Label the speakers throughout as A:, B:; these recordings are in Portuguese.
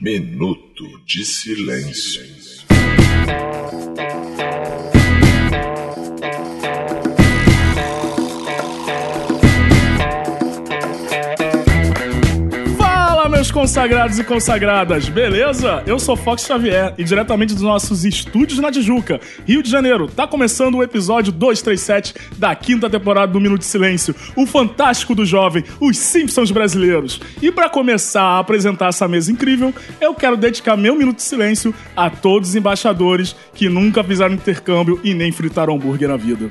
A: Minuto de Silêncio.
B: Fala, meus consagrados e consagradas, beleza? Eu sou Fox Xavier e diretamente dos nossos estúdios na Tijuca, Rio de Janeiro, tá começando o episódio 237 da quinta temporada do Minuto de Silêncio, o fantástico do jovem, os Simpsons brasileiros. E pra começar a apresentar essa mesa incrível, eu quero dedicar meu Minuto de Silêncio a todos os embaixadores que nunca fizeram intercâmbio e nem fritaram hambúrguer na vida.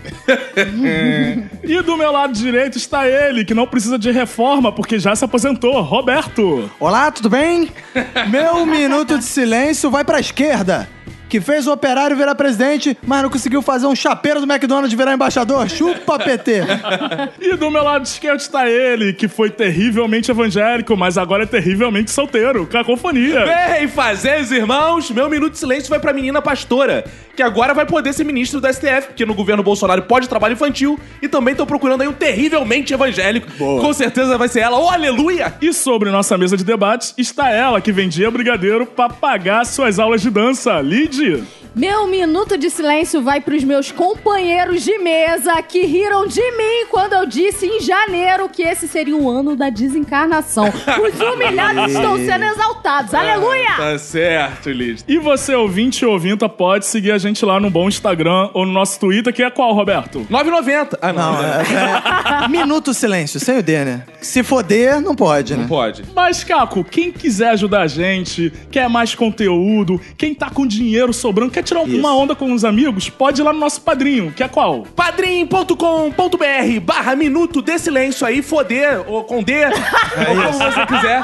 B: E do meu lado direito está ele, que não precisa de reforma porque já se aposentou, Roberto.
C: Olá, tudo bem? Meu minuto de silêncio vai pra esquerda, que fez o operário virar presidente, mas não conseguiu fazer um chapeiro do McDonald's virar embaixador. Chupa, PT!
B: E do meu lado esquerdo está ele, que foi terrivelmente evangélico, mas agora é terrivelmente solteiro, cacofonia.
D: Bem, fazer os irmãos, meu minuto de silêncio vai pra menina pastora, que agora vai poder ser ministro do STF, porque no governo Bolsonaro pode trabalho infantil, e também estão procurando aí um terrivelmente evangélico. Com certeza vai ser ela. Oh, aleluia!
B: E sobre nossa mesa de debates está ela, que vendia brigadeiro pra pagar suas aulas de dança, Lid.
E: Meu minuto de silêncio vai para os meus companheiros de mesa que riram de mim quando eu disse em janeiro que esse seria o ano da desencarnação. Os humilhados estão sendo exaltados. Aleluia!
D: Tá certo, Lid.
B: E você, ouvinte e ouvinta, pode seguir a gente lá no bom Instagram ou no nosso Twitter, que é qual, Roberto?
D: 9,90. Ah, não.
C: Não,
D: né?
C: é- é- Minuto de silêncio, sem o D, né? Se foder, não pode, né?
D: Não pode.
B: Mas, Caco, quem quiser ajudar a gente, quer mais conteúdo, quem tá com dinheiro sobrando, quer tirar uma onda com os amigos, pode ir lá no nosso padrinho, que é qual?
D: padrim.com.br barra Minuto de Silêncio aí, foder, ou com D, ou como você quiser.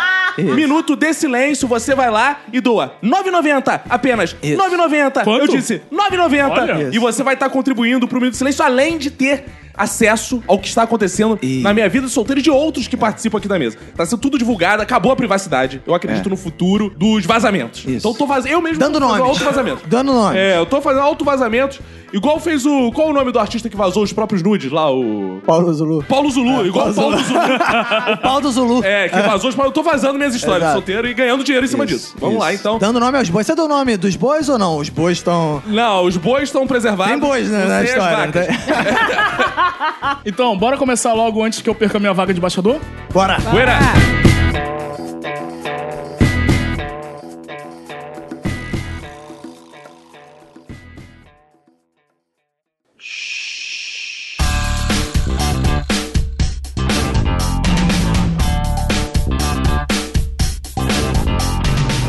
D: Minuto de Silêncio, você vai lá e doa 9,90 apenas.
C: Isso.
D: 9,90.
B: Quanto?
D: Eu disse
B: Olha.
D: 9,90. E
C: Isso.
D: você vai estar contribuindo pro Minuto de Silêncio, além de ter acesso ao que está acontecendo
C: Isso.
D: na minha vida de solteiro e de outros que participam aqui da mesa. Tá sendo tudo divulgado, acabou a privacidade. Eu acredito no futuro dos vazamentos.
C: É. Isso.
D: Então tô fazendo, eu mesmo
C: Dando
D: tô fazendo
C: nomes.
D: outro vazamento.
C: Dando nome.
D: É, eu tô fazendo autovazamentos. Igual fez o. Qual o nome do artista que vazou os próprios nudes lá? O.
C: Paulo Zulu.
D: Paulo
C: É,
D: Zulu, igual o Paulo Zulu.
C: O Paulo Zulu.
D: É, que vazou os. Eu tô vazando minhas histórias de
C: Exato.
D: solteiro e ganhando dinheiro em cima disso. Vamos lá, então.
C: É. Dando nome aos bois. Você deu o nome dos bois ou não? Os bois estão.
D: Não, os bois estão preservados.
C: Tem bois, né?
D: não
C: Na
D: sei as
C: história. né?
D: vacas.
C: Tem-
B: Então, bora começar logo antes que eu perca minha vaga de embaixador?
C: Bora!
D: Buena.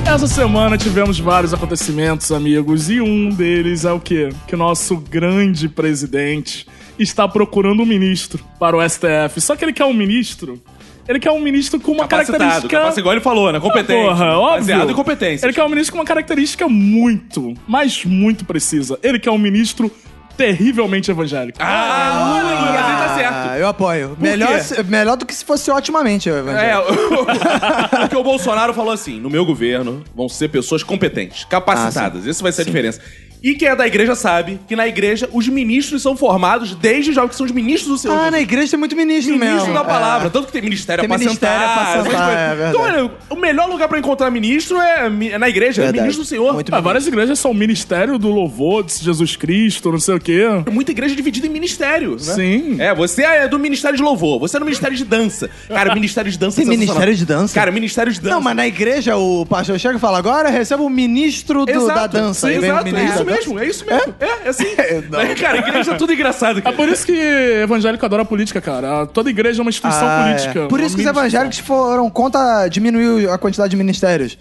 B: Essa semana tivemos vários acontecimentos, amigos, e um deles é o quê? Que o nosso grande presidente está procurando um ministro para o STF. Só que ele quer um ministro. Ele quer um ministro com uma
D: Capacitado,
B: característica.
D: capacitado, igual ele falou, né?
C: Ah,
D: Competência.
B: Porra, óbvio.
D: Baseado em competência.
B: Ele quer um ministro com uma característica muito, mas muito precisa. Ele quer um ministro terrivelmente evangélico.
D: Ah, mas ele tá certo.
C: Ah, eu apoio. Melhor,
D: quê?
C: se- melhor do que se fosse otimamente, o Evangelho.
D: É, o- porque o Bolsonaro falou assim: no meu governo vão ser pessoas competentes,
C: Ah,
D: capacitadas. Essa vai ser a diferença. E quem é da igreja sabe que na igreja os ministros são formados desde já que são os ministros do seu.
C: Ah, na igreja tem muito ministro
D: Ministro
C: mesmo.
D: da palavra,
C: É.
D: tanto que tem ministério
C: Tem
D: pra
C: ministério
D: sentar,
C: pra
D: essas
C: sentar,
D: coisas.
C: é verdade.
D: Então, olha, o melhor lugar pra encontrar ministro é mi- é na igreja, é
C: Verdade.
D: ministro do Senhor.
C: Muito
B: Ah, várias igrejas são o ministério do louvor de Jesus Cristo, não sei o quê.
D: É Muita igreja dividida em ministério, né?
B: Sim.
D: É, você é do ministério de louvor, você é do ministério de dança. Cara, o ministério de dança
C: Tem
D: é sensacional.
C: ministério de dança?
D: Cara, ministério de dança.
C: Não, mas na igreja o pastor chega e fala: agora recebe o ministro do- da dança.
D: Sim,
C: Aí vem o
D: exato. É
C: ministro
D: isso
C: da dança.
D: mesmo, é isso mesmo. É, é assim.
C: não. Ah,
D: Cara, igreja é tudo engraçado,
B: É
D: cara.
B: por isso que evangélico adora política, cara. Ah, Toda igreja é uma instituição
C: Ah, é.
B: política.
C: Por isso que os evangélicos foram contra diminuir a quantidade de ministérios.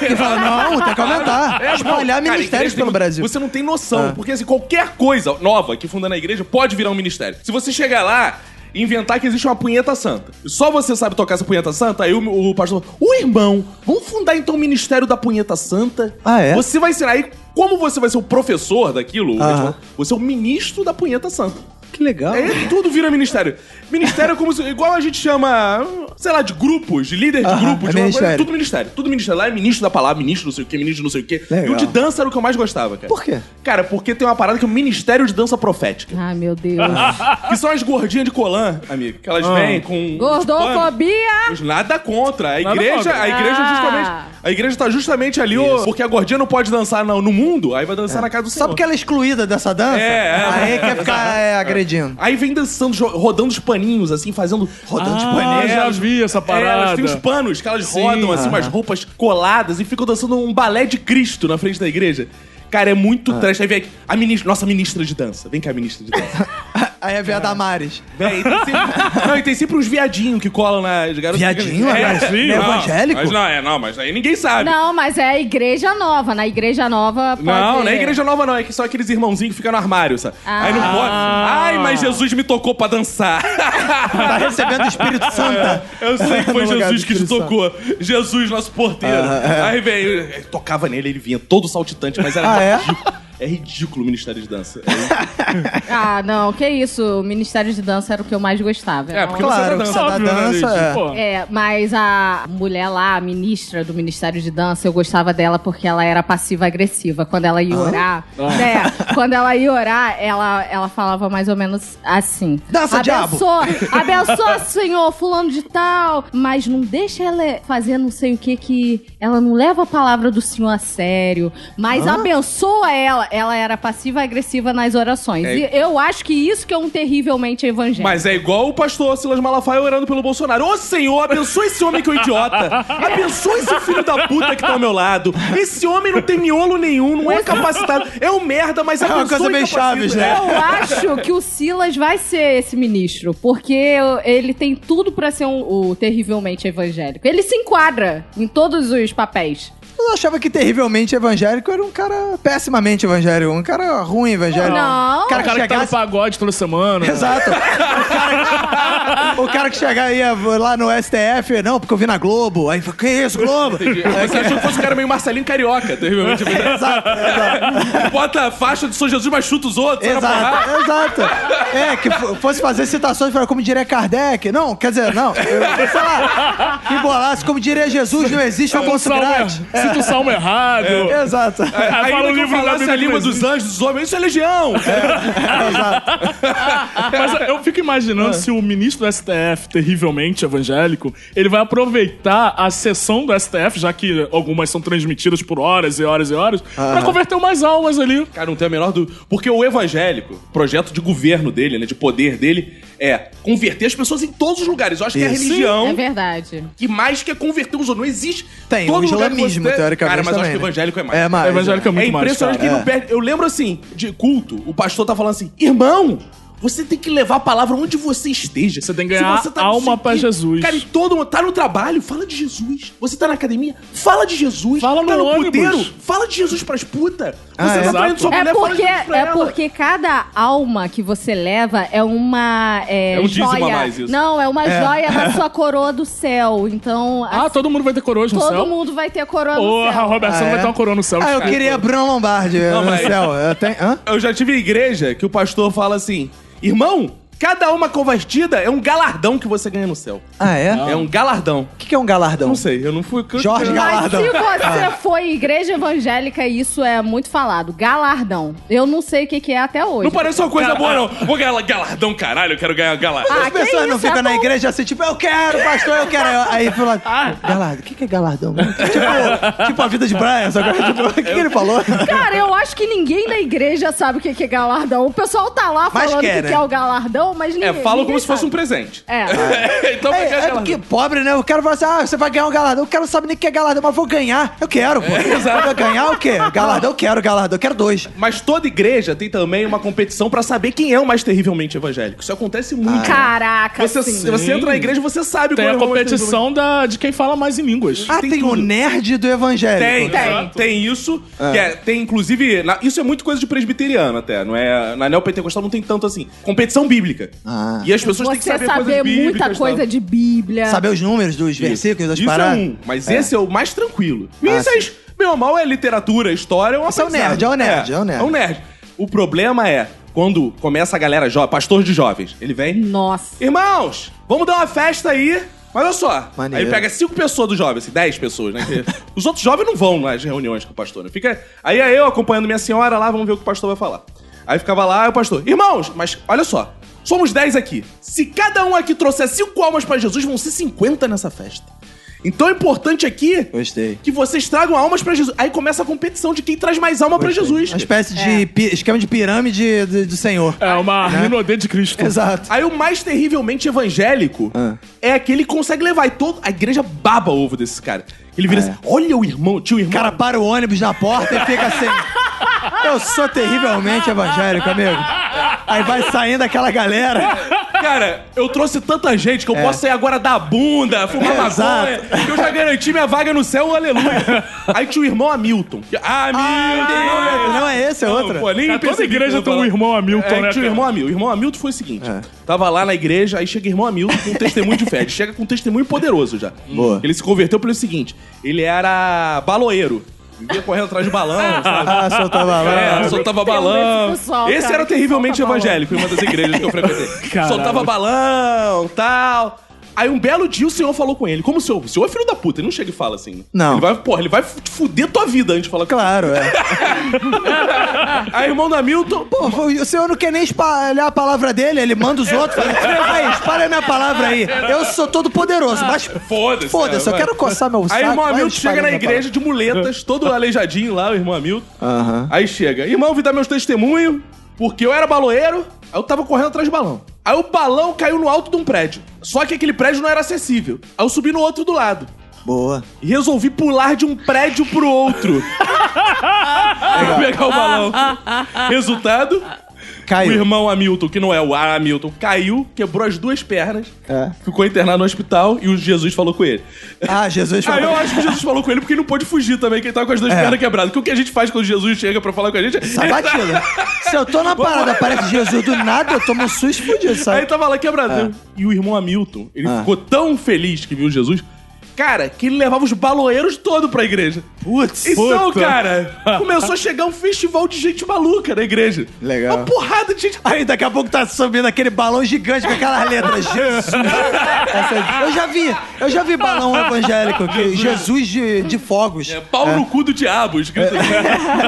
C: que fala, não, tem que aumentar.
D: É,
C: espalhar
D: não, cara,
C: ministérios
D: igreja
C: pelo
D: tem-
C: Brasil. Ah.
D: Você não tem noção, porque assim, qualquer coisa nova que funda na igreja pode virar um ministério. Se você chegar lá e inventar que existe uma punheta santa, só você sabe tocar essa punheta santa, aí o, o pastor fala, ô irmão, vamos fundar então o ministério da punheta santa?
C: Ah, é?
D: Você vai ser aí, como você vai ser o professor daquilo, o
C: Aham.
D: religioso, você é o ministro da punheta santa.
C: Que legal.
D: É, Aí tudo vira ministério. Ministério é como se. Igual a gente chama. hum, sei lá, de grupos, de líder de
C: Aham,
D: grupos,
C: é
D: de uma coisa,
C: ministério.
D: tudo ministério. Tudo ministério. Lá é ministro da palavra, ministro não sei o quê, ministro não sei o quê.
C: Legal.
D: E o de dança era o que eu mais gostava, cara.
C: Por quê?
D: Cara, porque tem uma parada que é o Ministério de Dança Profética.
E: Ai, meu Deus.
D: Que são as gordinhas de colã, amigo. Que
C: Ah.
D: elas vêm com. os
E: Gordofobia.
D: panos, Nada contra. A
B: Nada
D: igreja,
B: contra.
D: A igreja é
E: Ah.
D: justamente. A igreja tá justamente ali, ô, porque a gordinha não pode dançar no, no mundo, aí vai dançar na casa do
C: Só
D: Senhor.
C: porque ela é excluída dessa dança,
D: É, é,
C: aí
D: é,
C: quer ficar é, agredindo.
D: Aí vem dançando, jo- rodando os paninhos, assim, fazendo. Rodando
B: Ah, já vi essa
D: É, elas
B: parada.
D: têm os panos que elas rodam, assim,
C: aham.
D: umas roupas coladas e ficam dançando um balé de Cristo na frente da igreja. Cara, é muito trash. Aí vem aqui, a ministra, nossa ministra de dança. Vem cá, ministra de dança.
C: Aí é Via Damares.
D: Vem, e tem sempre, não, e tem sempre uns viadinhos que colam nas garotas.
C: Viadinho?
D: É,
C: Agora,
B: sim,
C: é
B: não,
C: evangélico?
D: Mas não, é, não, mas aí ninguém sabe.
E: Não, mas é a igreja nova. Na igreja nova pode...
D: Não, não é igreja nova, não. É que só aqueles irmãozinhos que ficam no armário, sabe? Aí
E: Ah.
D: não pode. Ai, mas Jesus me tocou pra dançar.
C: Tá recebendo o Espírito Santa.
D: É. Eu sei que foi
C: No lugar Ah,
D: Jesus
C: do
D: que te
C: Espírito
D: tocou. Jesus, nosso porteiro.
C: é.
D: Aí veio, eu tocava nele, ele vinha todo saltitante, mas era
C: Ah, é?
D: ridículo. É ridículo o Ministério de Dança.
E: Ah, não, que isso. O Ministério de Dança era o que eu mais gostava.
D: É,
E: Não.
D: porque
C: Claro, que
D: Você
C: você
D: tá
C: da
B: Óbvio, né,
C: dança.
B: gente?
C: é.
B: Pô.
E: É, mas a mulher lá, a ministra do Ministério de Dança, eu gostava dela porque ela era passiva-agressiva. Quando ela ia orar. É, quando ela ia orar, ela, ela falava mais ou menos assim:
C: Dança,
E: abençoa, abençoa, senhor, fulano de tal, mas não deixa ela fazer não sei o que que. Ela não leva a palavra do senhor a sério, mas abençoa ela. Ela era passiva-agressiva nas orações.
D: É.
E: E eu acho que isso que é um terrivelmente evangélico.
D: Mas é igual o pastor Silas Malafaia orando pelo Bolsonaro. Ô Senhor, abençoa esse homem que é um idiota. Abençoa esse filho da puta que tá ao meu lado. Esse homem não tem miolo nenhum, não é capacitado. É um merda, mas
C: uma
D: abençoa
C: coisa
D: e
C: meio
D: capacita.
C: Chaves, né?
D: É.
E: Eu acho que o Silas vai ser esse ministro, porque ele tem tudo pra ser um, o terrivelmente evangélico. Ele se enquadra em todos os papéis.
C: Eu achava que terrivelmente evangélico era um cara pessimamente evangélico, um cara ruim evangélico.
E: Não.
C: O cara
B: O cara
C: que
B: que tá no
C: chegasse...
B: pagode toda semana.
C: Exato. O cara que chegar aí lá no STF, não, porque eu vi na Globo. Aí fala, que isso, Globo? É
D: Você achou que fosse um cara meio Marcelinho Carioca, terrivelmente.
C: Exato, exato.
D: Bota a faixa de São Jesus, mas chuta os outros. sai na porrada.
C: Exato, exato. É, que fo- fosse fazer citações para como diria Kardec. Não, quer dizer, não. Eu, sei lá. Que bolasse, como diria Jesus, não existe uma
B: Cita o salmo, É. er-
C: possibilidade.
B: cita o salmo errado.
C: é. Exato.
B: Aí fala o
D: Aí fala
B: livro da
D: falasse
B: Bíblia
D: a
B: que
D: língua
B: não
D: dos anjos, dos homens, isso é legião. É.
B: Mas eu fico
C: É.
B: imaginando se o ministro do STF, terrivelmente evangélico, ele vai aproveitar a sessão do STF, já que algumas são transmitidas por horas e horas e horas, pra converter umas almas ali.
D: Cara, não tem a menor dúvida. Porque o evangélico, o projeto de governo dele, né, de poder dele, é converter as pessoas em todos os lugares. Eu acho que é a
C: Isso.
E: É
D: religião
E: verdade.
D: que mais quer converter os outros. Não existe.
C: Tem,
D: todo
C: o
D: lugar que você
C: islamismo,
D: tem-
C: teoricamente.
D: Cara, mas eu acho
C: também,
D: que
C: né?
D: evangélico é mais.
C: É mais.
B: Evangélico é
D: É
B: muito mais,
D: impressionante que
B: cara.
D: não perde. Eu lembro assim, de culto, o pastor tá falando assim: irmão, você tem que levar a palavra onde você esteja.
B: Você tem que ganhar
D: não sei
B: alma
D: o quê.
B: pra Jesus.
D: Cara, e todo mundo tá no trabalho, fala de Jesus. Você tá na academia, fala de Jesus.
B: Fala no
D: tá no
B: ônibus.
D: puteiro, fala de Jesus pras putas. Você
C: Ah,
D: tá
B: exato.
D: traindo sua
E: É
D: mulher, fala de
E: porque,
D: Jesus pra
E: é
D: ela.
E: porque cada alma que você leva é uma é,
D: É um dízimo a
E: joia.
D: mais, isso.
E: Não, é uma joia na sua coroa do céu. Então,
B: Ah,
E: assim,
B: todo mundo vai ter coroa no
E: todo
B: céu?
E: mundo vai ter coroa no
B: Porra,
E: céu.
B: Robertson
C: Ah, é?
B: vai ter uma coroa no céu.
C: Ah, eu
B: cara.
C: queria Bruno Lombardi
D: Não,
C: no
D: mas-
C: céu. Eu tenho- hã?
D: Eu já tive igreja que o pastor fala assim: irmão, cada alma convertida é um galardão que você ganha no céu.
C: Ah, é?
D: É um galardão.
C: O que, que é um galardão?
D: Não sei, eu não fui.
C: Jorge Gal-
E: Mas
C: Galardão.
E: se você foi igreja evangélica, isso é muito falado. Galardão. Eu não sei o que, que é até hoje.
D: Não parece uma coisa boa, não. Vou ganhar galardão, caralho, eu quero ganhar galardão.
E: Ah,
C: As
E: que
C: pessoas
E: isso,
C: não ficam
E: é
C: na
E: bom.
C: igreja assim, tipo, eu quero, pastor, eu quero. Aí pro lado,
D: Ah.
C: galardo, o que, que é galardão? tipo, tipo a vida de Brian, só
D: Ah.
C: que, tipo, o que, que ele falou?
E: Cara, eu acho que ninguém da igreja sabe o que que é galardão. O pessoal tá lá
C: Mas
E: falando o
C: quer,
E: que,
C: né?
E: que é o galardão, mas ninguém.
D: É, fala
E: ninguém
D: como se fosse um
E: sabe.
D: presente.
E: É.
D: então vai ganhar
C: É, é
D: galardão.
C: porque pobre, né? O cara fala assim, ah, você vai ganhar um galardão. O cara não sabe nem o que é galardão, mas vou ganhar. Eu quero, pô.
D: É,
C: Vai ganhar o quê? Galardão, eu quero galardão. Eu quero dois.
D: Mas toda igreja tem também uma competição pra saber quem é o mais terrivelmente evangélico. Isso acontece muito.
C: é.
E: Caraca,
D: Você,
E: sim.
D: você entra na igreja e você sabe
B: Tem
D: qual é
B: a
D: o mais
B: competição da, de quem fala mais em línguas.
C: Ah,
D: Tem
C: tem,
D: tudo.
C: o nerd do evangélico.
D: Tem, tem,
E: Tem.
D: tem isso. Que é, tem, inclusive, na- isso é muito coisa de presbiteriano até, não é? Na neopentecostal não tem tanto assim. Competição bíblica.
C: Ah.
D: E as pessoas têm que
E: Você
D: saber,
E: saber,
D: coisas bíblicas. tá?
E: muita coisa
D: tal.
E: de Bíblia.
C: Saber os números dos versículos, das
D: isso
C: paradas.
D: é um, mas esse é o mais tranquilo. E
C: Ah,
D: isso aí, meu ou mal, é literatura, história, é um
C: Isso é o
D: aprendizado.
C: nerd, é o nerd, é o nerd.
D: É um nerd. O problema é quando começa a galera jovem, pastor de jovens, ele vem...
E: Nossa.
D: Irmãos, vamos dar uma festa aí. Mas olha só,
C: Maneiro.
D: aí ele pega cinco pessoas do jovem, assim, dez pessoas, né? que os outros jovens não vão nas reuniões com o pastor, né? Fica. Aí é eu acompanhando minha senhora lá, vamos ver o que o pastor vai falar. Aí ficava lá, o pastor, irmãos, mas olha só, somos dez aqui. Se cada um aqui trouxer cinco almas pra Jesus, vão ser 50 nessa festa. Então o importante aqui
C: Gostei.
D: que vocês tragam almas pra Jesus. Aí começa a competição de quem traz mais alma pra Jesus.
C: Uma espécie de
D: É.
C: pi- esquema de pirâmide do, do senhor.
B: É uma
C: Né?
B: rinodê de Cristo.
C: Exato.
D: Aí o mais terrivelmente evangélico
C: Ah.
D: é aquele que consegue levar. E todo, a igreja baba ovo desse cara. Ele vira
C: Ah, é.
D: assim: olha o irmão, tinha um
C: O
D: irmão.
C: cara para o ônibus na porta e fica assim. Eu sou terrivelmente evangélico, amigo. Aí vai saindo aquela galera.
D: Cara, eu trouxe tanta gente que eu posso sair agora da bunda, fumar
C: É,
D: maconha, que eu já garanti minha vaga no céu, aleluia. Aí tinha o irmão Hamilton. Que- Ah, Hamilton!
C: Não é esse, é outro.
D: Pô, nem
B: Cara, toda
D: percebi
B: igreja
D: que eu
B: tem um
D: falava.
B: irmão Hamilton,
D: é,
B: né,
D: Tinha o
B: cara?
D: irmão Hamilton. O irmão Hamilton foi o seguinte:
C: É.
D: tava lá na igreja, aí chega o irmão Hamilton com um testemunho de fé. Ele chega com um testemunho poderoso já.
C: Boa.
D: Ele se converteu pelo seguinte: ele era baloeiro. Vivia correndo atrás de balão, sabe?
C: Ah, soltava lá.
D: É, soltava
E: Tem um
D: balão.
E: desse pessoal,
D: Esse
E: cara,
D: era
E: que
D: terrivelmente
E: solta balão.
D: evangélico em uma das igrejas que eu frequentei.
B: Caralho.
D: Soltava balão, tal. Aí um belo dia o senhor falou com ele. Como o senhor? O senhor é filho da puta, ele não chega e fala assim. né?
C: Não.
D: Ele vai, porra, ele vai te fuder tua vida antes de falar com
C: Claro, é.
D: Aí o irmão da Milton,
C: Pô, o senhor não quer nem espalhar a palavra dele, ele manda os outros. Fala, aí, espalha a minha palavra aí. Eu sou todo poderoso, mas
D: Foda-se.
C: foda-se, eu
D: cara,
C: quero
D: vai.
C: coçar meu saco.
D: Aí o irmão
C: vai
D: Hamilton
C: espalhar
D: chega na
C: minha
D: igreja de muletas, todo aleijadinho lá, o irmão Hamilton.
C: palavra. Aham.
D: Aí chega, irmão, vim dar meus testemunhos, porque eu era baloeiro, aí eu tava correndo atrás de balão. Aí o balão caiu no alto de um prédio. Só que aquele prédio não era acessível. Aí eu subi no outro do lado.
C: Boa.
D: E resolvi pular de um prédio pro outro. Pra pegar o balão. ah, Resultado, o
C: Caiu.
D: irmão Hamilton, que não é o Hamilton, caiu, quebrou as duas pernas,
C: É.
D: ficou internado no hospital e o Jesus falou com ele.
C: Ah, Jesus
D: Aí eu
C: falou.
D: acho que Jesus falou com ele porque ele não pôde fugir também, que ele tava com as duas
C: É.
D: pernas quebradas. Porque o que a gente faz quando Jesus chega pra falar com a gente? Ele tá-
C: Sabatida. Se eu tô na parada, aparece Jesus do nada, eu tomo um susto fudido,
D: Aí tá-
C: sabe?
D: tava lá quebrado. E o irmão Hamilton, ele
C: É. Ah.
D: ficou tão feliz que viu Jesus, cara, que ele levava os baloeiros todo pra igreja.
C: Putz.
D: Então,
B: Puta.
D: cara, começou a chegar um festival de gente maluca na igreja.
C: Legal.
D: Uma porrada de gente.
C: Aí daqui a pouco tá subindo aquele balão gigante com aquelas letras. Jesus. Essa- eu já vi, eu já vi balão evangélico. que- Jesus de, de fogos.
D: Pau no cu do diabo, escrito. É. assim.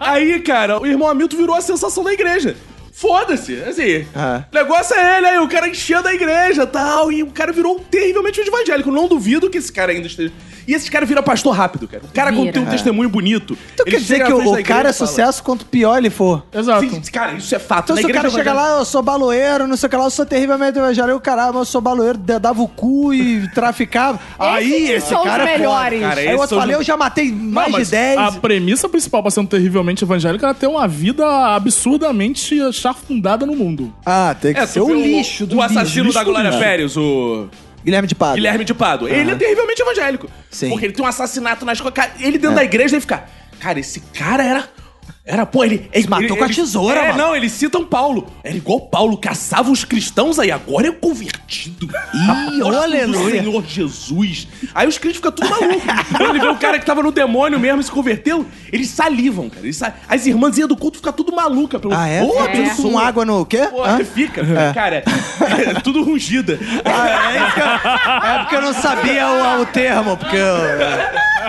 D: aí, cara, o irmão Hamilton virou a sensação da igreja. Foda-se, assim.
C: Ah.
D: O negócio é ele aí, o cara enchendo a igreja e tal. E o cara virou terrivelmente um evangélico. Não duvido que esse cara ainda esteja. E esse cara vira pastor rápido, cara. O cara quando
E: Vira.
D: tem um testemunho bonito.
C: É. Então
D: ele
C: quer dizer
D: chega
C: que
D: na frente
C: o,
D: da
C: o cara é
D: igreja e fala,
C: sucesso quanto pior ele for.
B: Exato.
D: "Sim, Cara, isso é fato.
C: Então,
D: Na
C: se o
D: igreja
C: cara chega
D: evangélica-
C: lá, eu sou baloeiro, não sei o que lá, eu sou terrivelmente evangélico, caralho, eu sou baloeiro, de- dava o cu e traficava. Aí, esse
E: são os
C: cara é foda.
E: melhores.
D: Cara,
C: Aí
D: esses
C: eu outro
D: são os-
C: falei, eu já matei mais
D: mas
C: de 10.
B: A premissa principal pra ser um terrivelmente evangélico era ter uma vida absurdamente chafundada no mundo.
C: Ah, tem que
D: É,
C: ser
D: tu
C: o
D: viu
C: lixo do
D: O assassino
C: lixo,
D: da Glória
C: lixo.
D: Pérez, o.
C: Guilherme de Pado.
D: Guilherme de Pado. Ele é terrivelmente evangélico.
C: Sim. É.
D: Porque ele tem um assassinato nas co- cara, Ele dentro da igreja, ele fica. Cara, esse cara era. Era, pô, ele. ele
C: matou
D: ele-
C: com a
D: ele-
C: tesoura,
D: É,
C: mano.
D: não, eles citam Paulo. Era igual Paulo, caçava os cristãos aí, agora é convertido. Ih,
C: aleluia.
D: Senhor Jesus. Aí os crentes ficam tudo maluco. Quando ele vê o cara que tava no demônio mesmo e se converteu, eles salivam, cara. Eles sa- As irmãzinhas do culto ficam tudo maluca. Pelo...
C: Ah, é?
D: Boa
C: Fica tudo
D: pessoa.
C: com água no quê?
D: Pô,
C: Hã? É.
D: fica, cara. É tudo rungida.
C: Ah, é, isso que eu- é porque eu não sabia o, o termo, porque eu...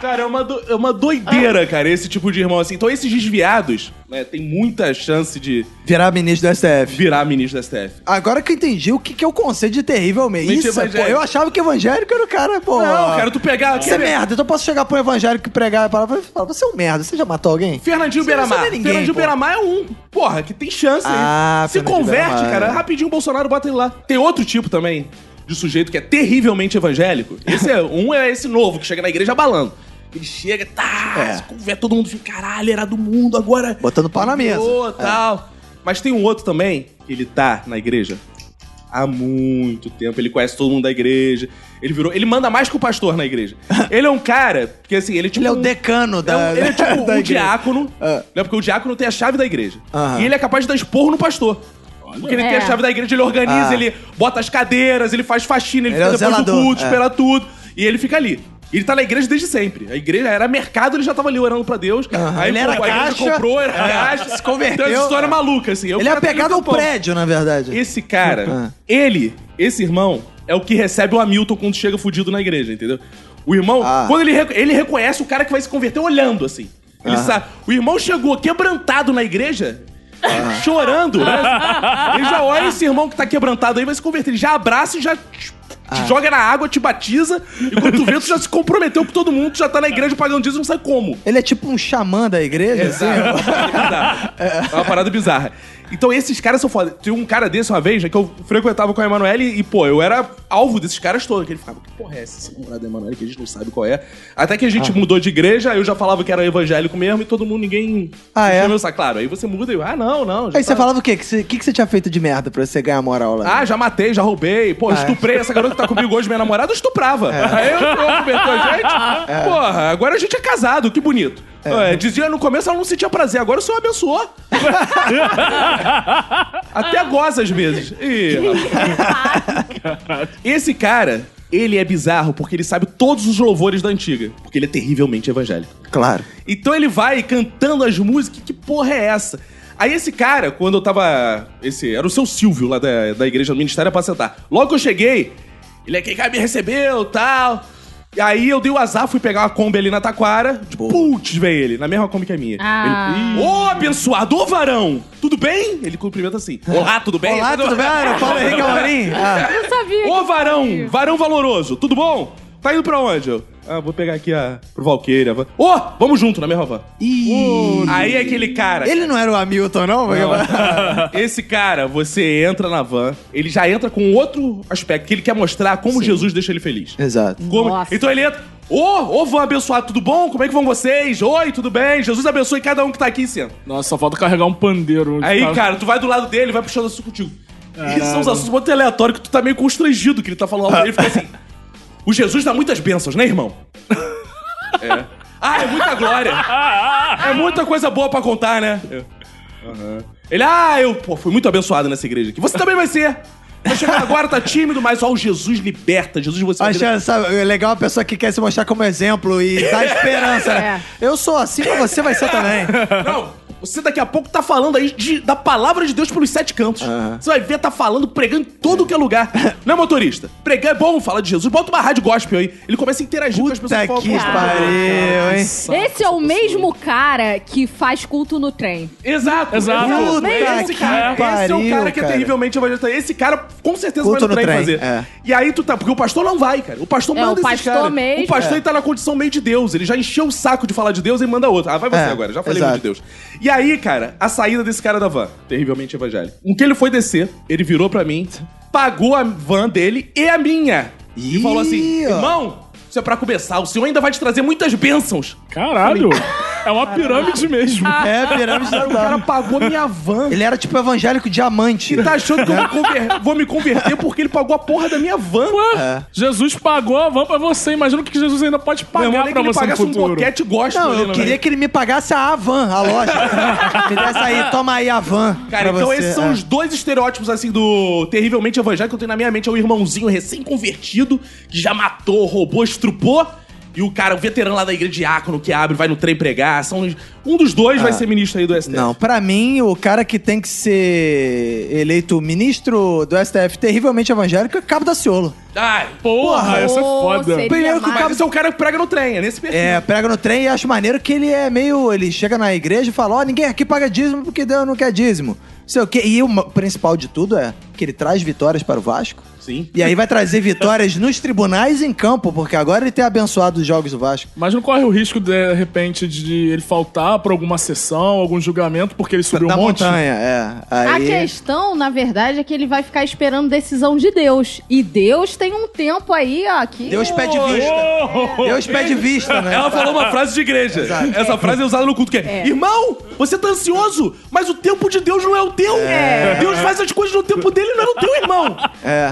D: Cara, é uma, do- é uma doideira, cara, esse tipo de irmão assim. Então, esses desviados, né, tem muita chance de
C: Virar ministro do STF.
D: virar ministro da STF.
C: Agora que eu entendi o que, que é o conceito de terrivelmente.
D: Mente
C: Isso, pô,
D: evangélico.
C: eu achava que evangélico era o cara, pô...
D: Não, cara, tu pegar.
C: Você é merda, então eu posso chegar pro evangélico e pregar a palavra e falar, você é um merda, você já matou alguém?
D: Fernandinho
C: Você- você
D: Beiramar.
C: não é ninguém,
D: Fernandinho
C: pô.
D: Beiramar é um. Porra, que tem chance aí.
C: Ah,
D: Se
C: Fernandinho
D: converte,
C: Beiramar,
D: cara,
C: é.
D: rapidinho o Bolsonaro bota ele lá. Tem outro tipo também de sujeito que é terrivelmente evangélico. Esse é, um é esse novo, que chega na igreja balando. Ele chega, tá,
C: É.
D: se converte, todo mundo fica, caralho, era do mundo, agora...
C: Botando pau na mesa. É.
D: Ô, tal. Mas tem um outro também, que ele tá na igreja há muito tempo, ele conhece todo mundo da igreja, ele virou... Ele manda mais que o pastor na igreja. ele é um cara, que assim, ele é tipo...
C: Ele é o
D: um-
C: decano da.
D: é um- ele é tipo
C: da
D: um
C: igreja.
D: diácono,
C: Ah.
D: né? Porque o diácono tem a chave da igreja.
C: Aham.
D: E ele é capaz de dar esporro no pastor. Porque ele
E: É.
D: tem a chave da igreja, ele organiza,
C: Ah.
D: ele bota as cadeiras, ele faz faxina, ele,
C: Ele é
D: fica
C: o
D: depois do
C: zelador,
D: culto,
C: é.
D: espera tudo. E ele fica ali. Ele tá na igreja desde sempre. A igreja era mercado, ele já tava ali orando pra Deus.
C: Aham.
D: Aí
C: Ele
D: pô,
C: era
D: a igreja
C: caixa.
D: comprou, era
C: É.
D: caixa.
C: Se converteu.
D: Então, essa história é maluca, assim. Eu
C: Ele é
D: fico até
C: apegado ao
D: preocupado.
C: prédio, na verdade.
D: Esse cara,
C: Ah.
D: ele, esse irmão, é o que recebe o Hamilton quando chega fudido na igreja, entendeu? O irmão,
C: Ah.
D: quando ele, rec- ele reconhece o cara que vai se converter olhando, assim. Ele sabe. O irmão chegou quebrantado na igreja,
C: Ah.
D: chorando. né? Ele já olha esse irmão que tá quebrantado aí, vai se converter. Ele já abraça e já te
C: Ah.
D: te joga na água, te batiza. E quando tu vê, tu já se comprometeu com todo mundo, tu já tá na igreja pagando dízimo, não sabe como.
C: Ele é tipo um xamã da igreja, assim.
D: É uma parada bizarra. Então esses caras são foda. Tinha um cara desse uma vez, né, que eu frequentava com a Emanuele e, pô, eu era alvo desses caras todos. Que ele ficava, que porra é essa essa namorada da Emanuele que a gente não sabe qual é. Até que a
C: Ah.
D: gente mudou de igreja, eu já falava que era evangélico mesmo e todo mundo, ninguém...
C: Ah, é?
D: encheu meu saco. Claro, aí você muda e eu, ah, não, não. já
C: Aí você
D: tá-
C: falava o quê? O que, você- que, que você tinha feito de merda pra você ganhar moral lá?
D: Ah, já matei, já roubei. Pô, estuprei essa garota que tá comigo hoje, minha namorada, eu estuprava. Aí eu, eu cobertou a gente. Porra, agora a gente é casado, que bonito. É, dizia no começo ela não sentia prazer, agora o senhor abençoou. Até goza às vezes. Ih, rapaz. Esse cara, ele é bizarro porque ele sabe todos os louvores da antiga. Porque ele é terrivelmente evangélico.
C: Claro.
D: Então ele vai cantando as músicas, que porra é essa? Aí esse cara, quando eu tava. Esse, era o seu Silvio lá da, da igreja do Ministério Apacentar. Logo que eu cheguei, ele é quem cara me recebeu tal. E aí eu dei o azar, fui pegar uma Kombi ali na taquara. Tipo, putz, velho, ele, na mesma Kombi que a minha.
E: Ah.
D: Ele, Ô, abençoado, ô varão! Tudo bem? Ele cumprimenta assim. Olá, tudo bem?
C: Olá, tudo bem? Era Paulo Henrique Amorim? Ah,
E: Eu sabia.
D: Ô,
E: que-
D: varão! Varão valoroso, tudo bom? Tá indo pra onde? Eu, ah, vou pegar aqui a... pro Valqueira. Ô, vamos junto na mesma van.
C: ih.
D: Aí aquele cara.
C: Ele não era o Hamilton, não?
D: Esse cara, você entra na van, ele já entra com outro aspecto, que ele quer mostrar como Jesus deixa ele feliz.
C: Exato.
D: Como-
E: Nossa.
D: Então ele entra. Ô, ô, van abençoado, tudo bom? Como é que vão vocês? Oi, tudo bem? Jesus abençoe cada um que tá aqui em cima.
B: Nossa, só falta carregar um pandeiro.
D: Aí, cara, tu vai do lado dele, vai puxando assunto contigo. Isso são uns assuntos muito aleatórios que tu tá meio constrangido que ele tá falando. Ele fica assim: O Jesus dá muitas bênçãos, né, irmão? é. Ah, é muita glória. É muita coisa boa pra contar, né? Eu, "Aham." Ele, ah, eu pô, fui muito abençoado nessa igreja aqui. Você também vai ser. Vai chegar agora, tá tímido, mas ó, o Jesus liberta. Jesus, você vai
C: Achando, sabe, é legal a pessoa que quer se mostrar como exemplo e dar esperança, né? Eu sou assim, mas você vai ser também.
D: Não, você daqui a pouco tá falando aí de- da palavra de Deus pelos sete cantos. Você vai ver, tá falando, pregando em todo que é lugar. Não, motorista? Pregar é bom, falar de Jesus. Bota uma rádio gospel aí. Ele começa a interagir com as pessoas.
C: Puta
D: fala,
C: que
D: "Pô,
C: pariu, hein?
E: Esse é o mesmo cara que faz culto no trem.
D: Exato, é
B: Exato.
D: exato.
C: Puta
D: Esse
C: que
D: cara, esse é o
C: pariu,
D: cara que é
C: cara.
D: terrivelmente evangélico. Esse cara com certeza
C: Culto
D: vai no
C: no
D: trem,
C: trem,
D: fazer.
C: é.
D: E aí tu tá. Porque o pastor não vai, cara. O pastor
E: É,
D: manda
E: o
D: esses
E: pastor
D: caras.
E: mesmo.
D: O
C: É.
D: pastor ele tá na condição meio de Deus. Ele já encheu o saco de falar de Deus e manda outro. Ah, vai você
C: É,
D: agora, já falei
C: exato.
D: muito de Deus. E aí, cara, a saída desse cara da van, terrivelmente evangélico. O que ele foi descer, ele virou pra mim, pagou a van dele e a minha. E
C: Ih,
D: falou assim:
C: ó.
D: irmão, isso é pra começar. O senhor ainda vai te trazer muitas bênçãos.
B: Caralho. É uma pirâmide mesmo.
C: É, pirâmide
D: Cara, o cara
C: total.
D: pagou minha van.
C: Ele era tipo evangélico diamante.
D: Ele tá achando que eu vou, conver- vou me converter porque ele pagou a porra da minha van.
B: Ué, Ah, Jesus pagou a van pra você. Imagina o que Jesus ainda pode
D: É. Meu
B: pagar
D: irmão, nem que
B: é pra
D: ele
B: você no
D: pagasse um
B: futuro.
D: boquete gospel.
C: Não,
D: ali
C: eu
D: na
C: queria
D: minha.
C: que ele me pagasse a Avan, a loja. me desse aí, toma aí a Avan.
D: Cara,
C: pra
D: então
C: você.
D: esses são
C: É.
D: os dois estereótipos, assim, do terrivelmente evangélico que eu tenho na minha mente. É o irmãozinho recém-convertido, que já matou, roubou, estrupou. E o cara, o veterano lá da igreja diácono, que abre, vai no trem pregar. São... os- Um dos dois vai ser ministro aí do STF.
C: Não, pra mim, o cara que tem que ser eleito ministro do STF terrivelmente evangélico é Cabo da Ciolo.
D: Ai, Ah,
B: Porra, essa é
E: Ô,
B: foda.
E: seria
C: Primeiro que o
E: mais-
D: mas esse é o cara que prega no trem, é nesse perfil.
C: É, prega no trem e acho maneiro que ele é meio. Ele chega na igreja e fala: Ó, ninguém aqui paga dízimo porque Deus não quer dízimo. Não Sei o quê. E o ma- principal de tudo é que ele traz vitórias para o Vasco.
D: Sim.
C: E aí vai trazer vitórias nos tribunais e em campo, porque agora ele tem abençoado os jogos do Vasco.
B: Mas não corre o risco, de repente, de ele faltar pra alguma sessão, algum julgamento, porque ele subiu
C: da
B: um monte?
C: montanha, é.
E: A
C: Aí...
E: questão, na verdade, é que ele vai ficar esperando decisão de Deus. E Deus tem um tempo aí, ó, que...
C: Deus pede vista.
B: Oh!
C: Deus pede vista, né?
D: Ela falou uma frase de igreja.
C: Exato.
D: Essa frase é usada no culto que é, Irmão, você tá ansioso, mas o tempo de Deus não é o teu. Deus faz as coisas no tempo dele, não é o teu, irmão.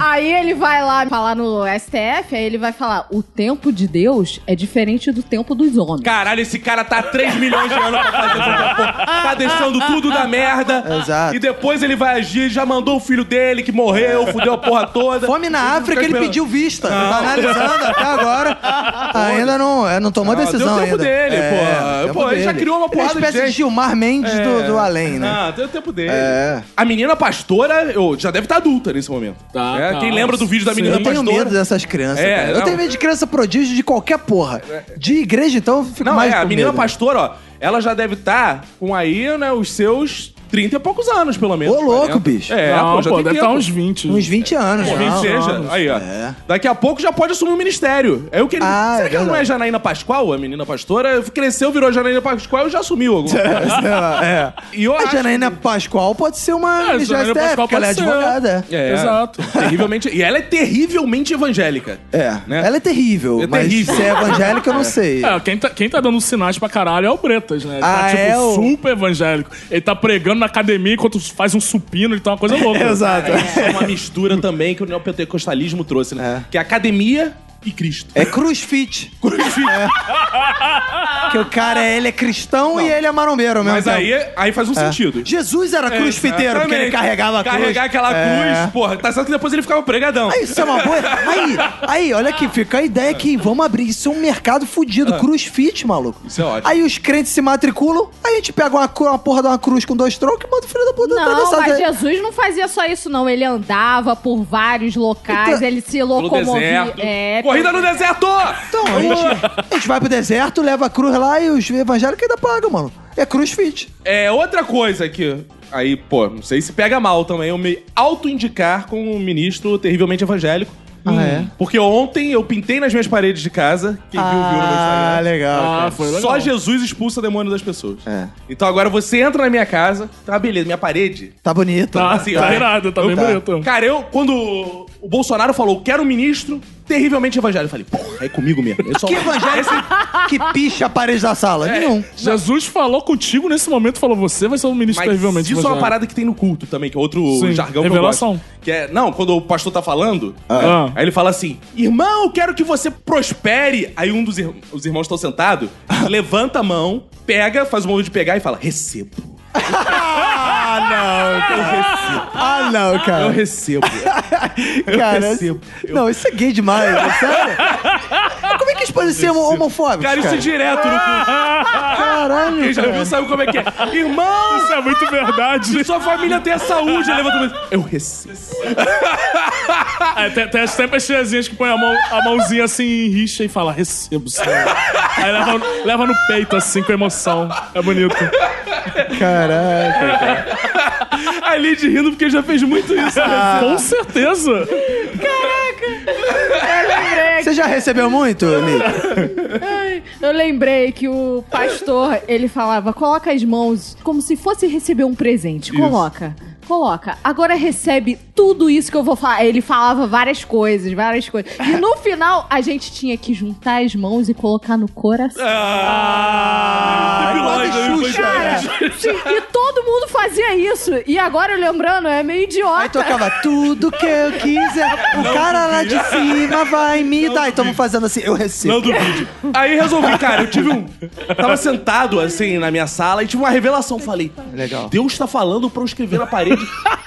E: Aí ele vai lá falar no STF, aí ele vai falar: o tempo de Deus é diferente do tempo dos homens.
D: Caralho, esse cara tá há 3 milhões de anos pra fazer essa porra. Tá deixando tudo da merda.
C: Exato.
D: E depois ele vai agir, já mandou o filho dele que morreu, fudeu a porra toda.
C: Fome na África, ele pediu vista. Tá analisando até agora. Ainda não, é, não tomou
D: Ah,
C: decisão
D: deu tempo
C: ainda.
D: dele,
C: É,
D: pô. Pô, ele já criou uma porrada
C: É uma
D: de
C: espécie de
D: gente.
C: Gilmar Mendes do, do além, né?
D: Ah, deu tempo dele.
C: É.
D: A menina pastora eu, já deve estar adulta nesse momento.
B: Tá,
D: É,
B: tá.
D: Quem lembra do vídeo da
B: Sim.
D: menina
C: Eu tenho
D: pastora?
C: medo dessas crianças.
D: É,
C: cara. Eu
D: não.
C: tenho medo de criança prodígio de qualquer porra. De igreja, então, eu fico
D: Não,
C: mais
D: é, a
C: com
D: menina
C: medo.
D: pastora, ó, ela já deve estar com aí, né, os seus 30 e poucos anos, pelo menos.
C: Ô, louco,
D: 40.
C: bicho.
D: É,
B: não,
D: pô, já
B: pô,
D: tem
B: deve
D: tempo.
B: estar uns 20.
C: Uns 20 anos,
D: Pô,
C: não.
D: nem seja. Aí, ó.
C: É.
D: Daqui a pouco já pode assumir o ministério. É o que ele.
C: Ah,
D: Será
C: é
D: que ela não é
C: verdade.
D: Janaína Pascoal, a menina pastora? Cresceu, virou Janaína Pascoal e já assumiu alguma coisa.
C: Sei lá, é.
D: E eu
C: A
D: acho Ah,
C: Janaína Pascoal pode ser uma
B: É, a
C: é,
B: Janaína Pascoal
C: porque ela é
B: pode ser.
C: advogada.
D: É,
B: Exato.
D: Terrivelmente. E ela é terrivelmente evangélica.
C: É.
D: Né?
C: Ela é terrível,
D: É
C: mas
D: terrível. Ah.
C: se é evangélica, eu não sei.
B: É, quem tá, quem tá dando sinais pra caralho é o Bretas, né? Ele tá,
C: Ah,
B: tipo,
C: é o-
B: super evangélico. Ele tá pregando na academia enquanto faz um supino, ele tá uma coisa louca.
C: Exato.
D: Isso é uma mistura também que o neopentecostalismo trouxe, né?
C: É.
D: Que é academia e Cristo.
C: É cruzfit. Cruzfit. Que o cara, é- ele é cristão e ele é marombeiro mesmo.
D: Mas aí, aí faz um
C: É.
D: sentido.
C: Jesus era
D: É,
C: cruzfiteiro, porque ele
D: exatamente.
C: carregava a cruz.
D: Carregar aquela
C: É.
D: cruz, porra. Tá certo que depois ele ficava pregadão.
C: Aí, isso é uma boa. Aí, aí, olha aqui, fica a ideia que vamos abrir. Isso é um mercado fudido, cruzfit, maluco.
D: Ah. Isso é ótimo.
C: Aí os crentes se matriculam, aí a gente pega uma, cru- uma porra de uma cruz com dois troncos e manda o filho da puta
E: Não,
C: atravessar.
E: mas Jesus não fazia só isso, não. Ele andava por vários locais,
C: Então-
E: ele se
D: Pelo
E: locomovia. É,
D: deserto. Corrida no deserto!
C: Então, a gente, a gente vai pro deserto, leva a cruz lá e os evangélicos ainda pagam, mano. É cruzfit.
D: É, outra coisa que... Aí, pô, não sei se pega mal também eu me autoindicar com um ministro terrivelmente evangélico. Hum.
C: Ah, é?
D: Porque ontem eu pintei nas minhas paredes de casa. Quem viu, viu no meu
C: Ah,
D: Instagram.
C: legal.
B: Ah,
C: cara.
B: foi legal.
D: Só Jesus expulsa demônio das pessoas.
C: É.
D: Então agora você entra na minha casa, tá beleza, minha parede.
C: Tá bonito.
B: Tá,
D: Assim,
B: tá
D: ó.
B: irado, tá bem
D: Eu-
B: bonito.
D: Cara, eu, quando o Bolsonaro falou, quero um ministro terrivelmente evangélico, eu falei, porra, é comigo mesmo. Eu só-
C: Que evangélico que picha a parede da sala?
D: É.
C: Nenhum.
B: Jesus falou contigo nesse momento, falou: você vai ser o ministro
D: Mas
B: terrivelmente.
D: isso é uma
B: evangélico."
D: parada que tem no culto também, que é outro
B: Sim,
D: jargão
B: revelação.
D: que eu gosto. Que é, não, quando o pastor tá falando,
B: Ah.
D: aí ele fala assim, irmão, eu quero que você prospere. Aí um dos ir- os irmãos estão sentados, levanta a mão, pega, faz o movimento de pegar e fala, recebo.
C: Ah,
D: Eu recebo.
C: não. Ah, não,
D: Eu
C: cara.
D: recebo. Eu
C: cara,
D: recebo. Eu-
C: Não, isso é gay demais, é sério. Mas Como é que eles podem ser homo- homofóbicos?
D: Cara,
C: Cara, Ah.
D: isso é direto no culto.
C: Caralho.
D: Quem já viu sabe como é que é. Irmão,
B: Isso é muito verdade.
D: sua família tem a saúde. Aí Levanta a mão. Eu recebo. Tá.
B: É, tem, tem sempre as tiazinhas que põem a, mão, a mãozinha assim em rixa e fala, recebo, senhor. Aí leva, leva no peito, assim, com emoção. É bonito.
C: Caraca.
D: A Lid rindo porque já fez muito isso.
B: Com certeza.
C: Você já recebeu muito, Nick?
E: Eu lembrei que o pastor, ele falava, coloca as mãos como se fosse receber um presente. Coloca. Coloca. Agora recebe tudo isso que eu vou falar. Ele falava várias coisas, várias coisas. E no final, a gente tinha que juntar as mãos e colocar no coração.
D: Ah,
C: quase
D: debilóide,
C: Xuxa,
D: debilóide.
E: Sim, e todo mundo fazia isso. E agora, lembrando, é meio
C: Aí
E: idiota.
C: tocava tudo que eu quiser. O cara lá de cima vai me dar. Então vamos fazendo assim, eu recebo.
D: Não duvide. Aí resolvi, cara, eu tive um. Tava sentado assim na minha sala e tive uma revelação. Falei,
C: Legal.
D: Deus tá falando pra eu escrever na parede.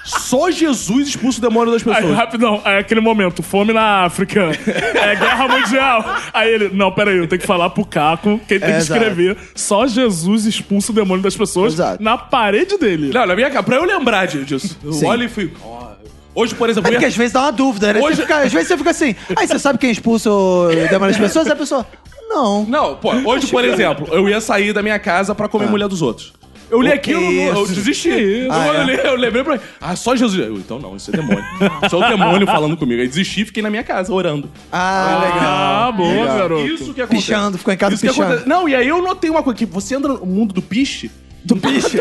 D: Só Jesus expulsa o demônio das
B: Aí,
D: pessoas.
B: rapidão, aí aquele momento, fome na África, é guerra mundial. Aí ele, não, peraí, eu tenho que falar pro Caco, que ele tem
C: É,
B: que
C: exato.
B: escrever. Só Jesus expulsa o demônio das pessoas
C: Exato.
B: na parede dele.
D: Não, na minha cara, pra eu lembrar de- disso.
C: Sim.
D: Eu olho e fui. ó, Hoje, por exemplo,
C: É
D: eu
C: porque
D: ia-
C: às vezes dá uma dúvida, né? Você
D: Hoje-
C: fica- às vezes você fica assim, aí você sabe quem expulsa o demônio das pessoas? E a pessoa, não.
D: Não, pô, hoje, por exemplo, eu ia sair da minha casa pra comer mulher dos outros. Ah. é Eu li
C: O
D: aquilo,
C: que
D: eu
C: isso?
D: desisti. eu,
C: Ah, é?
D: eu, li- eu lembrei pra mim. Ah, só Jesus. Eu, então não, isso é demônio. Isso é o demônio falando comigo. Aí desisti e fiquei na minha casa orando.
C: Ah,
B: Ah,
C: legal.
B: boa, garoto.
D: Isso que acontece.
C: Pichando, ficou em casa
D: Isso que
C: pichando.
D: acontece. Não, e aí eu notei uma coisa: que você entra no mundo do piche. Do piche?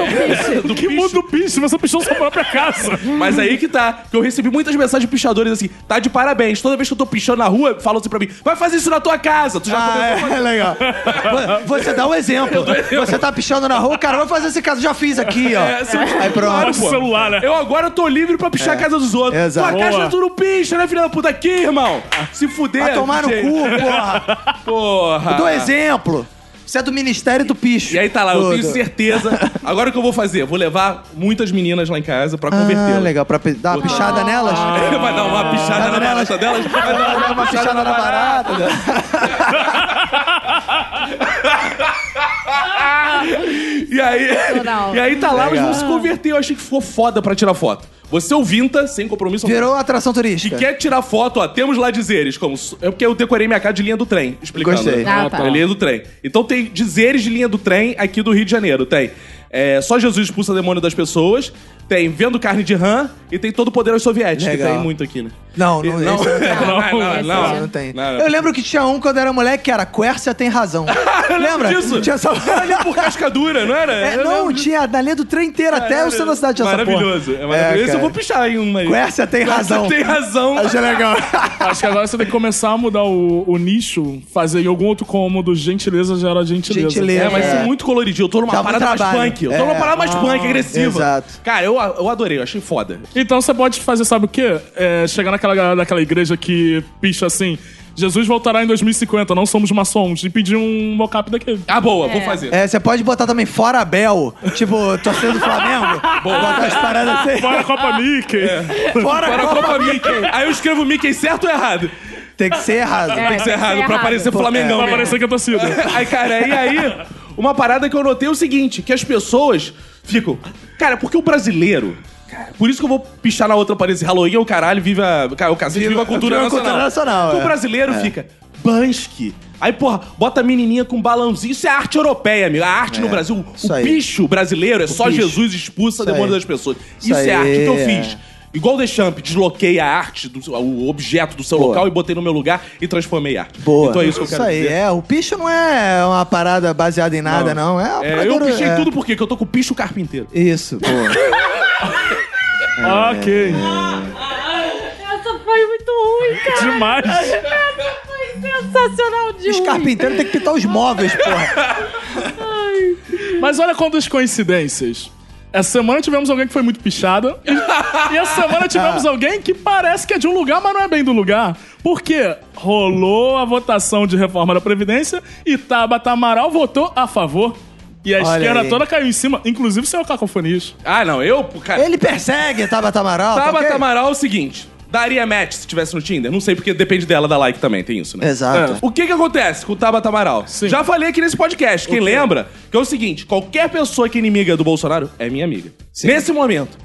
D: do
B: Que
D: piche.
B: mundo bicho, você pichou sua própria casa.
D: Mas aí que tá. Que eu recebi muitas mensagens de pichadores assim: tá de parabéns. Toda vez que eu tô pichando na rua, falam assim pra mim: vai fazer isso na tua casa. Tu já
C: Ah,
D: começou a fazer.
C: é, legal. Vo- Você dá um exemplo. Você tá pichando na rua, cara, vou fazer esse caso, já fiz aqui, ó.
D: É, se eu
B: Para
C: Aí pronto.
B: o celular, né?
D: Eu agora tô livre pra pichar a casa dos outros.
C: É. Exato. Ah.
D: Tua casa
B: Boa.
D: tu não picha, né, filha da puta? Aqui, irmão. Se fuder.
C: Vai tomar no
D: DJ.
C: cu, porra.
D: Porra.
C: Dou exemplo. Você é do Ministério do Picho.
D: Ah. E aí tá lá,
C: Do-
D: eu tenho
C: do-
D: certeza. Agora o que eu vou fazer? Vou levar mutas meninas lá em casa pra
C: Ah,
D: convertê-las.
C: legal. Pra pi- dar uma pichada nelas?
D: Ah. Vai dar uma pichada na barata delas? Vai dar
C: Dar
D: uma pichada na barata.
C: barata. né?
D: aí,
E: Total.
D: e aí tá lá, elas
C: Legal.
D: vão se converter. Eu achei que ficou foda pra tirar foto. Você ouvinta, sem compromisso.
C: Virou atração
D: Que é?
C: turística.
D: quer tirar foto, ó, temos lá dizeres como... É porque eu decorei minha casa de linha do trem, explicando.
C: Gostei.
D: né?
E: Ah, tá.
D: Linha do trem. Então tem dizeres de linha do trem aqui do Rio de Janeiro. Tem é, Só Jesus expulsa demônio das pessoas, tem Vendo carne de rã e tem Todo o Poder aos Soviéticos, que
C: Legal.
D: tem muito aqui, né?
C: Não, é não,
D: Não,
C: esse eu-
D: não, não,
E: Não,
C: Não, não tem.
D: Não, não.
C: Eu lembro que tinha um quando eu era moleque que era Quércia tem razão. Lembra?
D: disso.
C: Tinha essa...
D: Era ali por cascadura, não era?
C: É,
D: Eu
C: não,
D: lembro disso.
C: tinha na linha do trem inteiro até o centro da cidade tinha essa porra.
D: Maravilhoso. É maravilhoso. Esse eu
C: cara.
D: vou pichar em uma aí.
C: Quércia tem razão.
D: Tem razão.
C: Achei legal.
B: Acho que agora você tem que começar a mudar o, o nicho, fazer em algum outro cômodo, gentileza gera gentileza.
C: Gentileza.
D: É, mas
C: É.
D: isso é muito colorido. Eu tô numa
C: Dá muito
D: parada mais
C: trabalho.
D: punk. Eu tô numa
C: É.
D: parada mais punk, agressiva.
C: exato.
D: Cara, eu, eu adorei, eu achei foda.
B: Então você pode fazer, sabe o quê? É, chegar naquela galera daquela igreja que picha assim, Jesus voltará em 2050, não somos maçons, e pedir um mocap daquele.
D: Ah, boa, vou
E: É.
D: fazer.
C: É, você pode botar também fora Bel, tipo, torcendo do Flamengo. Botar as paradas assim.
B: Bora Copa Mickey!
C: Fora,
D: Para a
C: Copa.
D: Copa Mickey. Aí eu escrevo Mickey certo ou errado?
C: Tem que ser errado.
E: É.
D: Tem que ser errado, pra parecer
C: Pô,
D: Flamengão.
B: Pra
D: mesmo.
B: parecer que é torcida.
D: aí, cara, e aí, uma parada que eu notei é o seguinte: que as pessoas ficam. Cara, porque o brasileiro. cara, Por isso que eu vou pichar na outra parede. Halloween é o caralho, vive a. Cara, o cacete, viva a cultura
C: viva a
D: nacional.
C: cultura nacional,
D: Porque
C: é.
D: o brasileiro fica. Bansky. Aí, porra, bota a menininha com balãozinho. Isso é arte europeia, amigo. A arte no Brasil.
C: É, Isso
D: O
C: aí.
D: bicho brasileiro é só
C: bicho.
D: Jesus expulsa
C: Isso aí.
D: demônio das pessoas. Isso,
C: Isso
D: é arte
C: aí,
D: que eu
C: é.
D: fiz. Igual o Deschamps, desloquei a arte, do, o objeto do seu
C: Boa.
D: local e botei no meu lugar e transformei a arte.
C: Boa.
D: Então é isso que eu quero
C: Isso aí,
D: dizer.
C: é. O picho não é uma parada baseada em nada, não. É, uma
D: É,
C: parada-
D: eu pichei
C: é.
D: tudo porque eu tô com o picho carpinteiro.
C: Isso, boa.
B: ok.
E: Essa foi muito ruim, cara.
B: Demais.
E: Essa foi sensacional de
C: Os
E: ruim.
C: carpinteiros têm que pintar os móveis, porra.
B: Mas olha quantas coincidências. Essa semana tivemos alguém que foi muito pichada. E, e essa semana tivemos alguém que parece que é de um lugar, mas não é bem do lugar. Porque rolou a votação de reforma da Previdência e Tabata Amaral votou a favor. E a
C: Olha
B: esquerda
C: aí.
B: toda caiu em cima, inclusive o senhor Cacofonias.
D: Ah, não, eu, cara.
C: Ele persegue Tabata Amaral. tá
D: Tabata
C: ok?
D: Amaral é o seguinte: daria match se tivesse no Tinder? Não sei, porque depende dela da like também, tem isso, né?
C: Exato.
D: O que que acontece com o Tabata Amaral?
B: Sim.
D: Já falei aqui nesse podcast, quem lembra? Que é o seguinte, qualquer pessoa que é inimiga do Bolsonaro é minha amiga. Nesse momento.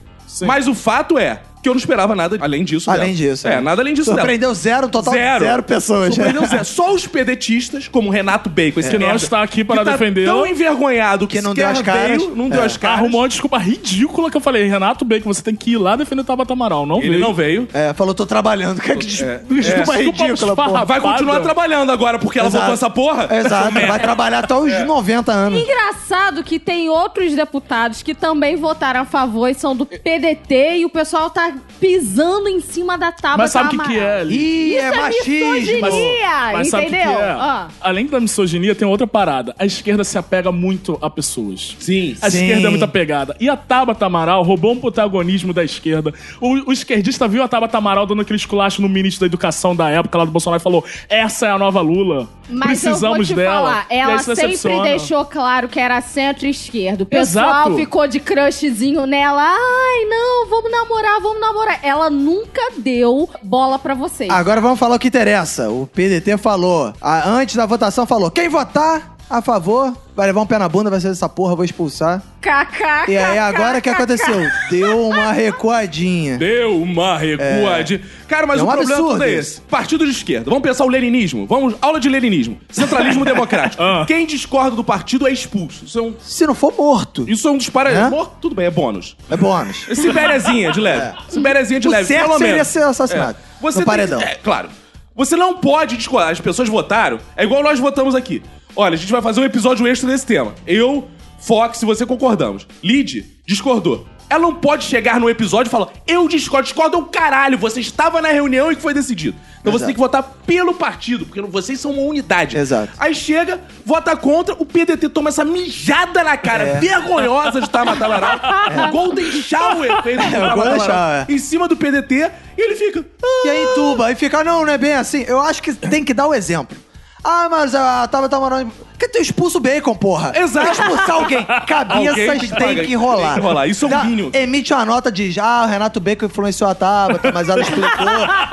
D: Mas o fato é que eu não esperava nada além disso
C: Além
D: dela.
C: disso. né?
D: É, nada além disso dela.
C: Surpreendeu zero, total
D: Zero.
C: pessoas. né?
D: Surpreendeu zero. Só os pedetistas, como o Renato Bacon, esse
B: Que não
D: merda,
B: está aqui para
D: que tá
B: defender.
D: tão envergonhado que,
C: Que não
D: sequer
C: deu as caras.
D: veio, não deu
C: É.
D: as caras.
B: Arrumou uma desculpa ridícula que eu falei, Renato Bacon, você tem que ir lá defender o Tabata Amaral. Não
D: Ele
B: veio.
D: não veio.
C: É, falou, tô trabalhando. Que que des-
D: É.
C: desculpa
B: É.
C: ridícula,
B: Desculpa,
C: porra.
D: Ah, Vai continuar
B: Fábio.
D: trabalhando agora, porque ela
C: Exato. É.
D: botou essa É. porra.
C: Exato, vai trabalhar até os 90 anos.
E: Engraçado que tem outros deputados que também votaram a favor e são do PDT e o pessoal tá pisando em cima da tábua. tá
B: Mas sabe o que, que é? Li?
C: Ih, é
E: Isso é
C: machismo.
E: misoginia.
B: Mas sabe o que que
E: entendeu?
B: é?
E: Ó.
B: Além da misoginia, tem outra parada. A esquerda se apega muito a pessoas.
D: Sim.
B: A
C: Sim.
B: esquerda é muito apegada. E a Tabata Amaral roubou um protagonismo da esquerda. O, o esquerdista viu a Tabata Amaral dando aquele esculacho no ministro da educação da época, lá do Bolsonaro, e falou: essa é a nova Lula.
E: Mas
B: Precisamos
E: eu vou te
B: dela.
E: falar,
B: E aí
E: ela
B: se
E: sempre
B: decepciona.
E: deixou claro que era centro-esquerdo. O pessoal
B: Exato.
E: ficou de crushzinho nela. Ai, não, vamos namorar, vamos namorar. Ela nunca deu bola pra vocês.
C: Agora vamos falar o que interessa. O PDT falou, a- antes da votação, falou: quem votar a favor vai levar um pé na bunda, vai ser essa porra, vou expulsar.
E: Kkk.
C: E aí, agora o que aconteceu? Deu uma recuadinha.
D: Deu uma recuade. Cara, mas
C: É um
D: o problema
C: absurdo
D: todo é
C: isso.
D: esse. Partido de esquerda. Vamos pensar o leninismo. Vamos, aula de leninismo. Centralismo democrático.
B: Ah.
D: Quem discorda do partido é expulso. Isso é um,
C: Se não for morto,
D: isso é um dos para...
C: É?
D: Mor- Tudo bem, é bônus.
C: é bônus.
D: Sibériazinha de leve. Sibériazinha de
C: É. O
D: leve,
C: certo
D: pelo
C: seria
D: menos.
C: ser assassinado.
D: Você
C: No
D: tem-
C: paredão.
D: é, claro. Você não pode discordar. As pessoas votaram. É igual nós votamos aqui. Olha, a gente vai fazer um episódio extra desse tema. Eu, Fox, se você concordamos. Lid discordou. Ela não pode chegar num episódio e falar: eu discordo, discordo é o caralho. Você estava na reunião e que foi decidido. Então você
C: Exato.
D: tem que votar pelo partido, porque vocês são uma unidade.
C: Exato.
D: Aí chega, vota contra, o PDT toma essa mijada na cara,
C: É.
D: vergonhosa de estar Matamarau. Golden Shower
C: É,
D: fez o Tabata
C: Golden
D: Amaral
C: Shower.
D: em cima do PDT e ele fica. "Ah,
C: E aí entuba, aí fica, não, não é bem assim. Eu acho que tem que dar o exemplo. Ah, mas a Tabata Amaral... Por que tu expulsa o Bacon, porra?
D: Exato.
C: Tem que expulsar alguém. Cabeças
D: Alguém tem
C: tem
D: que pagar,
C: que enrolar.
D: tem que enrolar. Isso é um mínimo.
C: Emite uma nota, diz, ah, o Renato Bacon influenciou a Tabata, mas ela explicou.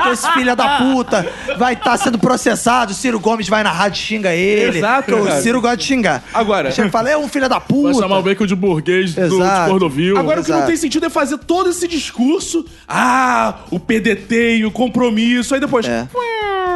C: Então esse filho da puta vai estar sendo processado. O Ciro Gomes vai na rádio e xinga ele.
D: Exato,
C: Porque
D: cara.
C: O Ciro gosta de xingar.
D: Agora-
C: Chega e fala, é um filho da puta.
B: Vai chamar o bacon de burguês do, de
C: Exato.
B: Cordovil.
D: Agora, o que não
C: Exato.
D: tem sentido é fazer todo esse discurso. Ah, o PDT e o compromisso. Aí depois.
C: É.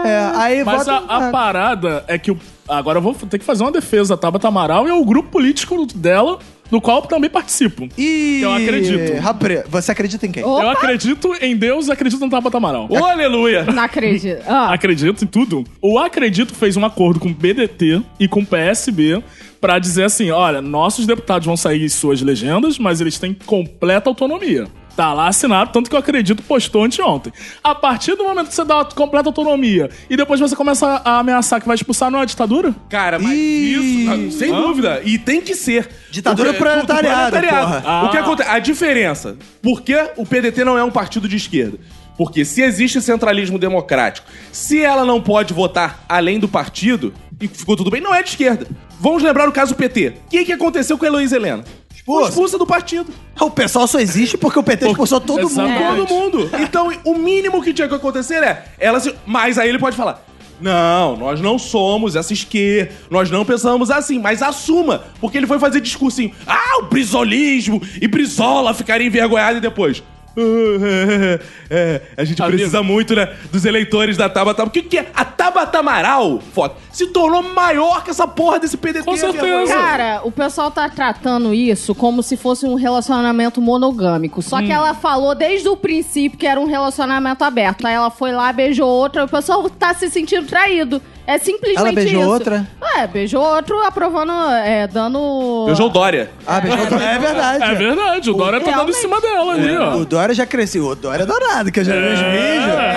C: É, aí
B: Mas
C: vota-
B: a, a parada é que. o- Agora eu vou ter que fazer uma defesa. A Tabata Amaral é o grupo político dela, do qual eu também participo.
C: Ih,
B: Eu acredito.
C: Rapre, você acredita em quem?
E: Opa!
B: Eu acredito em Deus e acredito no Tabata Amaral.
D: Ô, aleluia!
E: Não acredito. Ah,
B: Acredito em tudo. O Acredito fez um acordo com o BDT e com o PSB pra dizer assim: olha, nossos deputados vão sair em suas legendas, mas eles têm completa autonomia. Tá lá assinado, tanto que o Acredito postou anteontem. A partir do momento que você dá completa autonomia e depois você começa a ameaçar que vai expulsar, não é uma ditadura?
D: Cara, mas
C: Ih.
D: isso, sem dúvida. E tem que ser.
C: Ditadura
D: Porque- é
C: proletariado, porra.
D: O que acontece? A diferença. Por que o PDT não é um partido de esquerda? Porque se existe centralismo democrático, se ela não pode votar além do partido, e ficou tudo bem, não é de esquerda. Vamos lembrar o caso PT. O que, que aconteceu com a Heloísa Helena?
C: Expulsa.
D: Expulsa do partido.
C: O pessoal só existe porque o PT expulsou todo mundo.
B: Exatamente.
D: Todo mundo. Então, o mínimo que tinha que acontecer é ela se. Mas aí ele pode falar. Não, nós não somos essa esquerda, nós não pensamos assim, mas assuma, porque ele foi fazer discursinho. Ah, o brisolismo e Brizola ficaria envergonhado e depois. "Ah, é, é, a gente
B: Amigo.
D: precisa muito, né, dos eleitores da Tabata. O que, que é? A Tabata Amaral, foda, se tornou maior que essa porra desse PDT.
B: Com certeza.
D: vergonha.
E: cara, o pessoal tá tratando isso como se fosse um relacionamento monogâmico. Só que ela falou desde o princípio que era um relacionamento aberto. Aí ela foi lá, beijou outra, o pessoal tá se sentindo traído. É simplesmente
C: Ela beijou
E: isso.
C: outra?
E: É, beijou outro, aprovando, é, dando...
D: Beijou o Dória.
C: Ah, mas eu tô- é verdade.
B: É verdade, o Dória tá dando em
E: Realmente.
B: cima dela ali, ó.
C: O Dória já cresceu. O Dória é danado, que eu já vi os
B: É.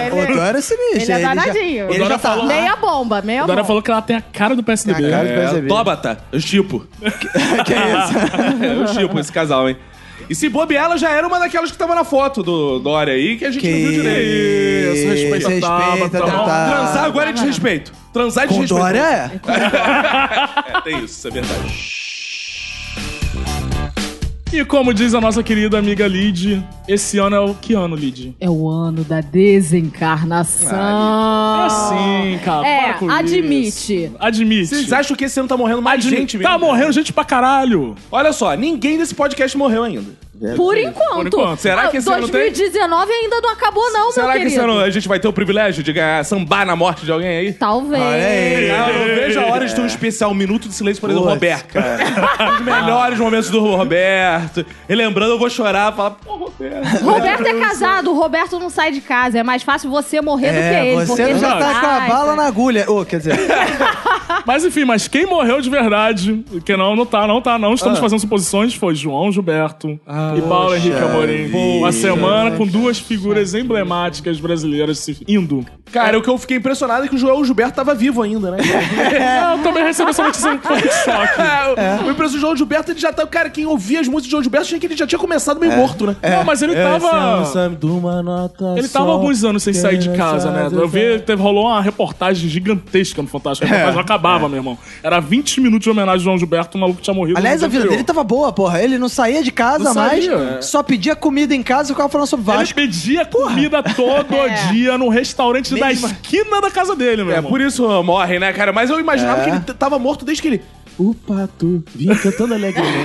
C: vídeos. O Dória é sinistro.
E: Ele é
C: já-
E: danadinho.
C: Ele
B: O
C: já
B: Dória
C: tá
B: falou-
C: lá.
E: Meia bomba, meia
B: O Dória
E: bomba.
B: falou que ela tem a cara do PSDB.
C: Tem a cara do
D: É,
C: percebi.
D: Tóbata, eu tipo.
C: que
B: Ah,
C: é
D: Eu tipo esse casal, hein? E se bobear, ela já era uma daquelas que tava na foto do Dória aí, que a gente não viu
C: Que
D: direito.
B: Isso, respeita
C: Respeita,
B: a Tabata.
C: tá,
B: bom?
C: tá.
D: Transar agora é desrespeito. Transar é
C: isso? Com
D: desrespeito.
C: Dória é.
D: É, tem isso, isso é verdade.
B: E como diz a nossa querida amiga Lid, esse ano é o que ano, Lid?
E: É o ano da desencarnação.
B: É assim, cara.
E: Ah, É,
B: para com
E: admite.
B: isso. Admite.
D: Vocês acham que esse ano tá morrendo mais
B: Admite.
D: gente mesmo?
B: Tá morrendo gente pra caralho.
D: Olha só, ninguém desse podcast morreu ainda.
E: Por enquanto. Ah,
B: Por enquanto.
D: Será que esse ano tem?
E: 2019 ainda não acabou, não,
D: Será
E: meu
D: que
E: querido.
D: esse ano a gente vai ter o privilégio de ganhar sambar na morte de alguém aí?
E: Talvez.
C: Olha
B: É,
C: aí.
D: Ah, eu vejo a hora de ter um especial Minuto de Silêncio para o
C: Putz,
D: Roberto. cara. Os melhores momentos do Roberto. E lembrando, eu vou chorar, falar, pô, Roberto.
E: Roberto é casado, o Roberto não sai de casa. É mais fácil você morrer do que
C: É,
E: ele. porque
C: você
E: ele
C: já tá com a
E: sai,
B: né?
C: bala
E: sabe?
C: na agulha. Ô, quer dizer,
B: Mas enfim, mas quem morreu de verdade, que não, não tá, não tá, não estamos
D: Ah.
B: fazendo suposições, foi João Gilberto e Paulo Henrique Amorim. Uma semana com duas figuras emblemáticas brasileiras se indo.
D: Cara, o que eu fiquei impressionado é que o Joel Gilberto tava vivo ainda, né?
B: Eu também recebi essa notícia com choque.
D: é. O impressionante do Joel Gilberto, ele já tá. Cara, quem ouvia as músicas do Joel Gilberto tinha que ele já tinha começado meio morto, né?
B: Não, mas ele
C: é um
B: tava. Ele tava alguns anos sem sair de casa,
C: é,
B: né? Eu vi, teve, rolou uma reportagem gigantesca no Fantástico. A
C: É,
B: reportagem não acabava, meu irmão. Era 20 minutos de homenagem ao João Gilberto, o maluco tinha morrido. no
C: aliás,
B: dia
C: a vida
B: anterior.
C: dele tá tava boa, porra. Ele não saía de casa
B: Não
C: mais,
B: saía.
C: só pedia comida em casa e ficava falando sobre
B: Ele
C: Vasco.
B: pedia comida todo
E: É.
B: dia no restaurante da
C: Mesmo-
B: esquina da casa dele, meu
D: É,
B: irmão.
D: por isso morre, né, cara? Mas eu imaginava que ele t- tava morto desde que ele.
A: O pato vinha cantando alegremente.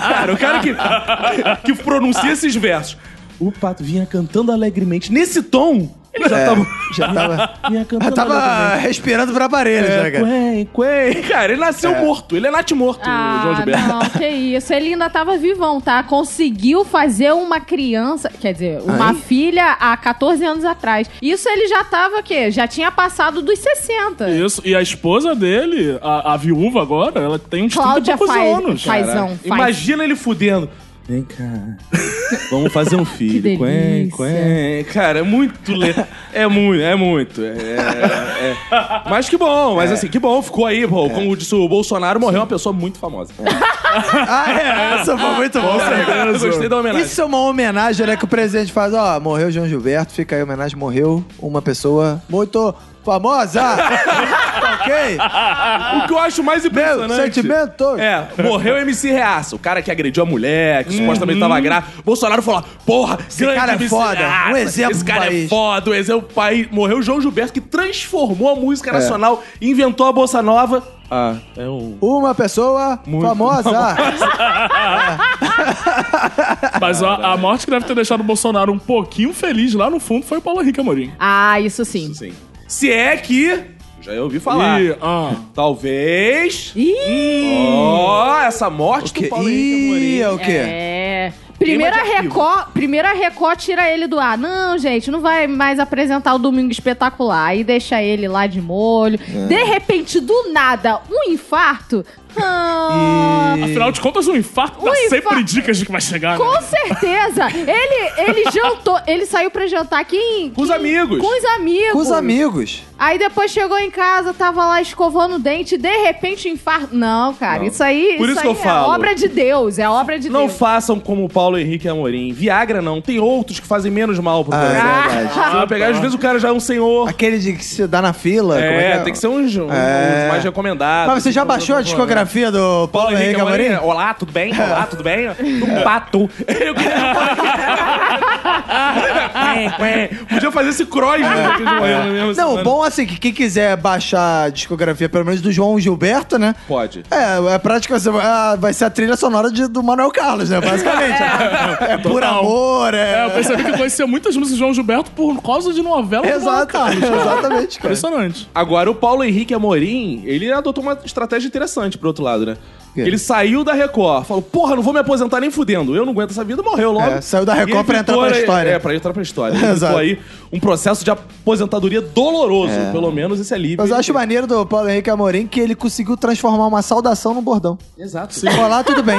D: Cara, o cara que, que pronuncia esses versos.
A: o pato vinha cantando alegremente.
D: Nesse tom, É. ele já tava.
C: Já tava,
A: Vinha
C: já
A: cantando
C: É. tava respirando pra parede, já, cara.
A: alegremente. Quen, quen.
D: Cara, ele nasceu morto. Ele é nat morto, o João
E: Ah,
D: Gilberto.
E: não, que isso. Ele ainda tava vivão, tá? Conseguiu fazer uma criança, quer
C: Ah,
E: dizer,
C: é?
E: uma filha há 14 anos atrás. Isso ele já tava o quê? Já tinha passado dos 60.
B: Isso, e a esposa dele, a, a viúva agora, ela tem uns 30 e
E: Cláudia
B: poucos
E: Faz-
B: anos.
D: Então
E: Fazão.
D: Imagina ele fudendo.
A: Vem cá. Vamos fazer um filho.
E: Que delícia.
D: É, cara, é muito. Le... É muito, é muito. É, é, é. Mas que bom, mas assim, que bom, ficou aí, pô. Como disse o Bolsonaro, morreu uma pessoa muito famosa.
C: Ah, é, essa foi muito boa.
D: Eu gostei da homenagem.
C: Isso é uma homenagem, né? Que o presidente faz, ó, morreu João Gilberto, fica aí a homenagem, morreu uma pessoa muito famosa. ok?
D: O que eu acho mais
C: Meu,
D: impressionante.
C: sentimento todo. Hum.
D: É, morreu o MC Reaça, o cara que agrediu a mulher, que supostamente tava grávida. Bolsonaro falou: porra, esse
C: cara é foda, um exemplo
D: Esse
C: pro
D: cara é
C: país."
D: foda, um exemplo pro país. Morreu o João Gilberto, que transformou a
C: É.
D: música nacional, inventou a Bolsa Nova. Ah, é um.
C: Uma pessoa famosa.
B: Mas a, a morte que deve ter deixado o Bolsonaro um pouquinho feliz lá no fundo foi o Paulo Henrique Amorim.
E: Ah, isso sim.
D: Sim. Se é que. Já ouvi falar.
B: E, ah,
D: Talvez.
E: Ih!
D: Ó, essa morte
C: Que-
D: do Paulo Henrique
C: Ih,
D: Amorim.
C: é o quê?
E: É. Primeira
D: Queima de arquivo.
E: Record, primeira Record tira ele do ar. Não, gente, não vai mais apresentar o Domingo Espetacular. Aí deixa ele lá de molho.
D: É.
E: De repente, do nada, um infarto. Ah,
B: afinal de contas, um infarto dá
E: Um
B: sempre
E: infarto.
B: dicas de que vai chegar. né?
E: Com certeza! Ele, ele jantou, ele saiu pra jantar aqui em-
D: Com os amigos.
E: com os amigos.
C: Com os amigos.
E: Aí depois chegou em casa, tava lá escovando o dente, de repente infarto. Não, cara, isso aí,
D: Por isso
E: aí
D: que eu
E: é
D: falo.
E: obra de Deus, é obra de
D: Não
E: Deus.
D: façam como o Paulo Henrique Amorim. Viagra não. Tem outros que fazem menos mal pro
C: Ah, é
D: ah,
C: verdade.
D: Você vai pegar, às vezes o cara já é um senhor.
C: Aquele de que se dá na fila. como
D: É,
C: que
D: tem que ser uns, uns
C: É.
D: mais recomendados. assim,
C: Mas você já baixou
D: né?
C: a discografia do Paulo Henrique Amorim?
D: Olá, tudo bem? Olá, tudo bem? Um pato. Ué, É, Podia fazer esse cross, né? que eles morreram na mesma
C: É. Não,
D: semana.
C: o bom assim, que quem quiser baixar a discografia, pelo menos do João Gilberto, né?
D: Pode.
C: É, é praticamente ah, vai ser a trilha sonora de- do Manuel Carlos, né? Basicamente. É, por
B: Total.
C: amor,
B: É, é
C: é.
B: eu percebi que eu conhecia muitas músicas do João Gilberto por causa de novela. do Manuel
C: Exato,
B: Carlos.
C: exatamente, cara.
B: Impressionante.
D: Agora, o Paulo Henrique Amorim, ele adotou uma estratégia interessante pro outro lado, né?
C: quê?
D: Ele saiu da Record, falou, porra, não vou me aposentar nem fudendo, eu não aguento essa vida, morreu logo.
C: É, saiu da Record
D: E ele
C: pra entrar
D: ficou,
C: pra
D: né,
C: história.
D: É, pra entrar pra história. Ele
C: Exato. É.
D: ficou aí um processo de aposentadoria doloroso, pelo menos esse alívio.
C: Mas eu acho maneiro do Paulo Henrique Amorim que ele conseguiu transformar uma saudação num bordão.
D: Exato. Sim.
C: Se falar, tudo bem.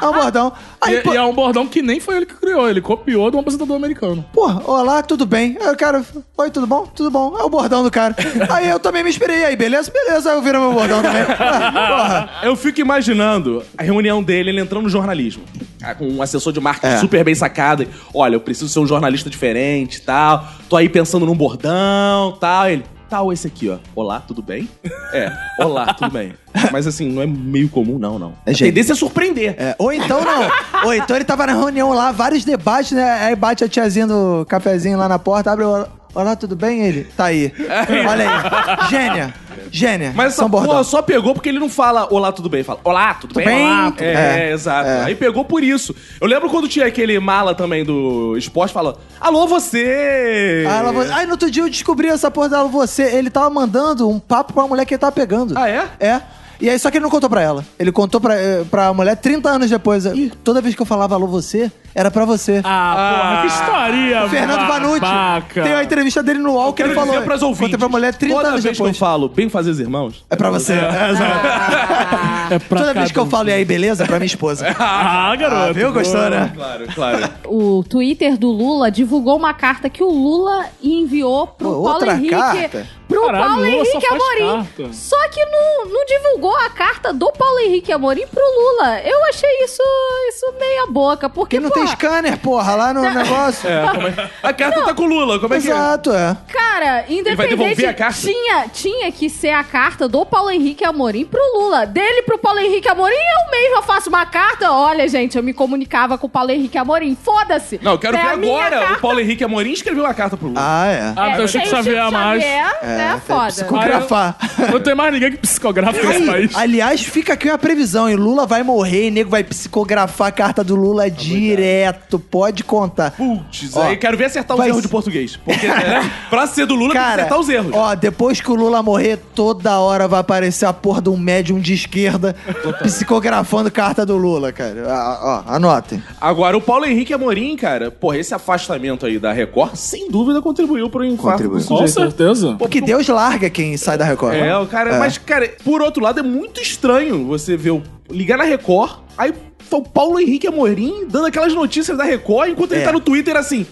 C: É um bordão.
B: E,
C: Aí, pô,
B: e é um bordão que nem foi ele que criou, ele copiou de um apresentador americano.
C: Porra, olá, tudo bem? Aí o cara, oi, tudo bom? Tudo bom. É o bordão do cara. Aí eu também me inspirei aí, beleza? Beleza, aí eu viro meu bordão também. Ah,
D: Eu fico imaginando a reunião dele, ele entrando no jornalismo. Ah, Com um assessor de marketing super bem sacado. Ele, Olha, eu preciso ser um jornalista diferente e tal. Tô aí pensando num bordão tal. Ele, tal esse aqui, ó. Olá, tudo bem? É, olá, tudo bem. Mas assim, não é meio comum, não, não.
C: É,
D: a
C: gente.
D: tendência é surpreender.
C: porra. É, ou então não. Ou então ele tava na reunião lá, vários debates, né? Aí bate a tiazinha do cafezinho lá na porta, abre o. Olá, tudo bem? Ele? Tá aí. Olha aí. Gênia. Gênia.
D: Mas essa
C: São
D: porra
C: bordão.
D: só pegou porque ele não fala olá, tudo bem. Ele Fala olá, tudo, bem?
C: bem?
D: Olá, tudo
C: É,
D: bem. É, exato. Aí pegou por isso. Eu lembro quando tinha aquele mala também do esporte, fala alô, você!
C: Aí, ela, aí no outro dia eu descobri essa porra dela, você. Ele tava mandando um papo pra uma mulher que ele tava pegando.
D: Ah, é?
C: É. E aí, só que ele não contou pra ela. Ele contou pra, eh, pra mulher 30 anos depois. Ih, toda vez que eu falava alô você, era pra você.
B: Ah, porra, que história,
C: O Fernando Vanucci.
B: babaca.
C: Tem a entrevista dele no UOL que ele
D: Quero
C: falou.
D: dizer pras ouvintes,
C: Contei pra mulher 30
D: toda
C: anos
D: vez
C: depois.
D: que eu falo bem fazer os irmãos,
C: É pra você. É, exato.
B: É pra
C: toda vez
B: cada
C: que eu
B: um.
C: falo, e aí, beleza? É Pra minha esposa.
B: Ah, garoto.
C: Ah, viu? Gostou, né?
D: Claro, claro.
E: O Twitter do Lula divulgou uma carta que o Lula enviou pro
C: Pô,
E: Paulo
C: outra
E: Henrique.
C: carta?
E: Pro
B: Caralho,
E: Paulo
B: Lula só
E: Henrique
B: faz
E: Amorim.
B: carta.
E: Só que não, não divulgou a carta do Paulo Henrique Amorim pro Lula. Eu achei isso, isso meia boca,
C: Porque
E: porque.
C: não
E: pô,
C: tem scanner, porra, lá no
D: É.
C: negócio.
D: A carta tá com o Lula, como é que é?
C: Exato, é.
E: Cara,
D: vai
E: independente.
D: devolver a carta?
E: Tinha, tinha que ser a carta do Paulo Henrique Amorim pro Lula. Dele pro Paulo Henrique Amorim, eu mesma faço uma carta. Olha, gente, eu me comunicava com o Paulo Henrique Amorim. Foda-se.
D: Não, eu quero
E: É
D: ver
E: a minha
D: agora
E: carta.
D: o Paulo Henrique Amorim escreveu uma carta pro Lula.
C: Ah, é.
B: Ah,
E: É,
B: eu achei que
E: tem o Chico
B: Xavier mais.
E: Xavier, né?
C: tem
E: foda.
C: Psicografar.
B: Não tem mais ninguém que psicografa nesse
C: Aí,
B: país.
C: aliás, fica aqui uma previsão, hein? Lula vai morrer e nego vai psicografar a carta do Lula direto. Pode contar.
D: Putz,
C: Ó,
D: aí quero ver acertar os
C: vai
D: erros
C: ser-
D: de português. Porque né, pra ser do Lula, tem que
C: Cara,
D: acertar os erros.
C: ó, depois que o Lula morrer, toda hora vai aparecer a porra de um médium de esquerda psicografando carta do Lula, cara. Ah, Ó, anotem.
D: Agora, o Paulo Henrique Amorim, cara, porra, esse afastamento aí da Record, sem dúvida, contribuiu pro infarto
C: Contribuiu.
D: do
B: Com
D: sujeito.
B: certeza.
C: Porque Deus larga quem sai da Record.
D: É, o cara. Mas, cara, por outro lado, é muito estranho você ver o. Ligar na Record, aí foi o Paulo Henrique Amorim dando aquelas notícias da Record, enquanto ele
C: É.
D: tá no Twitter assim: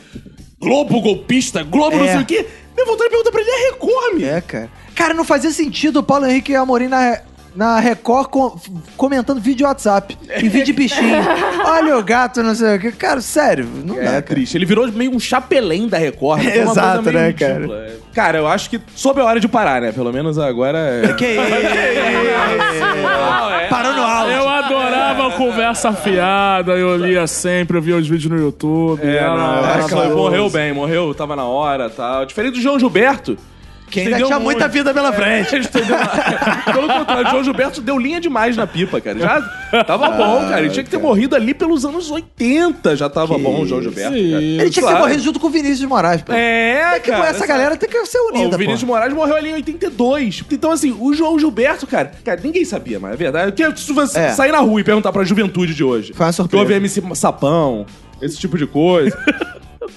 D: Globo golpista, Globo não
C: É.
D: sei o quê. Meu vontade de perguntar pra ele: é Record, amigo?
C: É, cara. Cara, não fazia sentido o Paulo Henrique Amorim na, na Record com- comentando vídeo WhatsApp e vídeo de bichinho. Olha o gato, não sei o quê. Cara, sério, não dá,
D: É,
C: cara.
D: triste. Ele virou meio um chapelém da Record. né? Foi uma
C: Exato,
D: coisa meio
C: né, cara?
D: ridícula. É. Cara, eu acho que soube a hora de parar, né? Pelo menos agora. é-
C: Que isso? Parou no
B: Eu
C: áudio.
B: adorava conversa fiada, eu lia sempre, eu via os vídeos no YouTube.
D: É,
B: era-
D: não,
B: era
D: essa
B: maravilhoso.
D: morreu bem, morreu, tava na hora tal. Diferente do João Gilberto.
C: Que ainda
D: Entendeu
C: tinha muita
D: muito.
C: vida pela frente.
D: Ele estendeu na- Pelo contrário, o João Gilberto deu linha demais na pipa, cara. Já tava bom, cara. Ele tinha que ter morrido ali pelos anos 80. Já tava bom o João Gilberto. cara.
C: Ele tinha que ter
D: É, Claro.
C: morrido junto com o Vinícius de Moraes, pô.
D: É,
C: Tem que-
D: cara.
C: essa galera tem que ser
D: Pô,
C: unida,
D: o Vinícius de
C: pô.
D: Moraes morreu ali em 82. Então, assim, o João Gilberto, cara, cara, ninguém sabia, mas é verdade. Eu quero- se você
C: É.
D: sair na rua e perguntar pra juventude de hoje.
C: Foi uma
D: Que
C: surpresa.
D: houve MC Sapão, esse tipo de coisa.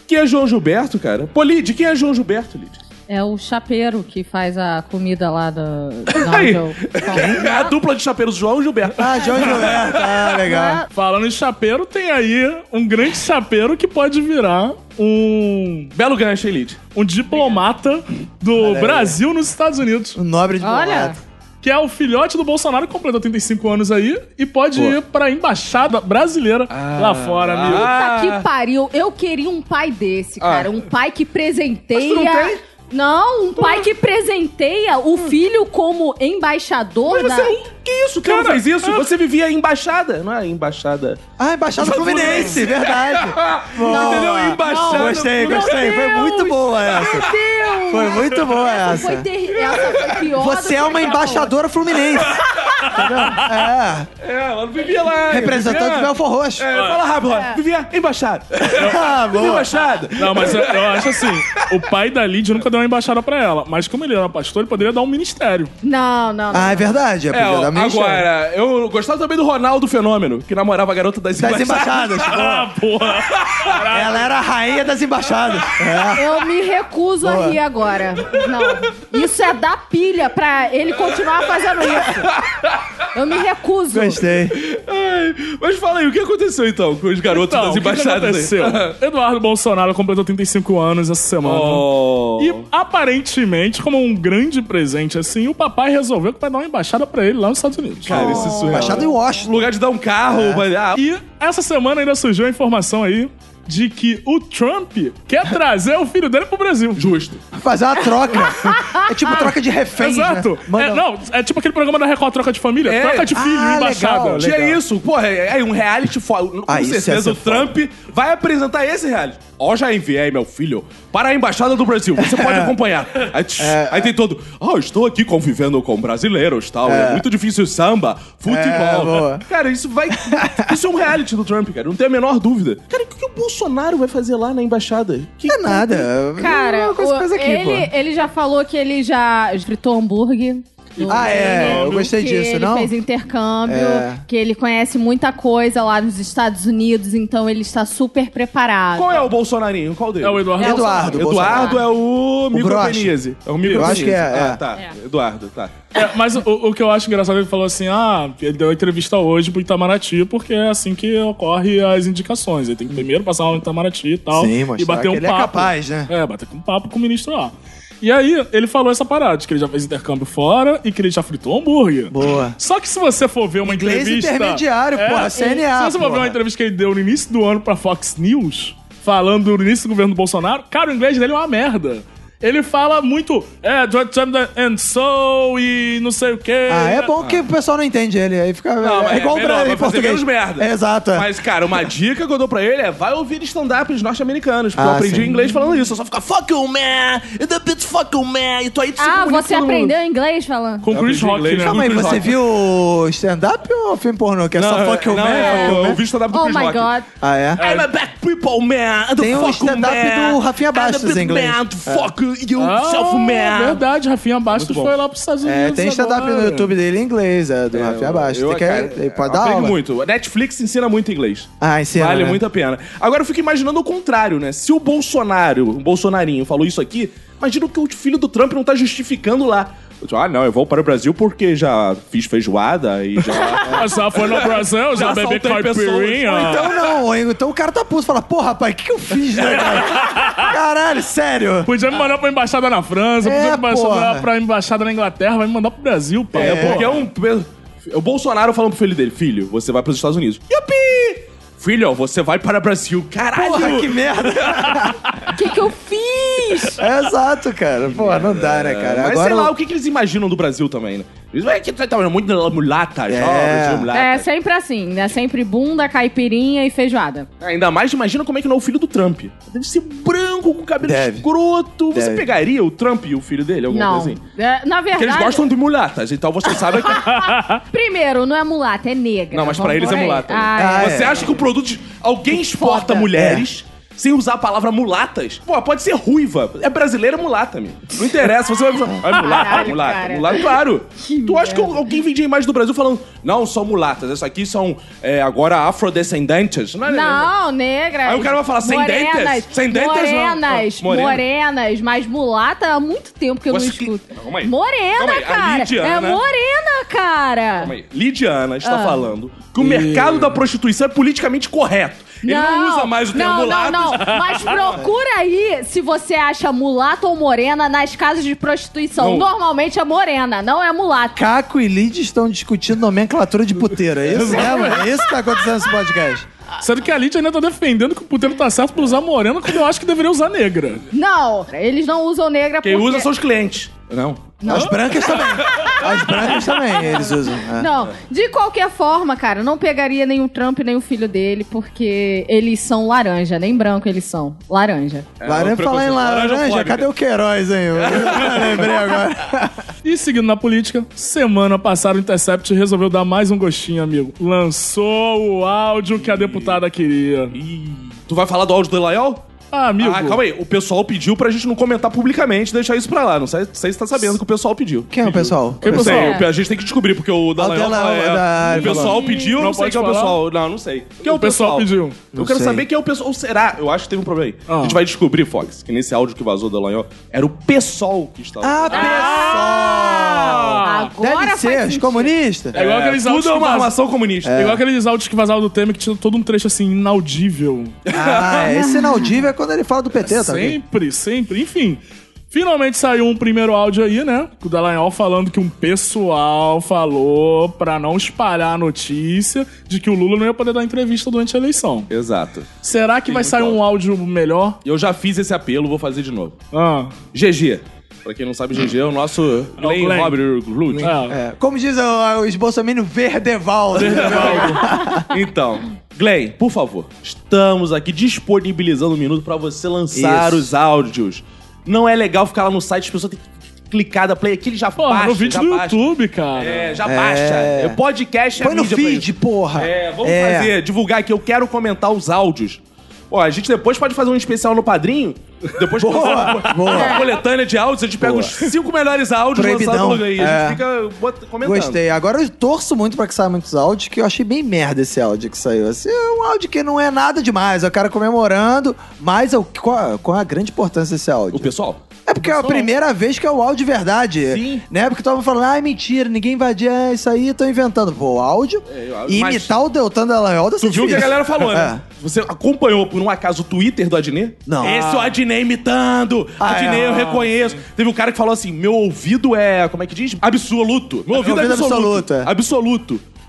D: quem é João Gilberto, cara? Pô, Lid, quem é João Gilberto, Lid?
E: É o chapeiro que faz a comida lá da. da
D: Aí.
E: onde eu como.
D: A dupla de chapeiros, João e Gilberto.
C: Ah, Jorge Roberto. Ah, legal.
B: Falando em chapeiro, tem aí um grande chapeiro que pode virar um,
D: Belo gancho, hein, Lid?
B: um diplomata do Brasil nos Estados Unidos.
C: O Um nobre de
E: Olha,
C: Moraes.
B: Que é o filhote do Bolsonaro, que completou 35 anos aí e pode ir pra embaixada brasileira
D: Ah,
B: lá fora, amigo.
E: puta que pariu. Eu queria um pai desse, cara. Um pai que presenteia.
D: Mas tu não tem?
E: Não, um pai que presenteia o filho como embaixador da.
D: Você, é um que isso, cara? Não fez isso? Você vivia em embaixada, não é embaixada.
C: Ah, embaixada Fluminense, verdade. Boa.
D: Entendeu? Embaixada.
C: Gostei,
E: Meu
C: gostei. Foi
E: Deus.
C: muito boa essa.
E: Meu Deus!
C: Foi muito boa
E: Essa foi,
C: essa.
E: terri... essa foi pior. do
C: Você
E: que
C: é uma
E: aquela
C: embaixadora fluminense. Entendeu? É.
D: É, ela não vivia lá.
C: Representante do
D: vivia...
C: Belfor Roxo.
D: É, fala rápido, Rod. Vivia embaixada.
C: Ah, boa.
D: Embaixada.
B: Não, mas eu, eu acho assim, o pai da Lid nunca deu uma embaixada pra ela, mas como ele era pastor, ele poderia dar um ministério.
E: outra. Não, não, não.
C: Ah, é verdade. É,
D: É,
C: podia
D: ó,
C: dar ministério.
D: agora, eu gostava também do Ronaldo Fenômeno, que namorava a garota das,
C: Das
D: embaixadas.
C: embaixadas. boa.
B: Ah, porra!
C: Ela era a rainha das embaixadas. É.
E: Eu me recuso a
C: Boa.
E: rir agora. Não. Isso é dar pilha pra ele continuar fazendo isso. Eu me recuso.
C: Gostei.
D: Ai, Mas fala aí, o que aconteceu então com os garotos
B: Então,
D: das
B: o que que
D: embaixadas
B: aconteceu?
D: aí?
B: Eduardo Bolsonaro completou 35 anos essa semana.
D: Oh.
B: E aparentemente, como um grande presente assim, o papai resolveu que vai dar uma embaixada pra ele lá nos Estados Unidos.
D: Cara, isso é surreal.
C: Embaixada em Washington.
D: Lugar de dar um carro, mas- ah,
B: E essa semana ainda surgiu a informação aí de que o Trump quer trazer o filho dele pro Brasil.
D: justo.
C: Fazer uma troca. É tipo troca de reféns, né?
B: Exato.
C: Manda-
B: É, não, é tipo aquele programa da Record Troca de Família.
D: É.
B: Troca de filho,
C: Ah,
B: embaixada.
C: legal,
D: Tinha isso, porra, é é um reality foda. Com
C: Ah, isso ia
D: certeza
C: ser
D: o Trump vai apresentar esse reality. Ó, já enviei meu filho para a Embaixada do Brasil, você pode acompanhar. Aí, tch, aí tem todo, ó, estou aqui convivendo com brasileiros tal, é, muito difícil samba,
C: É,
D: futebol.
C: boa.
D: cara, isso vai. Isso é um reality do Trump, cara, não tem a menor dúvida. Cara, o que, que o Bolsonaro vai fazer lá na Embaixada? Que
C: É nada.
E: Cara,
C: Não, coisa-
E: o-
C: coisa aqui, pô.
E: ele, ele já falou que ele já fritou hambúrguer. no
C: Ah, é. Eu
E: Brasil,
C: gostei
E: que
C: disso,
E: ele
C: não?
E: fez intercâmbio,
C: É.
E: que ele conhece muita coisa lá nos Estados Unidos, então ele está super preparado.
D: Qual é o Bolsonarinho? Qual dele?
B: É o Eduardo.
C: Eduardo.
D: Eduardo é o Mico
C: Grosh.
D: Penise. É o Mico
C: Eu acho que é,
D: Ah,
C: é.
D: tá. Eduardo, tá.
B: É, mas o, o que eu acho engraçado é que ele falou assim: ah, ele deu entrevista hoje pro Itamaraty, porque é assim que ocorre as indicações. Ele tem que primeiro passar lá no Itamaraty e tal.
C: Sim,
B: e
C: mostrar
B: bater um
C: que ele é
B: papo.
C: capaz, né?
B: É, bater um papo com o ministro lá. E aí, ele falou essa parada, de que ele já fez intercâmbio fora e que ele já fritou hambúrguer.
C: Boa.
B: Só que se você for ver uma
C: Inglês
B: entrevista. É,
C: intermediário, porra, CNA,
B: Se você for ver
C: porra.
B: uma entrevista que ele deu no início do ano pra Fox News, falando no início do governo do Bolsonaro, cara, o inglês dele é uma merda. Ele fala muito, é, "Dr. Trump and so, e não sei o quê.
C: Ah, é bom que o pessoal não entende ele. Aí fica.
D: Não, mas
C: é igual
D: é
C: o
D: melhor,
C: Brasil
D: vai
C: em
D: fazer
C: português.
D: menos merda.
C: Exato. é.
D: Mas, cara, uma dica que eu dou pra ele é vai ouvir stand-ups norte-americanos. Porque
C: Ah,
D: eu aprendi
C: sim.
D: inglês falando isso. Eu só fica fuck you, man! The bitch fuck you, man! E tu aí tu se
E: Ah,
D: comunica
E: você
D: com todo
E: aprendeu inglês falando?
B: Com o Chris
D: Eu aprendi
B: Rock,
D: inglês.
B: né?
C: Calma
D: Calma
C: aí,
D: Chris
C: você
D: Rock.
C: viu stand-up ou filme pornô? Que é
D: mundo.
C: só
D: Não,
C: fuck you,
D: não,
C: man?
D: é,
C: fuck you,
D: eu
C: man.
D: ouvi stand-up do
E: Oh
D: Chris
E: my
D: Rock.
E: god.
C: Ah, é?
D: I'm a bad people, man! The
C: Tem um
D: fuck you,
C: stand-up
D: man!
C: do Rafinha Bastos
D: I'm a bad
C: em inglês. É. Oh,
D: man, fuck you,
B: Ah,
D: self man!
B: verdade, Rafinha Bastos
D: Muito bom.
B: foi lá pros Estados Unidos
C: É, tem stand-up
B: agora.
C: no YouTube dele em inglês, é, do Rafinha Baixo. Tem que, ele pode dar
D: aprende
C: aula.
D: muito. A Netflix ensina muito inglês.
C: Ah, ensina,
D: Vale
C: né?
D: muito a pena. Agora eu fico imaginando o contrário, né? Se o um Bolsonaro, o Bolsonarinho, falou isso aqui, imagina o que o filho do Trump não tá justificando lá. Eu disse, ah, não, eu vou para o Brasil porque já fiz feijoada e já.
B: Eu Ah, já foi no Brasil, já,
D: Já
B: bebi
D: assaltei pessoas.
C: Ou
B: caipirinha.
C: então não, ou então o cara tá puto fala, porra, rapaz, o que, que eu fiz, né, cara? Caralho, sério.
B: Podia me mandar pra embaixada na França,
C: É,
B: podia me mandar
C: porra.
B: pra embaixada na Inglaterra, vai me mandar pro Brasil, pô.
D: É, porque é um. é O Bolsonaro falando pro filho dele: Filho, você vai pros Estados Unidos. Yupi! Filho, você vai para o Brasil. Caralho!
C: Porra, que merda.
E: O que, que eu fiz?
C: É exato, cara. Porra, não dá, né, cara?
D: Mas
C: Agora
D: sei lá,
C: eu-
D: o que, que eles imaginam do Brasil também, né? Eles é que tá muito mulata,
C: É.
D: jovens, mulata.
E: É sempre assim, né? Sempre bunda, caipirinha e feijoada.
D: Ainda mais, imagina como é que não é o filho do Trump. Deve ser branco, com cabelo
C: Deve.
D: escroto. Você
C: Deve.
D: pegaria o Trump e o filho dele, alguma
E: não.
D: coisa assim?
E: É, na verdade,
D: Porque eles gostam de mulatas, então você sabe que...
E: primeiro, não é mulata, é negra.
D: Não, mas pra
E: Vamos
D: eles é
E: por aí.
D: mulata.
E: Ah,
C: Ah,
D: Você
C: é.
D: acha que o produto. de- Alguém exporta
E: foda.
D: mulheres sem usar a palavra mulatas? Pô, pode ser ruiva. É brasileira é mulata, meu. Não interessa. Você vai falar. Ah, mulata,
E: Caralho,
D: mulata,
E: cara.
D: mulata, claro.
E: Que
D: tu acha que
E: merda.
D: alguém vendia a imagem do Brasil falando. Não, são mulatas. Essas aqui são é, agora afrodescendentes. Não, é-
E: Não, negra.
D: Aí o cara vai falar, sem
E: morenas,
D: dentes? Sem dentes, não.
E: Morenas,
D: Ah, morena.
E: morenas, mas mulata há muito tempo que eu
D: Você
E: não
D: que-
E: escuto.
D: Calma aí.
E: Morena,
D: Calma aí, a
E: cara. É
D: Lidiana-
E: morena, cara.
D: Calma aí. Lidiana está
E: Ah.
D: falando que o mercado da prostituição é politicamente correto. Ele não, usa mais o termo
E: não,
D: mulatas.
E: Não, não, Mas procura aí se você acha mulata ou morena nas casas de prostituição.
D: Não.
E: Normalmente é morena, não é mulata.
C: Caco e Lid estão discutindo nomenclatura de puteiro. É isso mesmo? É isso que tá acontecendo nesse podcast.
B: Sendo que a Lídia ainda tá defendendo que o puteiro tá certo por usar morena quando eu acho que deveria usar negra.
E: Não, eles não usam negra
D: Quem
E: porque...
D: usa são os clientes. Não.
C: As brancas também. As brancas também eles usam. é.
E: Não, de qualquer forma, cara, não pegaria nem o Trump nem o filho dele, porque eles são laranja, nem branco eles são. Laranja.
D: É um
C: laranja, falar em
D: preconceito.
C: laranja,
D: Laranjofóbica.
C: cadê o Queiroz, hein? Eu lembrei agora.
B: E seguindo na política, semana passada o Intercept resolveu dar mais um gostinho, amigo. Lançou o áudio que a deputada queria.
D: Ih, tu vai falar do áudio do Elaiol?
B: Ah, amigo.
D: Ah, calma aí. O pessoal pediu pra gente não comentar publicamente, deixar isso pra lá. Não sei, sei se tá sabendo que o pessoal pediu.
C: Quem é o pessoal?
B: Quem é o
D: Não sei,
B: pessoal?
D: o- a gente tem que descobrir, porque o Dallagnol...
C: Dallagnol,
D: é,
C: é da-
D: o pessoal pediu,
B: Não
D: não, sei
B: pode
D: quem é o
B: falar?
D: pessoal. Não, não sei. Quem é o,
B: O pessoal pediu.
D: Eu quero
C: sei.
D: saber quem é o pessoal. Ou será? Eu acho que teve um problema aí.
B: Ah.
D: A gente vai descobrir, Fox, que nesse áudio que vazou do Dallagnol, era o pessoal que estava...
C: Ah, pessoal!
E: Agora
C: Deve
E: faz
C: ser, os
E: sentido.
C: comunistas.
B: É igual aqueles áudios
D: tudo é
B: que
D: uma
B: vazam-
D: armação comunista.
C: É.
B: Igual aqueles áudios que vazavam do Temer que tinha todo um trecho assim, inaudível.
C: Ah, esse inaudível é quando ele fala do PT também.
B: Sempre, sempre. Enfim, finalmente saiu um primeiro áudio aí, né? O Dallagnol falando que um pessoal falou pra não espalhar a notícia de que o Lula não ia poder dar entrevista durante a eleição.
D: Exato.
B: Será que vai sair um áudio melhor?
D: Eu já fiz esse apelo, vou fazer de novo.
B: Ah,
D: GG. Pra quem não sabe, GG é o nosso Glenn
B: Glenn.
D: Robert Glut.
B: é.
C: É, como diz o, tá o bolsominion Verdevaldo.
B: É.
D: Então, Glenn, por favor, estamos aqui disponibilizando um minuto pra você lançar
C: Isso.
D: os áudios. Não é legal ficar lá no site, as pessoas têm que clicar da play aqui, ele já
B: Pô,
D: baixa,
B: no vídeo
D: já
B: do
D: baixa.
B: YouTube, cara.
D: É, já baixa. É, podcast é
C: Põe no
D: mídia pra
C: feed,
D: isso.
C: porra.
D: É, vamos fazer, divulgar aqui. Eu quero comentar os áudios. Ó, a gente depois pode fazer um especial no Padrinho. Depois que
C: Boa,
D: você-
C: boa.
D: Uma coletânea de áudios, a gente pega os cinco melhores áudios
C: Proibidão.
D: lançados pelo Glenn. E a
C: É.
D: gente fica bota- comentando.
C: Gostei. Agora eu torço muito pra que saia muitos áudios, que eu achei bem merda esse áudio que saiu. Assim, é um áudio que não é nada demais, é o cara comemorando, mas eu, qual, qual é a grande importância desse áudio?
D: O pessoal?
C: É porque é a primeira vez que é o áudio de verdade.
D: Sim.
C: Né? Porque tava falando, ah, é mentira, ninguém invadia é isso aí, tô inventando. Pô, o áudio.
D: É, o áudio,
C: e
D: mas-
C: imitar o Deltan Dallagnol deve
D: Tu
C: ser
D: viu o que a
C: difícil.
D: galera falou, né?
C: É.
D: Você acompanhou por um acaso o Twitter do Adnet?
C: Não.
D: Esse é o Adnet imitando.
C: Ah,
D: Adnet
C: é.
D: eu reconheço. Teve um cara que falou assim: meu ouvido é. Como é que diz? Absoluto. Meu ouvido,
C: ouvido
D: é
C: é
D: absoluto.
C: absoluto,
D: Absoluto,
C: é.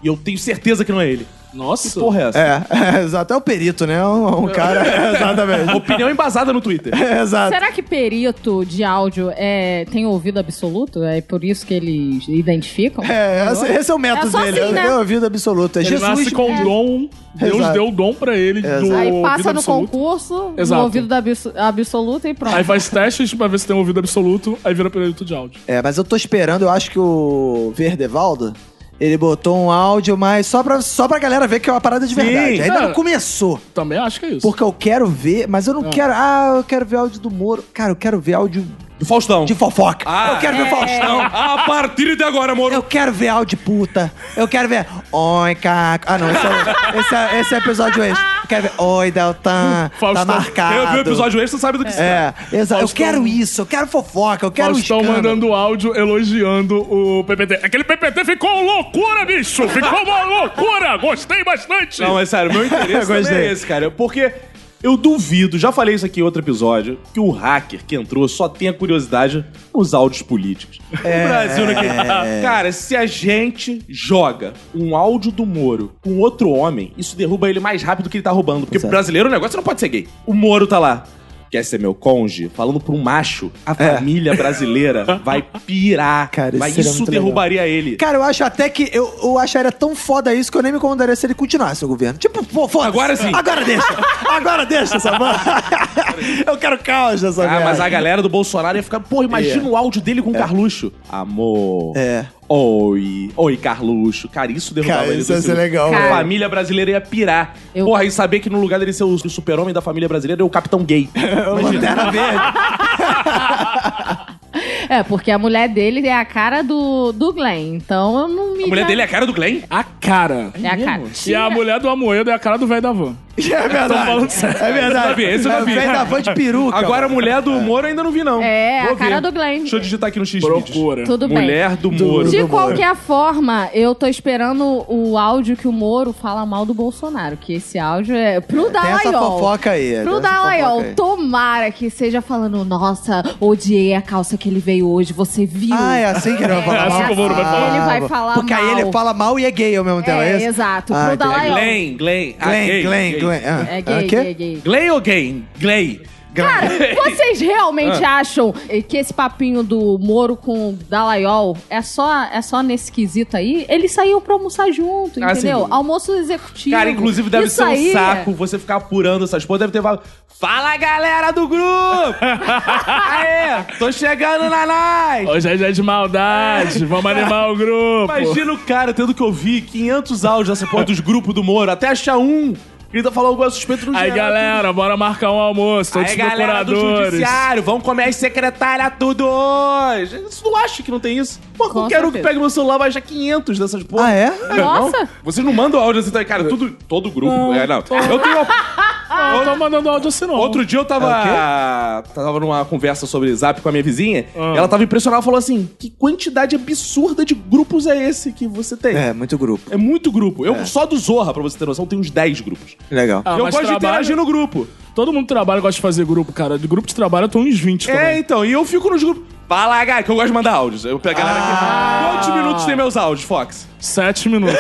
D: E eu tenho certeza que não é ele.
B: Nossa.
D: Porra, é essa.
C: É, é, exato. É o perito, né? Um, um cara. é, exatamente.
D: Opinião embasada no Twitter.
C: É, exato.
E: Será que perito de áudio é, tem ouvido absoluto? É por isso que eles identificam?
C: É, esse, esse é o método
E: É só
C: dele.
E: assim,
C: é
E: né?
C: o ouvido absoluto. É
B: Ele
C: Jesus.
B: nasce com o dom, Deus
C: Exato.
B: deu o dom pra ele do
E: Aí passa
B: ouvido
E: no
B: absoluto.
E: concurso,
B: Exato.
E: no ouvido da abso- absoluta e pronto.
B: Aí faz testes pra ver se tem um ouvido absoluto, aí vira período de áudio.
C: É, mas eu tô esperando, eu acho que o Verdevaldo. Ele botou um áudio, mas só pra, só pra galera ver que é uma parada de verdade. Ainda
B: cara.
C: não começou.
B: Também acho que é isso.
C: Porque eu quero ver, mas eu não quero. Ah, eu quero ver áudio do Moro. Cara, eu quero ver áudio
D: Do Faustão.
C: de fofoca.
D: Ah. é.
C: eu quero ver Faustão.
D: Não, a partir de agora, Moro.
C: Eu quero ver áudio de puta. Eu quero ver. Oi, caco. Ah, não, esse é, esse é, esse é episódio extra. quero ver. Oi, Deltan.
B: Faustão.
C: Tá marcado.
D: Quem ouviu o episódio extra sabe do que se trata.
C: É, exato. Eu
B: Faustão-
C: quero isso, eu quero fofoca, eu quero
B: Faustão
C: escândalo.
D: um
B: mandando áudio elogiando o PPT. Aquele PPT ficou loucura, bicho! Ficou uma loucura! Gostei bastante!
D: Não, é sério, meu interesse também
C: Gostei.
D: é esse, cara. Porque eu duvido, já falei isso aqui em outro episódio, que o hacker que entrou só tenha curiosidade nos áudios políticos.
C: É.
D: o Brasil não quer. Cara, se a gente joga um áudio do Moro com outro homem, isso derruba ele mais rápido que ele tá roubando. Porque
C: Exato.
D: brasileiro o negócio não pode ser gay. O Moro tá lá. Quer ser meu cônjuge? Falando pra um macho, a família brasileira vai pirar.
C: É. Cara, isso
D: Mas
C: seria
D: isso
C: muito legal.
D: derrubaria ele.
C: Cara, eu acho até que eu, eu acharia tão foda isso que eu nem me incomodaria se ele continuasse o governo. Tipo, pô, foda
D: Agora sim.
C: Agora deixa. Agora deixa essa merda. Eu quero caos nessa
D: Ah,
C: merda.
D: mas a galera do Bolsonaro ia ficar, pô, imagina
C: Yeah.
D: o áudio dele com o Carluxo. Amor.
C: É.
D: Oi. Oi, Carluxo. Cara, isso derrubava
C: Cara,
D: ele.
C: isso
D: do
C: ia ser
D: segundo.
C: legal,
D: A
E: velho.
D: família brasileira ia pirar.
E: Eu-
D: Porra, e saber que no lugar dele ser o super-homem da família brasileira é o capitão gay.
C: Lanterna verde.
E: É, porque a mulher dele é a cara do, do Glenn. Então eu não me.
D: A mulher dele é a cara do Glenn?
B: A cara.
E: É a cara.
B: E a mulher do Amoedo é a cara do velho da van.
C: É verdade.
B: falando sério.
C: É
D: Esse eu
C: verdade.
D: não vi, esse eu
C: é
D: não vi.
C: o velho da van de peruca.
D: Agora a mulher do Moro eu ainda não vi, não.
E: É,
D: Vou
E: a cara
D: ver.
E: do Glenn.
D: Deixa eu digitar aqui no x
B: Procura.
E: Tudo bem.
D: Mulher do Moro.
E: De qualquer forma, eu tô esperando o áudio que o Moro fala mal do Bolsonaro, que esse áudio é pro
C: Tem essa
E: Dallagnol.
C: fofoca aí.
E: Pro
C: tem essa fofoca
E: Dallagnol,
C: aí.
E: tomara que seja falando, nossa, odiei a calça que ele veio hoje, você viu?
C: Ah, é assim que ele vai
E: É,
C: falar
B: assim
C: mal?
B: que o Moro vai falar.
E: Ele vai falar
C: Porque
E: mal.
C: aí ele fala mal e é gay ao mesmo tempo, é,
E: É,
C: isso?
E: exato.
C: Ah,
E: Pro
C: entendi.
E: Dallagnol.
D: Glenn, Glenn. Ah,
C: Glenn,
D: gay,
C: Glenn,
D: gay.
C: Glenn. ah.
E: É
C: Ah,
E: gay,
C: o quê?
E: gay, gay.
D: Glenn ou gay? Glenn.
E: Cara, vocês realmente
D: Ah.
E: acham eh, que esse papinho do Moro com o Dalaiol é só, é só nesse quesito aí? Eles saíam pra almoçar junto,
D: Ah, sem
E: entendeu?
D: dúvida.
E: Almoço executivo.
D: Cara, inclusive deve
E: Isso
D: ser um
E: aí- é
D: saco você ficar apurando essas coisas. Deve ter falado, fala galera do grupo! Aê, tô chegando na live!
B: Hoje é dia de maldade. Vamos animar o grupo.
D: É. Imagina o cara tendo que ouvir 500 áudios dessa porra dos grupos do Moro, até achar um. Ele tá falando alguma suspeita no
B: Aí,
D: geral,
B: galera, bora marcar um almoço.
D: tudo.
B: Todos
D: Aí,
B: os
D: galera do
B: procuradores.
D: judiciário, vamos comer as secretárias tudo hoje. Você não acha que não tem isso? Pô,
E: Com
D: qualquer um que
E: certeza.
D: pega meu celular vai achar 500 dessas porra.
C: Ah, é?
E: Nossa!
D: Vocês não mandam áudio assim, tá? cara, tudo, todo grupo. é, não. Eu tenho uma
B: Ah, eu tô mandando áudio assim, não.
D: Outro dia eu tava. Ah, tava numa conversa sobre zap com a minha vizinha.
B: Ah.
D: Ela tava impressionada e falou assim: que quantidade absurda de grupos é esse que você tem? É,
C: É, muito grupo.
D: muito grupo. Eu só do Zorra, pra você ter noção, tem uns 10 grupos.
C: Legal.
B: Ah,
D: eu
B: mas
D: gosto de
B: trabalho-
D: interagir no grupo.
B: Todo mundo que trabalha gosta de fazer grupo, cara. De grupo de trabalho eu tô uns 20
D: É,
B: também.
D: então, e eu fico nos grupos. Fala, galera, que eu gosto de mandar áudios. Eu pego a galera
B: Ah.
D: aqui. Quantos minutos tem meus áudios, Fox?
B: Sete minutos.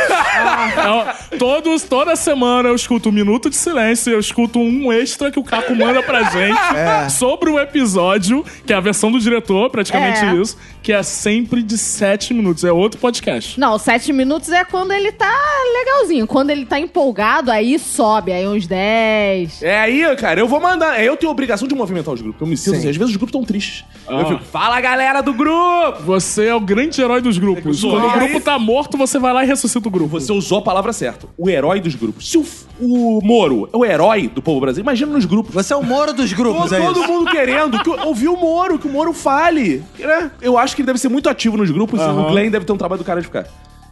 B: Então, todos, toda semana eu escuto um minuto de silêncio, eu escuto um extra que o Caco manda pra gente
D: É.
B: sobre um episódio, que é a versão do diretor, praticamente
E: É.
B: isso, que é sempre de sete minutos. É outro podcast.
E: Não, sete minutos é quando ele tá legalzinho. Quando ele tá empolgado, aí sobe, aí uns 10.
D: É aí, cara, eu vou mandar. É, Eu tenho a obrigação de movimentar os grupos. Eu me sinto assim, às vezes os grupos estão tristes.
B: Ah.
D: Eu fico, fala, galera do grupo!
B: Você é o grande herói dos grupos.
D: Zorra.
B: Quando o grupo
D: Aí-
B: tá morto, você vai lá e ressuscita o grupo.
D: é Você usou a palavra certa. O herói dos grupos. Se o, f- o Moro é o herói do povo brasileiro, imagina nos grupos.
C: Você é o Moro dos grupos,
D: Todo,
C: é
D: todo
C: isso?
D: mundo querendo que, ouvir o Moro, que o Moro fale. né? Eu acho que ele deve ser muito ativo nos grupos e o Glenn deve ter um trabalho do cara de ficar.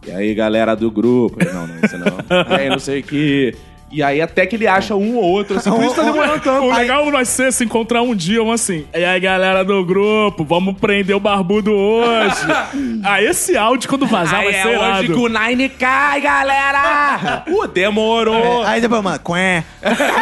D: E aí, galera do grupo? Não, não, isso não. E aí, não sei o que. E aí, até que ele acha um ou outro. Assim, por isso tá demorando tanto.
B: O legal vai ser se encontrar um dia um assim. E aí, galera do grupo, vamos prender o barbudo hoje. ah, esse áudio quando vazar vai
D: Aí é
B: ser
D: hoje que
B: irado.
D: o Nine cai, galera! Uh, demorou!
C: Aí depois, mano, quém. é-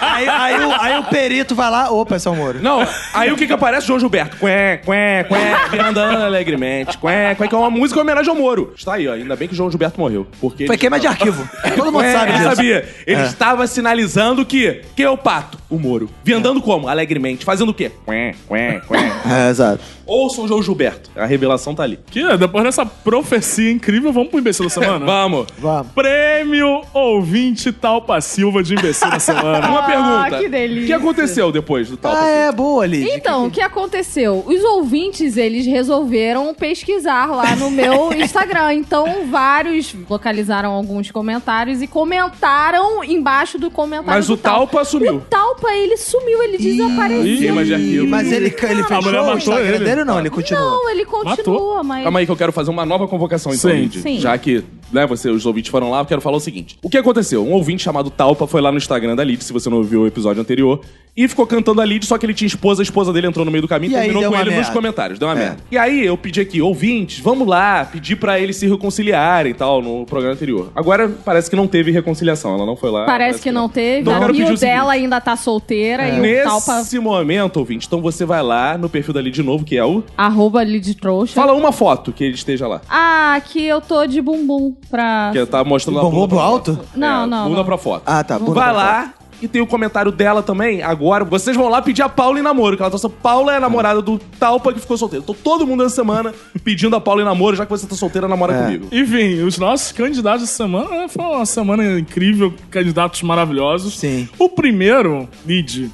C: aí, aí o, aí o perito vai lá, opa, é só o Moro.
D: Não, aí o que que aparece? João Gilberto. Quê, quê, quê, andando alegremente. Quê, quê, que é uma música em homenagem ao Moro. Está aí, ó. Ainda bem que o João Gilberto morreu. Porque
C: Foi
D: ele
C: queima é de arquivo. Todo mundo
D: É,
C: sabe
D: eu
C: disso. É.
D: sabia. Ele estava sinalizando que... Quem é o pato? O Moro. Viandando como? Alegremente. Fazendo o quê? Quê, quê, quê.
C: É, exato.
D: Ouçam o João Gilberto. A revelação tá ali.
B: Que, depois dessa profecia incrível, vamos pro imbecil da semana?
D: Vamos.
C: Vamos.
B: Prêmio ouvinte Talpa Silva de imbecil da semana.
D: Uma pergunta.
E: Ah, que
D: O
E: delícia.
D: que aconteceu depois do tal?
C: Ah, é, boa, Lid.
E: Então, o que aconteceu? Os ouvintes, eles resolveram pesquisar lá no meu Instagram. Então, vários localizaram alguns comentários e comentaram embaixo do comentário
D: Mas
E: do
D: o Talpa sumiu.
E: O Talpa, ele sumiu, ele desapareceu.
D: Queima de arquivo.
C: Mas ele, ele
B: mulher
C: fechou
B: matou
C: o Instagram
B: ele.
C: dele ou não? Ele continua.
E: Não, ele continua, mas...
D: Calma aí que eu quero fazer uma nova convocação, então,
B: Sim.
D: Lidy.
E: Sim.
D: Já que né, você, os ouvintes foram lá, eu quero falar o seguinte. O que aconteceu? Um ouvinte chamado Talpa foi lá no Instagram da Lid, se você não ouviu o episódio anterior, e ficou cantando a Lid, só que ele tinha esposa, a esposa dele entrou no meio do caminho
C: E
D: e
C: aí
D: terminou
C: deu
D: com
C: uma
D: ele nos
C: merda.
D: comentários, deu uma
C: É.
D: merda. E aí eu pedi aqui, ouvintes, vamos lá, pedi pra eles se reconciliarem e tal, no programa anterior. Agora parece que não teve reconciliação, ela Ah, não foi lá.
E: Parece que não teve.
D: Então eu
E: a
D: quero pedir
E: bio
D: o seguinte.
E: dela ainda tá solteira e o Talpa...
D: É. Nesse momento, ouvinte, então você vai lá no perfil da Lid de novo, que é o...
E: Arroba ali de trouxa.
D: Fala uma foto que ele esteja lá.
E: Ah, que eu tô de bumbum pra...
D: Que tá mostrando a
C: Bombom
D: bunda
C: pro
D: pra
C: alto?
D: foto.
E: Não, não,
D: Bunda
E: não.
D: pra foto.
C: Ah, tá. bunda
D: Vai
C: pra fora.
D: lá. E tem o comentário dela também, agora. Vocês vão lá pedir a Paula em namoro, que ela tá só- Paula é a namorada do Talpa que ficou solteiro. Tô todo mundo essa semana pedindo a Paula em namoro, já que você tá solteira, namora
C: É.
D: comigo.
B: Enfim, os nossos candidatos da semana né, foi uma semana incrível, candidatos maravilhosos.
C: Sim.
B: O primeiro, Lid,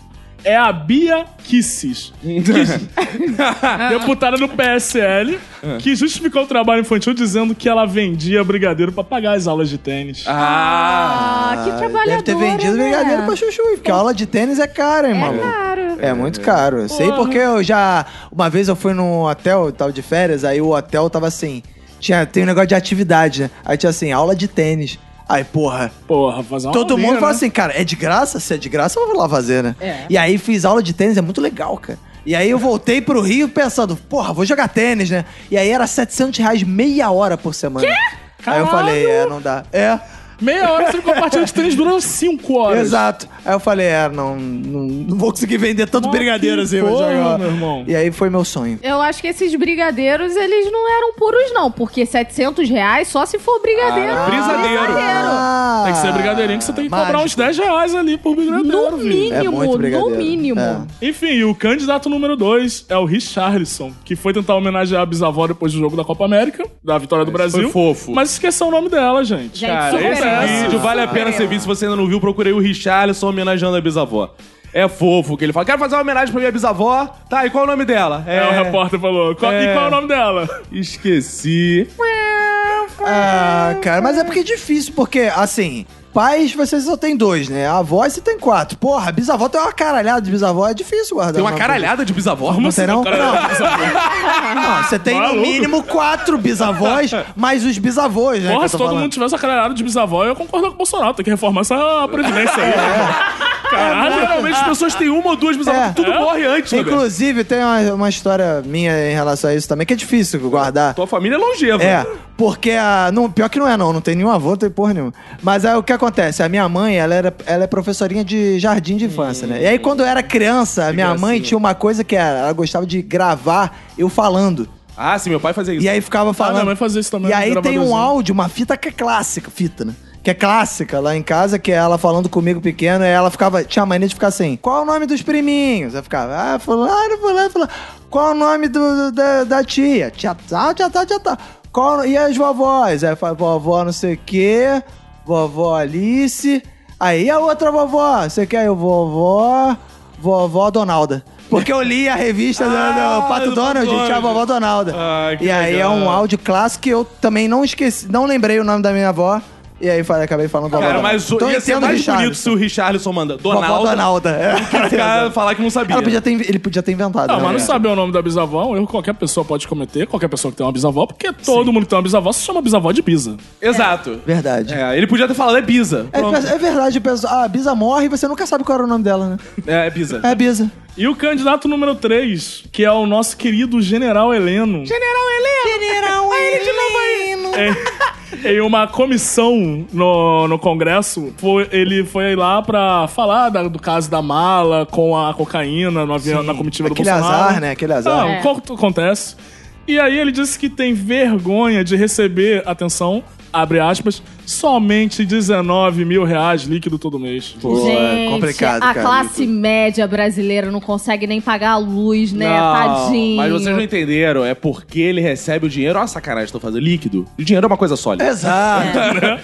B: é a Bia Kisses,
C: Ah.
B: deputada do PSL, que justificou o trabalho infantil dizendo que ela vendia brigadeiro pra pagar as aulas de tênis.
D: ah!
E: Ah, que trabalhadora,
C: Deve ter vendido
E: né?
C: brigadeiro pra chuchu, porque a aula de tênis é cara, hein,
E: É
C: maluco.
E: caro.
C: É muito caro. Eu sei
B: Porra.
C: porque eu já. Uma vez eu fui num hotel, eu tava de férias, aí o hotel tava assim. Tinha, tem um negócio de atividade, né? Aí tinha assim, aula de tênis. Aí, porra,
B: Porra, fazer uma
C: todo
B: aulinha,
C: mundo fala
B: né?
C: assim, cara, é de graça? Se é de graça, eu vou lá fazer, né?
E: É.
C: E aí fiz aula de tênis, é muito legal, cara. E aí eu voltei pro Rio pensando, porra, vou jogar tênis, né? E aí era 700 reais meia hora por semana. Quê? Aí
B: Caralho!
C: eu falei, é, não dá. É,
B: Meia hora você compartilha de tênis durou cinco horas.
C: Exato. Aí eu falei, é, não, não, não vou conseguir vender tanto
B: Mas
C: brigadeiro
B: que
C: assim,
B: porra,
C: mas agora-
B: meu irmão.
C: E aí foi meu sonho.
E: Eu acho que esses brigadeiros, eles não eram puros, não. Porque 700 reais só se for brigadeiro.
D: Ah, brisadeiro.
C: Ah.
B: Tem que ser brigadeirinho que você tem que cobrar
C: mágico.
B: uns 10 reais ali por brigadeiro,
E: No
B: filho.
C: É
E: mínimo,
C: muito
E: no
C: brigadeiro.
E: mínimo.
C: É.
B: Enfim, o candidato número 2 é o Richarlison, que foi tentar homenagear a bisavó depois do jogo da Copa América, da vitória do Brasil.
D: foi fofo.
B: Mas esqueceu o nome dela, gente.
E: Gente,
D: Cara,
E: super
D: esse
E: ela.
D: vídeo vale a pena
E: Super
D: ser
E: ela.
D: visto. Se você ainda não viu, procurei o Richarlison homenageando a bisavó. É fofo que ele fala. Quero fazer uma homenagem pra minha bisavó. Tá, e qual é o nome dela?
B: É, o repórter falou. Qual- E
D: É.
B: qual é o nome dela?
D: Esqueci.
C: Ah, cara, mas é porque é difícil, porque, assim, pais você só tem dois, né? Avó você tem quatro. Porra, bisavó tem uma caralhada de bisavó, é difícil guardar.
D: Tem uma caralhada de bisavó.
C: Não tem não?
B: Cara,
C: Não, não, você tem no
B: Maluco.
C: mínimo quatro bisavós, mais os bisavós, né? que
B: Porra,
C: eu
B: se
C: tô
B: todo
C: falando.
B: mundo tivesse acaralhado de bisavó, eu ia concordar com o Bolsonaro. Tem que reformar essa previdência aí. Caralho,
D: Geralmente as pessoas têm uma ou duas bisavós.
C: É.
D: Tudo morre antes, né? velho?
C: Inclusive, tem uma, uma história minha em relação a isso também, que é difícil guardar.
D: Tua família é longeva.
C: É, porque a. Não, pior que não é, não. Não tem nenhum avô, não tem porra nenhuma. Mas aí o que acontece? A minha mãe, ela, era, ela é professorinha de jardim de infância, né? E aí, quando eu era criança, a minha mãe tinha uma coisa que era, ela gostava de gravar eu falando.
D: Ah, sim, meu pai fazia isso.
C: E aí ficava falando.
B: Ah, minha mãe fazia isso também,
C: E aí tem um
B: gravadorzinho.
C: áudio, uma fita que é clássica, fita, né? Que é clássica lá em casa, que é ela falando comigo pequeno, e ela ficava, tinha a mania de ficar assim: qual o nome dos priminhos? Eu ficava, ah, fulano, fulano, fulano. Qual o nome do, do- da, da tia? Tia tal, tia tal, tia tal. Qual, e as vovós? Aí eu falava, vovó não sei o quê, vovó Alice. Aí a outra vovó, você quer eu, vovó, vovó Donalda. Porque eu li a revista do-
D: Ah,
C: do, Pato
D: do Pato
C: Donald, tinha a
D: Donald.
C: vovó Donalda.
D: Ai, que
C: e aí é um
D: legal.
C: áudio clássico que eu também não esqueci, não lembrei o nome da minha avó. E aí falei, acabei falando vovó.
D: Cara,
C: Donalda.
D: mas
C: Então eu
D: ia ser
C: entendo o
D: mais
C: Richarlison.
D: bonito se o Richarlison manda
C: Vovó
D: Donalda
C: Donalda. é.
D: ficar, falar que não sabia.
C: Ela podia ter, ele podia ter inventado.
B: Não,
C: né?
B: Ah, mas não
C: É.
B: saber o nome da bisavó é um erro que qualquer pessoa pode cometer, qualquer pessoa que tem uma bisavó, porque todo mundo que tem uma bisavó se chama bisavó de bisa.
D: Exato.
C: Verdade. É.
D: É, ele podia ter falado, é Biza. Pronto.
C: é verdade, pessoal. Ah, a Bisa morre e você nunca sabe qual era o nome dela, né?
D: É, é Biza.
C: É a Bisa.
B: E o candidato número 3, que é o nosso querido General Heleno.
C: General Heleno.
B: É, em uma comissão no, no Congresso, foi- ele foi lá pra falar da- do caso da mala com a cocaína no avião, na comitiva
C: Aquele
B: do Bolsonaro.
C: azar, né? Aquele azar.
B: Não,
E: É.
B: co- acontece. E aí ele disse que tem vergonha de receber, atenção, abre aspas, somente 19 mil reais líquido todo mês.
C: Pô, é
E: Gente,
C: complicado,
E: a
C: cara.
E: classe média brasileira não consegue nem pagar a luz, né? Tadinho.
D: Mas vocês não entenderam, é porque ele recebe o dinheiro. Olha a sacanagem que estão fazendo. Líquido. O dinheiro é uma coisa sólida.
C: Exato.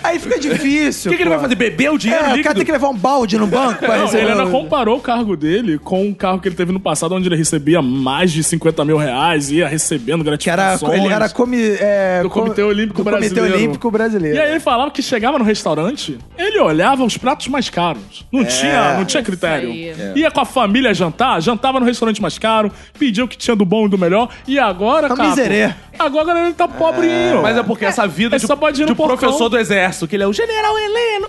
C: Aí fica difícil.
D: O que, que ele
C: pô.
D: vai fazer? Beber o dinheiro
C: É, o cara
D: líquido? é
C: tem que levar um balde no banco pra
B: Não,
C: receber.
B: ele ainda
C: o-
B: comparou o cargo dele com o cargo que ele teve no passado, onde ele recebia mais de 50 mil reais, ia recebendo
C: Que era,
B: gratificações.
C: ele era come, é,
B: Do Comitê Olímpico
C: do Comitê
B: Brasileiro.
C: Olímpico brasileiro.
B: E aí ele falava que chegava no restaurante, ele olhava os pratos mais caros.
C: É,
B: Não tinha, não tinha critério.
E: Isso
B: Ia com a família jantar, jantava no restaurante mais caro, pedia o que tinha do bom e do melhor, e agora,
C: Tá
B: cara.
C: miserê.
B: Agora ele tá pobrinho.
D: Mas é porque essa vida
B: é
D: de,
B: só pode ir no
D: de
B: porcão.
D: professor do exército, que ele é o general Heleno.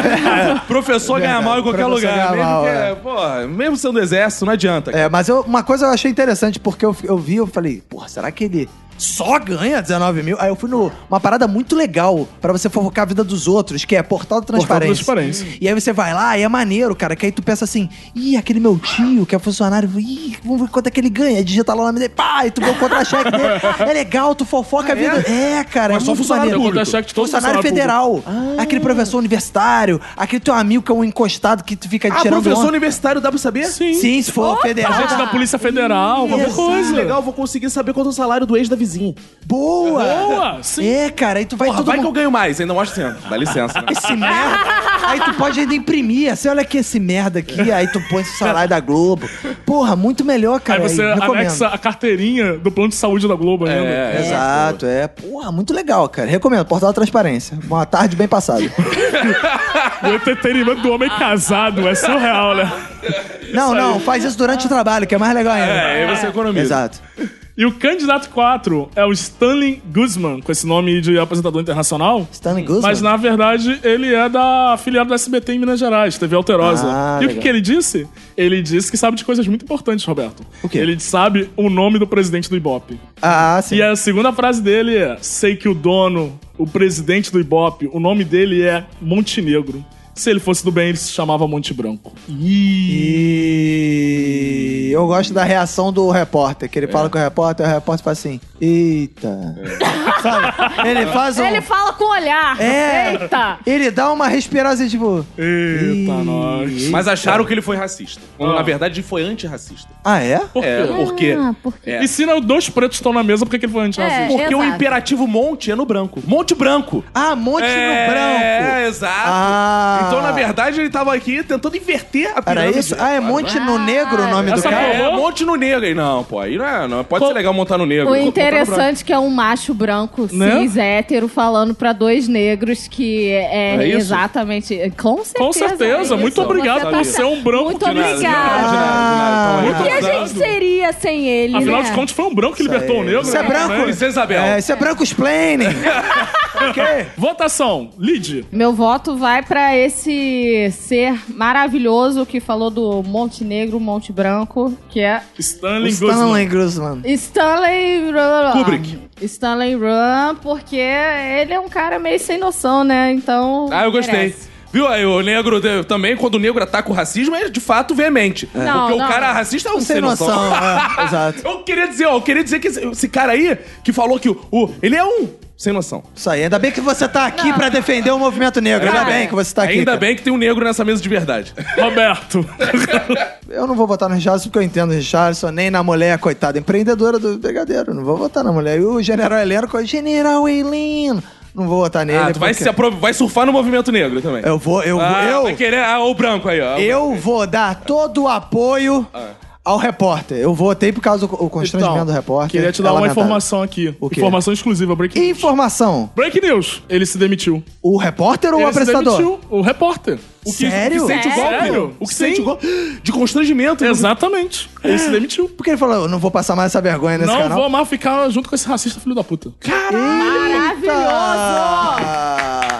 D: professor ganha
C: É, Verdade,
D: mal em qualquer
C: professor
D: lugar.
C: ganha
D: Mesmo,
C: mal,
D: que,
C: é.
D: porra, mesmo sendo exército, não adianta. cara.
C: É, mas eu- uma coisa eu achei interessante, porque eu, eu vi, eu falei, porra, será que ele só ganha 19 mil? Aí eu fui numa parada muito legal pra você fofocar a vida dos outros, que é Portal da
B: Portal da
C: Transparência.
B: Transparência.
C: E aí você vai lá e é maneiro, cara, que aí tu pensa assim, ih, aquele meu tio que é funcionário, ih, vamos ver quanto é que ele ganha. Aí digita lá o nome dele, pá, e tu vê o contra-cheque dele. É legal, tu fofoca a vida. É, cara,
B: Mas
C: é
B: só
C: muito
B: funcionário
C: maneiro.
B: público. Contra-cheque de todo
C: funcionário,
B: funcionário
C: federal. Aquele professor universitário, aquele teu amigo que é um encostado que tu fica
D: Ah,
C: tirando
D: professor
C: onda.
D: universitário, dá pra saber?
B: Sim.
C: Sim, se for federal.
B: Gente da Polícia
D: é
B: Federal, qualquer
C: Isso,
B: coisa.
D: Ah, Legal, vou conseguir saber quanto é o salário do ex da vizinha.
C: Boa!
B: Boa, sim.
C: É, cara, aí tu vai
D: Porra,
C: todo
D: vai que eu
C: mundo...
D: ganho mais, ainda mais sendo. Dá licença. né?
C: Esse merda. Aí tu pode ainda imprimir. Assim, olha aqui esse merda aqui. Aí tu põe esse salário da Globo. Porra, muito melhor,
B: Aí
C: cara.
B: você
C: aí, recomendo.
B: anexa a carteirinha do plano de saúde da Globo ainda.
D: É,
C: Exato, é. Porra, muito legal, cara. Recomendo. Portal da Transparência. Uma tarde bem passada.
B: O entretenimento do homem casado é surreal, né?
C: Não, não. Faz isso durante o trabalho, que é mais legal ainda.
D: É, aí você economiza.
C: Exato.
B: E o candidato 4 é o Stanley Guzman, com esse nome de apresentador internacional.
C: Stanley Guzman.
B: Mas na verdade ele é da afiliado do SBT em Minas Gerais, TV Alterosa. e
C: Ah,
B: o que,
C: legal.
B: que ele disse? Ele disse que sabe de coisas muito importantes, Roberto.
C: O quê?
B: Ele sabe o nome do presidente do Ibope.
C: Ah, sim.
B: E a segunda frase dele é: sei que o dono, o presidente do Ibope, o nome dele é Montenegro. Se ele fosse do bem, ele se chamava Monte Branco.
C: E eu gosto da reação do repórter, que ele fala com o repórter, o repórter fala assim: Eita! Sabe? Ele faz um.
E: Ele fala com o olhar.
C: É.
E: Eita.
C: Ele dá uma respirada assim, tipo.
B: Eita, nós.
D: Mas acharam que ele foi racista. Quando,
B: Ah.
D: na verdade, ele foi antirracista.
C: Ah, é?
D: É, porque...
E: Ah, por quê?
D: É.
B: E se não, dois pretos estão na mesa, por que que ele foi antirracista?
E: É.
D: Porque o
E: Exato.
D: imperativo monte é no branco. Monte branco.
C: Ah, Monte
D: é,
C: no Branco!
D: É, exato.
C: Ah.
D: Então, na verdade, ele tava aqui tentando inverter a
C: Era
D: pirâmide. né?
C: isso? Ah, é Monte no Negro o nome do
B: Essa
C: cara?
D: É, monte no negro. Aí, Não, pô, aí não, é- não pode
B: Qual-
D: ser legal montar no negro.
E: O
D: Vou botar no branco.
E: interessante é que é um macho branco,
B: Né?
E: cis, hétero, falando pra dois negros que é,
D: É isso?
E: exatamente. Com certeza.
B: Com certeza.
E: é
B: Muito
E: isso.
B: obrigado por
E: tá
B: ser um branco
E: Muito
B: de nada.
D: De nada, de nada,
E: obrigado.
D: de nada. Então, aí,
E: O que a
D: tá
E: gente
D: dado.
E: seria sem ele?
B: Afinal
E: né?
B: de contas, foi um branco que libertou o negro.
C: Isso é
B: né?
C: branco?
D: Princesa Isabel.
C: É, isso é branco explaining! ok?
B: Votação. Lid.
E: Meu voto vai pra esse ser maravilhoso que falou do Monte Negro, Monte Branco, que é
B: Stanley Guzman.
C: Stanley Guzman.
E: Stanley Ram.
D: Kubrick.
E: Stanley Ram, porque ele é um cara meio sem noção, né? Então.
D: Ah, eu gostei.
E: merece.
D: Viu aí, o negro de- também, quando o negro ataca o racismo, é de fato veemente.
E: Não,
D: Porque
E: não.
D: o cara racista é um
C: Sem noção, é, exato.
D: Eu queria dizer, ó, eu queria dizer que esse, esse cara aí, que falou que o, o- Ele é um sem noção.
C: Isso aí. Ainda bem que você tá aqui pra defender o movimento negro. Ainda
E: Cara,
C: bem que você tá aqui.
D: Ainda
C: cara.
D: bem que tem um negro nessa mesa de verdade.
B: Roberto.
C: Eu não vou votar no Richardson porque eu entendo o Richardson, nem na mulher, coitada, empreendedora do Brigadeiro. Não vou votar na mulher. E o General Heleno, co- General Heleno. Não vou votar nele.
D: ah, tu vai,
C: porque-
D: se apro- vai surfar no movimento negro também.
C: Eu vou, eu,
D: ah,
C: vou,
D: Vai
C: É eu,
D: querer. Ah, o branco aí, ó.
C: eu vou dar todo o apoio
B: Ah.
C: ao repórter. Eu votei por causa do o constrangimento do repórter.
B: Então, Queria te
C: É
B: dar uma
C: lamentável.
B: informação aqui.
C: O quê?
B: Informação exclusiva. Break news.
C: Informação.
B: Break news. Ele se demitiu.
C: O repórter ou o
B: Ele é se
C: apresentador?
B: demitiu. O repórter.
D: O que,
C: Sério?
D: O que sente o golpe?
B: Sério?
D: O que
B: Sim.
D: sente o golpe? De constrangimento.
B: Exatamente. Ele se demitiu.
C: Porque ele falou, eu não vou passar mais essa vergonha nesse
B: Não
C: canal.
B: vou mais ficar junto com esse racista filho da puta.
E: Maravilhoso!
C: Ah,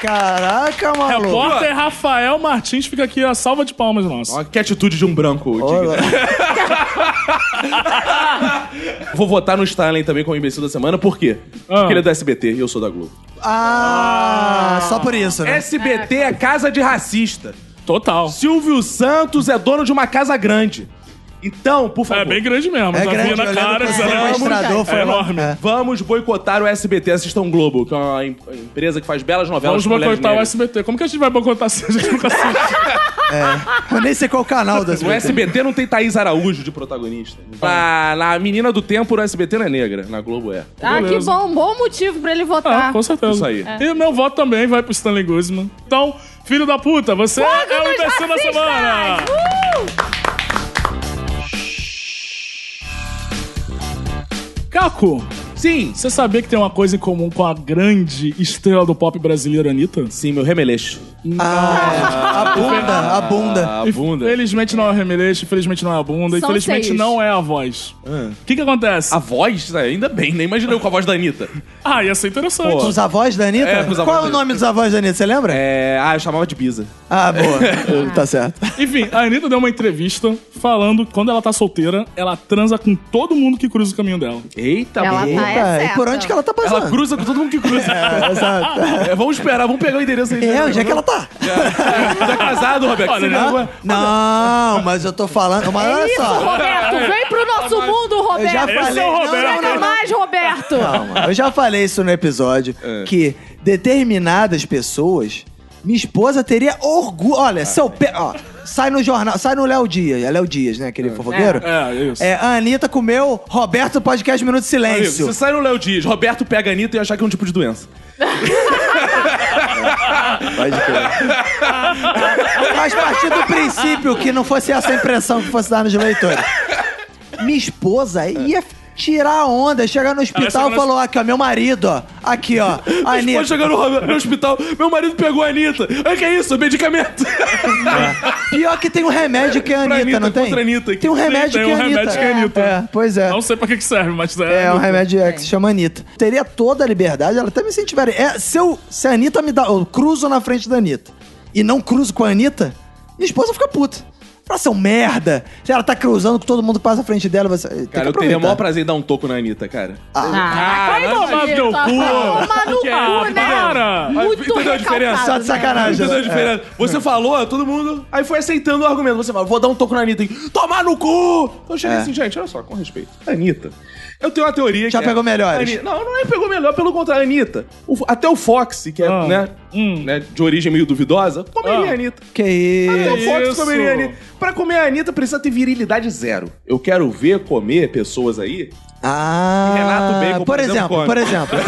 C: Caraca, maluco.
B: Repórter Rafael Martins fica aqui a salva de palmas nossa.
D: Ó, que atitude de um branco. digno.
C: Olha.
D: Vou votar no Stalin também como imbecil da semana, por quê?
B: Ah.
D: Porque ele é do SBT e eu sou da Globo.
C: Ah, só por isso, né?
D: SBT é casa de racista.
B: Total.
D: Silvio Santos é dono de uma casa grande. Então, por favor,
B: É bem grande mesmo.
C: É
B: Já
C: grande,
B: vi na
C: olhando
B: cara.
C: pro
B: já vi.
C: sequestrador, foi
B: É
C: uma-
B: enorme.
C: É.
D: vamos boicotar o SBT, assistam o Globo, que é uma em- empresa que faz belas novelas.
B: Vamos
D: com mulheres
B: boicotar o
D: negras.
B: SBT. Como que a gente vai boicotar se a gente nunca assiste?
C: Eu nem sei qual canal das
D: O SBT não tem Thaís Araújo de protagonista. Na, na Menina do Tempo, o SBT não é negra. Na Globo é.
E: Ah, que
B: Beleza.
E: bom, bom motivo pra ele
B: Ah,
E: votar.
B: com certeza.
D: Isso aí.
B: E meu voto também vai pro Stanley Guzman. Então, filho da puta, você é o
E: Todos
B: imbecil da
E: racistas!
B: semana!
E: Uh!
B: Caco,
D: Sim.
B: Você sabia que tem uma coisa em comum com a grande estrela do pop brasileira, Anitta?
D: Sim, meu remeleixo.
C: Ah, a bunda, a bunda.
D: A bunda.
B: Infelizmente não é o remeleixo, infelizmente não é a bunda,
E: São
B: infelizmente
E: seis.
B: não é a voz. O que que acontece?
D: A voz, né? ainda bem, nem imaginei eu com a voz da Anitta.
B: Ah, ia ser interessante.
D: Pô.
C: Os avós da Anitta?
D: É, pros avós
C: Qual é
D: da
C: o nome dos avós da Anitta? Você lembra?
D: É. Ah, eu chamava de Biza.
C: Ah, boa. tá certo.
B: Enfim, a Anitta deu uma entrevista falando que quando ela tá solteira, ela transa com todo mundo que cruza o caminho dela.
D: Eita,
E: Ela
D: boa.
E: tá- é
C: Tá, e
E: certa.
C: por onde que ela tá passando?
D: Ela cruza com todo mundo que cruza.
C: É, exato.
D: É, vamos esperar, vamos pegar o endereço aí. né?
C: É, onde é que ela tá?
D: Tá casado, Roberto?
B: Olha,
D: Você
B: né?
D: não-
C: Hã? Não, mas eu tô falando. Mas olha
E: é Isso,
C: só.
E: Roberto! Vem pro
B: Tá
E: nosso mundo,
C: Eu já
E: Roberto!
B: é
E: né?
B: o
C: falei. né? não,
B: Roberto.
C: não, não,
E: Chega
C: não.
E: mais, Roberto!
C: Calma, eu já falei isso no episódio,
D: É.
C: que determinadas pessoas, minha esposa teria orgulho. Olha, seu pé. Ó, sai no jornal, sai no Léo Dias. É Léo Dias, né? Aquele fofoqueiro.
B: É, isso.
C: É, a Anitta comeu Roberto Podcast Minuto de
D: Amigo,
C: Silêncio.
D: você sai no Léo Dias, Roberto pega a Anitta e achar que é um tipo de doença.
C: Pode crer. Mas partir do princípio que não fosse essa a impressão que fosse dar nos leitores. Minha esposa ia tirar a onda, chegar no hospital
B: chega
C: e
B: no-
C: falou: aqui, ó, meu marido, ó. Aqui, ó. a
D: Pode
C: Anitta.
D: chegar no, Ro- no hospital, meu marido pegou a Anitta. Ai, que é isso? Medicamento.
C: Pior que tem um remédio que é a
D: Pra
C: Anitta,
D: Anitta,
C: não tem?
D: contra a Anitta.
C: Tem um
B: Sim,
C: remédio
B: tem
C: que é
B: um
C: a Anitta.
B: remédio que é a Anitta.
C: É, pois é.
B: Não sei pra que que serve, mas é.
C: É um remédio é, que se chama Anitta. Teria toda a liberdade, ela até me incentivaria. É, se, eu, se a Anitta me dá. Eu cruzo na frente da Anitta e não cruzo com a Anitta, minha esposa fica puta. Fala, seu merda! Se ela tá cruzando, que todo mundo passa na frente dela, você. tem
D: Cara,
C: que
D: eu teria o maior
C: aproveitar.
D: prazer em dar um toco na Anitta, cara.
E: Ah,
B: vai tomar
E: Anitta,
B: teu
E: vai
B: cu.
E: Tomar no
B: Que
E: cu,
B: é,
E: né?
B: para.
E: Muito
D: Entendeu a diferença?
C: Só de
E: recalcado, né?
C: sacanagem.
D: Entendeu a
C: né? É.
D: diferença? Você falou, todo mundo. Aí foi aceitando o argumento. Você fala, vou dar um toco na Anitta. E, Tomar no cu! Então eu cheguei assim, gente, olha só, com respeito. Anitta. Eu tenho uma teoria
C: Já
D: que. é-
C: pegou melhores.
D: Ani- Não, não é pegou melhor, pelo contrário, Anitta. O- até o Fox, que é,
B: Ah.
D: né,
B: Hum.
D: né, de origem meio duvidosa, comeria
B: Ah.
D: a Anitta.
C: Que isso?
D: Até o Fox
B: isso?
D: comeria a Anitta. Pra comer a Anitta precisa ter virilidade zero. Eu quero ver comer pessoas aí.
C: Ah,
D: Renato Bacon, por
C: por
D: exemplo,
C: exemplo,
D: come.
C: por exemplo.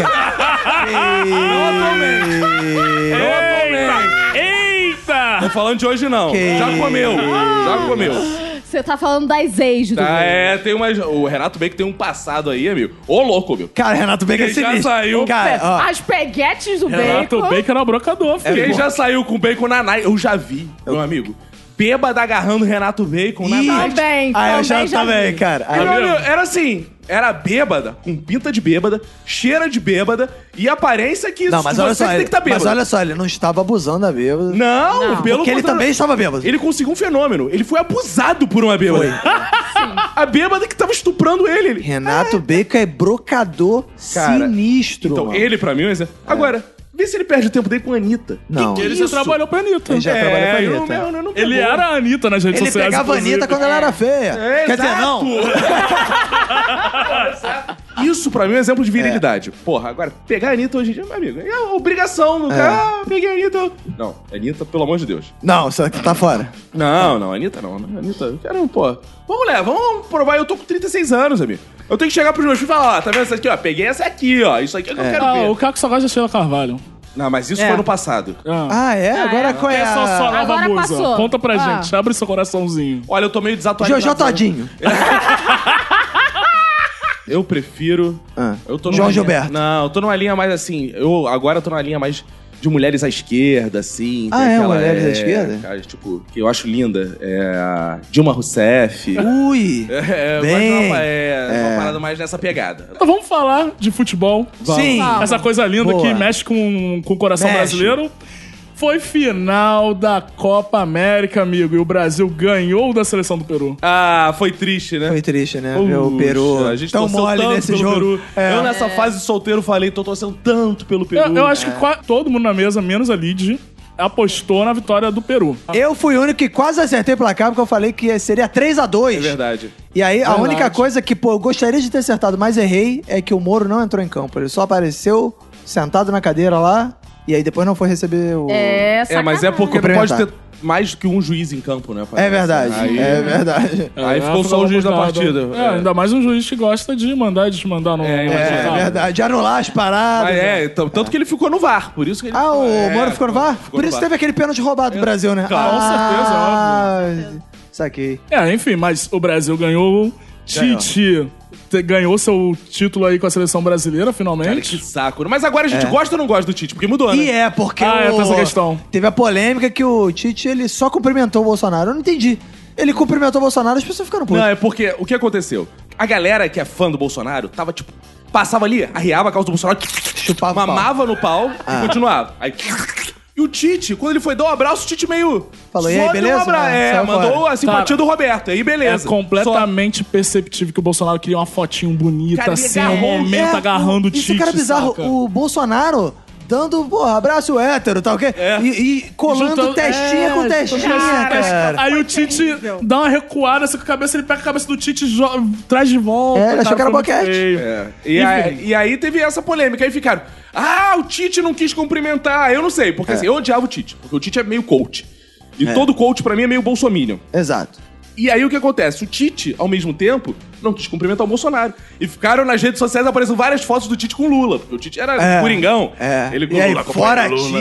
C: Que-
B: Eita! Eita!
D: Tô falando de hoje não.
C: Que
D: Já comeu. Já comeu.
E: Você tá falando das ex do
D: Tá, é, tem uma. O Renato Bacon tem um passado aí, amigo. Ô, louco, meu.
C: Cara, Renato Bacon é
D: Ele já
C: sinistro.
D: saiu.
C: Cara, ó,
E: As peguetes do
B: Renato
E: bacon.
B: Baker é o brocador, filho.
D: Quem já saiu com bacon na night? Eu já vi, meu amigo. Bêbado agarrando Renato Bacon na
C: Ih,
D: night.
E: Também,
C: Ah, eu já
E: também já
C: também,
E: vi.
C: cara. Aí-
D: Meu
B: mesmo?
D: amigo, era assim, era bêbada, com pinta de bêbada, cheira de bêbada e aparência que
C: Não, mas olha
D: você
C: só,
D: que tem
C: ele,
D: que tá bêbado.
C: mas olha só, ele não estava abusando da bêbada.
D: Não,
E: Não.
D: pelo
C: porque ele
D: contrário,
C: também estava bêbado.
D: Ele conseguiu um fenômeno. Ele foi abusado por uma bêbada. A bêbada que tava estuprando ele. ele.
C: Renato Bacon é brocador
D: Cara,
C: sinistro.
D: Então,
C: mano.
D: ele pra mim, é um exemplo. Agora, vê se ele perde o tempo dele com a Anitta. é
C: Não.
B: Ele já
D: Isso. É,
B: trabalhou pra Anitta.
C: Ele já trabalhou com a
D: eu não-
C: Anitta.
D: eu não- não
B: Ele
D: pegou.
B: era a Anitta nas redes
C: Ele
B: sociais.
C: pegava a
B: inclusive.
C: Anitta quando ela era feia.
D: É,
C: Quer dizer,
D: exato.
C: não.
D: Isso pra mim é um exemplo de virilidade. Porra, agora, pegar a Anitta hoje em dia, meu amigo, é uma obrigação. do cara, Ah, peguei a Anitta. Não, Anitta, pelo amor de Deus.
C: Não, você tá fora.
D: Não, não, Anitta não. né? Anitta, eu quero, pô. Vamos lá, vamos provar. Eu tô com 36 anos, amigo. Eu tenho que chegar pros meus filhos e falar, ó, tá vendo essa aqui, ó? Peguei essa aqui, ó. Isso aqui é que eu quero
B: Ah,
D: ver.
B: o Caco só gosta de Sheila Carvalho.
D: Não, mas isso foi no passado.
B: Ah.
C: Ah, é? Agora qual é
B: Essa é a sua
C: a...
B: nova
E: Agora
B: musa.
E: passou.
B: Conta pra
E: Ah.
B: gente. Abre seu coraçãozinho.
D: Olha, eu tô meio desatualizado.
C: Jojo Todinho.
D: Eu prefiro.
C: Ah.
D: Eu tô numa
C: João
D: linha-
C: Gilberto.
D: Não, eu tô numa linha mais assim. Eu agora eu tô numa linha mais de mulheres à esquerda, assim.
C: Ah,
D: tem
C: é? Mulheres à esquerda?
D: cara, tipo, que eu acho linda. É a Dilma Rousseff.
C: Ui.
D: É, eu
C: Ah, Bem.
D: gosto de uma, é, uma parada mais nessa pegada.
B: Então vamos falar de futebol.
C: Sim.
E: Vamos.
B: Essa coisa linda
C: Boa.
B: que mexe com, com o coração
C: Mexe.
B: brasileiro. Foi final da Copa América, amigo. E o Brasil ganhou da seleção do Peru.
D: Ah, foi triste, né?
C: Foi triste, né? Meu
D: Puxa,
C: peru.
D: A gente
C: Tão
D: torceu
C: mole
D: tanto
C: nesse
D: pelo
C: jogo. É.
D: Peru. Eu nessa fase solteiro falei, tô torcendo tanto pelo Peru. é.
B: Eu, eu acho que qua- todo mundo na mesa, menos a Lid, apostou na vitória do Peru.
C: Eu fui o único que quase acertei o placar, porque eu falei que seria 3x2.
D: É verdade.
C: E aí, a
B: Verdade.
C: única coisa que, pô, eu gostaria de ter acertado, mas errei, é que o Moro não entrou em campo. Ele só apareceu sentado na cadeira lá, e aí depois não foi receber o.
E: É,
D: É, mas é
E: sacanagem.
D: porque
C: Sacanagem.
D: pode ter mais do que um juiz em campo, né?
C: É
D: parece.
C: verdade,
D: Aí-
C: é verdade.
D: Aí ficou só o juiz da partida.
B: É, ainda mais um juiz que gosta de mandar e desmandar no.
D: É,
B: no
D: é
C: É
B: resultado.
C: verdade. De anular as
D: Ah,
C: paradas.
D: é, então, tanto que ele ficou no VAR, por isso que ele
C: Ah, o
D: é,
C: Moro ficou no VAR? Por
D: no
C: isso
D: VAR. É.
C: teve aquele pênalti roubado do Brasil, né? Com
B: certeza,
C: ah, certeza, Saquei.
B: É, enfim, mas o Brasil ganhou. Tite te- ganhou seu título aí com a seleção brasileira,
D: Cara,
B: finalmente.
D: que saco. né? Mas agora a gente gosta ou não gosta do Tite? Porque mudou,
C: É. E
D: né?
C: é, porque
B: Ah, é,
C: o-
B: tem essa questão.
C: teve a polêmica que o Tite ele só cumprimentou o Bolsonaro. Eu não entendi. Ele cumprimentou o Bolsonaro, as pessoas ficaram putas.
D: Não, é porque o que aconteceu? A galera que é fã do Bolsonaro tava tipo. Passava ali, arriava a calça do Bolsonaro,
C: Chupava o pau. Ah.
D: mamava no pau e continuava. Aí. E o Tite, quando ele foi dar um abraço, o Tite meio.
C: Falou,
D: só
C: e aí,
D: deu Um
C: beleza?
D: abraço.
C: Ah,
D: É,
C: saiu
D: mandou
C: fora.
D: a simpatia
B: Cara,
D: do Roberto. Aí, beleza.
B: É completamente perceptível que o Bolsonaro queria uma fotinho bonita,
D: Cara, ele
B: assim,
D: agarrou-
B: um momento
C: É,
B: agarrando o
C: isso,
B: Tite,
C: cara é bizarro.
B: saca?
C: O Bolsonaro dando, porra, abraço hétero, tá ok?
D: É.
C: E, e colando
B: Juntando-
C: testinha
B: É,
C: com testinha, cara.
B: Aí o Tite dá uma recuada assim, com a cabeça, ele pega a cabeça do Tite e jo- traz de volta.
C: É, ele achou que era
B: foi muito
C: boquete.
B: feio.
D: É. E, aí, e aí teve essa polêmica. Aí ficaram. Ah, o Tite não quis cumprimentar. Eu não sei,
C: É.
D: porque assim, eu odiava o Tite. Porque o Tite é meio coach. E todo coach, pra mim, é meio bolsominion.
C: Exato.
D: E aí o que acontece? O Tite, ao mesmo tempo, não quis cumprimentar o Bolsonaro. E ficaram nas redes sociais aparecendo várias fotos do Tite com o Lula. Porque o Tite era
C: É.
D: coringão.
C: É.
D: Ele com
C: E aí,
D: Lula,
C: fora
D: acompanha o Lula. É.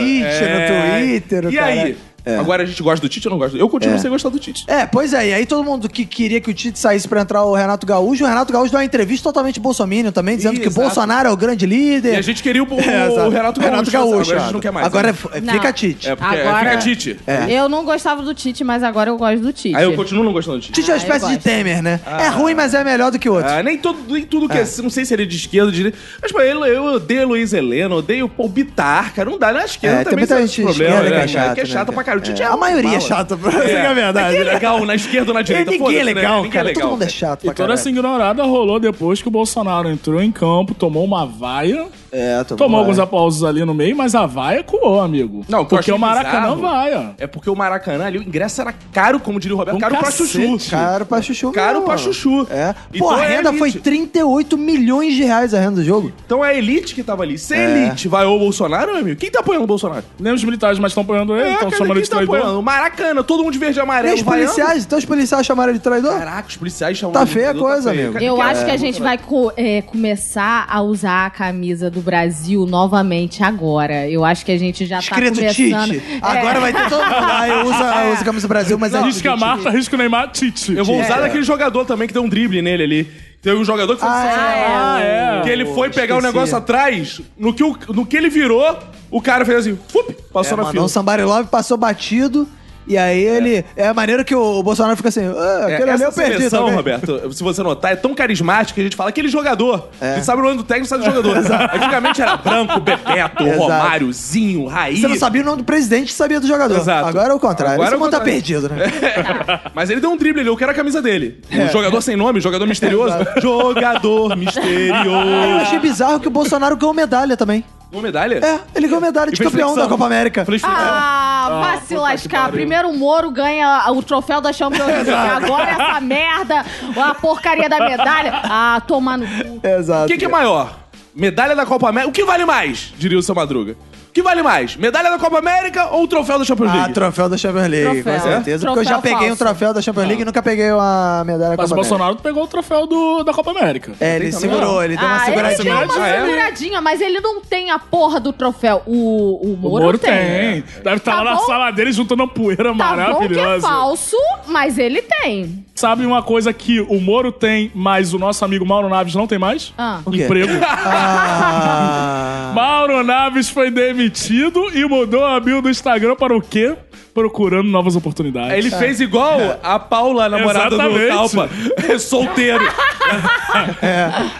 C: Tite no Twitter, o
D: E
C: caralho.
D: aí? Agora a gente gosta do Tite ou não gosta? Eu continuo sem gostar do Tite.
C: É, pois é, e aí todo mundo que queria que o Tite saísse pra entrar o Renato Gaúcho, o Renato Gaúcho deu uma entrevista totalmente bolsominion também, dizendo
D: Ih,
C: que
D: exato.
C: Bolsonaro é o grande líder.
D: E a gente queria o, o-
C: É,
D: o
C: exato.
D: Renato Gaúcho.
C: Renato Gaúcho.
D: Agora a gente não quer mais.
C: Agora
D: né?
C: é-
E: Não.
C: fica Tite.
D: É porque
E: Agora-
D: fica Tite.
E: Eu não gostava do Tite, mas agora eu gosto do Tite.
D: Aí eu continuo não gostando do Tite.
C: Tite é uma
E: Ah, eu
C: espécie de
E: gosto.
C: Temer, né? é ruim, mas é melhor do que o outro.
D: Ah, nem, todo, nem tudo que é. Não sei se ele é de esquerda ou de direita. Mas, pô, eu, eu odeio Luiz Helena, odeio pô, o Bitar, cara. Não dá, né? A
C: É,
D: esquerda
C: tem
D: também
C: muita
D: sabe
C: gente
D: esse problema,
C: esquerda
D: né,
C: que é
D: cara?
C: chata,
D: Que é
C: né,
D: chata
C: cara?
D: pra caralho. O Tite
C: É,
D: é
C: a maioria é
D: mala.
C: chata, pra
B: assim
C: você que é a verdade.
D: Ninguém é legal na esquerda ou na direita.
C: ninguém
D: foda-se,
C: é legal,
D: Ninguém
C: cara.
D: é legal. assim,
C: Todo mundo é chato
B: E
C: pra
B: né? toda
C: caralho.
B: essa ignorada rolou depois que o Bolsonaro entrou em campo, tomou uma vaia,
C: É,
B: tomou
C: vai.
B: alguns aplausos ali no meio, mas a vaia coou, amigo.
D: Não, o que eu
B: porque
D: achei
B: o Maracanã
D: é bizarro
B: vaia.
D: É porque o Maracanã ali, o ingresso era caro, como diria o Roberto,
B: Um
D: caro
B: cacete.
D: pra chuchu.
C: Caro pra chuchu.
D: Caro
C: mesmo,
D: pra
C: mano.
D: chuchu.
C: É.
D: Então
C: Pô, a
D: é
C: renda
D: elite.
C: foi 38 milhões de reais a renda do jogo.
D: Então é a elite que tava ali. Se a
C: É.
D: elite vai ao Bolsonaro, meu amigo, quem tá apoiando o Bolsonaro?
B: Nem os militares mais estão apoiando
C: É,
B: ele, estão
D: É, cara,
B: chamando
C: tá
B: ele Então, de traidor.
D: O Maracanã, todo mundo de verde e
C: E
D: amarelo.
C: os
D: vaiando.
C: policiais? Então os policiais chamaram ele de traidor?
D: Caraca, os policiais chamam
C: Tá
D: ele de
C: feia a
D: traidor,
C: coisa,
D: feio.
C: amigo.
D: Cara,
E: Eu acho que a
D: é,
E: gente
D: Bolsonaro.
E: vai co- é, começar a usar a camisa do Brasil novamente agora. Eu acho que a gente já
C: Escrito
E: tá começando...
C: Tite. Agora vai ter todo mundo. Ah, eu uso, eu uso a camisa do Brasil, mas é.
B: Risca Marta, risca Neymar, Tite.
D: Eu vou usar daquele jogador também que deu um drible nele ali. Tem um jogador que foi
C: Ah,
D: Ah,
B: é.
D: Que ele foi
C: Esqueci.
D: pegar o negócio atrás, no que, o- no que ele virou, o cara fez assim, fup, passou na
C: Mandou
D: fila.
C: um Somebody Love, passou batido. E aí ele. É maneiro que o Bolsonaro fica assim. Ah,
D: É,
C: aquele ali eu
D: essa
C: perdi.
D: seleção,
C: também.
D: Roberto, se você notar, é tão carismática que a gente fala aquele jogador.
C: É.
D: Você sabe o nome do técnico, sabe do jogador. Antigamente era Branco, Bebeto,
C: Exato.
D: Romáriozinho, Raí.
C: Você não sabia o nome do presidente, sabia do jogador.
D: Exato.
C: Agora é o contrário.
D: Agora
C: Agora
D: é o
C: Esse mundo tá
D: contrário.
C: perdido, né?
D: Mas ele deu um drible ali, eu quero a camisa dele.
C: É.
D: Um jogador sem nome, jogador misterioso. jogador
C: Eu
D: misterioso.
C: achei bizarro que o Bolsonaro ganhou medalha também.
D: Uma medalha?
C: É, ele ganhou medalha
D: E
C: de
D: fez
C: campeão
D: flexão.
C: da Copa América.
D: Falei,
E: Ah, vai se lascar. Primeiro o Moro ganha o troféu da Champions League. Agora essa merda, a porcaria da medalha. Ah, tomar no cu.
C: Exato.
D: O que, que é maior? Medalha da Copa América? O que vale mais? Diria o seu Madruga. O que vale mais? Medalha da Copa América ou o troféu da Champions
C: Ah,
D: League?
C: troféu da Champions League,
E: Troféu.
C: com certeza. Porque eu já
E: Troféu
C: peguei
E: falso.
C: um troféu da Champions League e nunca peguei uma medalha da
B: Mas o
C: Copa América.
B: Bolsonaro pegou o troféu do- da Copa América.
C: É, ele
D: também,
C: segurou, ele deu uma assim, né?
E: Ah, ele deu
C: seguradinha.
E: uma
D: Ah, é?
E: seguradinha, mas ele não tem a porra do troféu. O, o
B: O
E: Moro,
B: Moro tem.
E: tem.
B: Deve estar lá
E: Tá
B: na
E: bom?
B: sala dele juntando uma poeira
E: Tá bom que é
B: maravilhosa.
E: falso, mas ele tem.
B: Sabe uma coisa que o Moro tem, mas o nosso amigo Mauro Naves não tem mais?
E: Ah.
C: quê?
B: Emprego.
C: Ah,
B: Mauro Naves foi demitido e mudou a bio do Instagram para o quê? Procurando novas oportunidades. É.
D: Aí Ele fez igual
C: É.
D: a Paula, a namorada
B: Exatamente.
D: do Talpa. É Solteiro.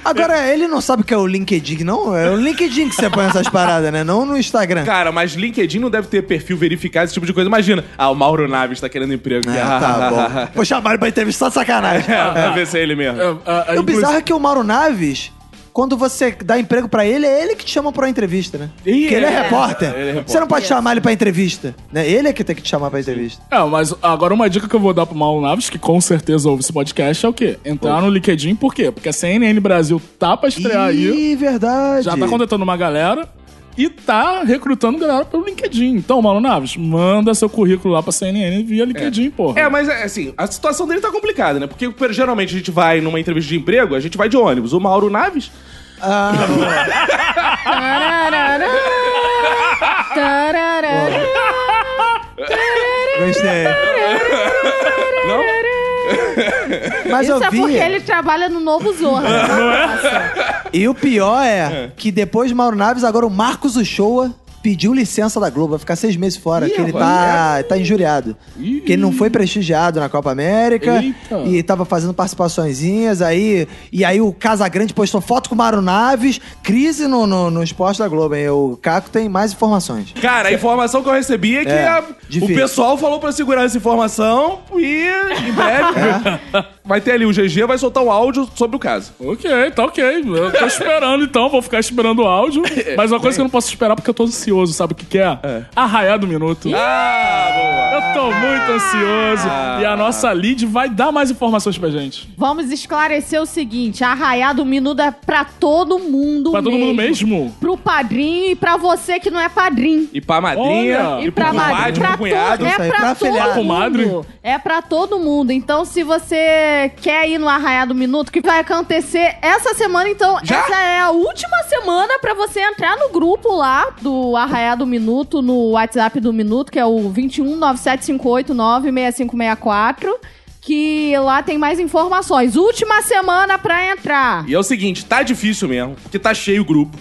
C: Agora, ele não sabe o que é o LinkedIn, não? É o LinkedIn que você põe essas paradas, né? Não no Instagram.
D: Cara, mas LinkedIn não deve ter perfil verificado, esse tipo de coisa. Imagina. Ah, o Mauro Naves tá querendo emprego.
C: Ah, tá bom. Pô, chamaram pra entrevistar sacanagem.
D: Deve ver se é ele mesmo.
B: Ah, ah, ah,
C: O
B: inclusive-
C: bizarro é que o Mauro Naves, quando você dá emprego pra ele, é ele que te chama pra uma entrevista, né?
D: Ih,
C: Porque ele é,
D: é.
C: repórter.
D: Ele é repórter.
C: Você não pode chamar ele pra entrevista, né? Ele é que tem que te chamar pra entrevista.
B: É, mas agora uma dica que eu vou dar pro Mauro Naves, que com certeza ouve esse podcast, é o quê? Entrar no LinkedIn, por quê? Porque a CNN Brasil tá pra estrear aí,
C: Ih, verdade.
B: já tá contratando uma galera e tá recrutando galera pelo LinkedIn. Então, Mauro Naves, manda seu currículo lá pra CNN via LinkedIn, porra.
D: É, mas é, assim, a situação dele tá complicada, né? Porque geralmente a gente vai numa entrevista de emprego, a gente vai de ônibus. O Mauro Naves
C: Ah, boa.
E: Tararara, tararara.
C: Gostei.
D: Não?
C: Mas
E: Isso
C: eu
E: é
C: vi.
E: porque ele trabalha no novo Zorra. né? Nossa.
C: E o pior é, que depois de Mauro Naves, agora o Marcos Uchoa pediu licença da Globo. Vai ficar seis meses fora, que ele tá, tá injuriado. Que ele não foi prestigiado na Copa América.
B: Eita.
C: E tava fazendo participaçõezinhas. Aí, e aí o Casagrande postou foto com o Mauro Naves. Crise no, no, nos postos da Globo, hein? O Caco tem mais informações.
D: Cara, a informação que eu recebi é que
C: É,
D: a- o
C: difícil.
D: pessoal falou pra segurar essa informação e em breve vai ter ali o GG, vai soltar um áudio sobre o caso.
B: Ok, tá ok. Eu tô esperando então, vou ficar esperando o áudio.
D: É.
B: Mas uma coisa que eu não posso esperar porque eu tô ansioso, sabe o que, que é? Arraiar do minuto.
D: Ah,
B: Eu tô muito ansioso. E a nossa lead vai dar mais informações pra gente.
E: Vamos esclarecer o seguinte: a Arraiá do Minuto é pra todo mundo
B: Pra todo
E: mesmo.
B: mundo mesmo?
E: Pro padrinho e pra você que não é padrinho.
D: E pra madrinha,
B: Olha.
E: E
D: e
E: pra
D: pro
E: madrinha,
D: compadre,
E: pra
D: pro cunhado.
E: todo, é
C: isso aí,
E: pra,
C: pra
E: todo
C: afilhado.
E: mundo.
B: Comadre?
E: É pra todo mundo. Então, se você quer ir no Arraiá do Minuto, que vai acontecer essa semana, então
D: Já?
E: essa é a última semana pra você entrar no grupo lá do Arraiá do Minuto, no WhatsApp do Minuto, que é o 21975896564. Que lá tem mais informações. Última semana pra entrar.
D: E é o seguinte, tá difícil mesmo, porque tá cheio o grupo.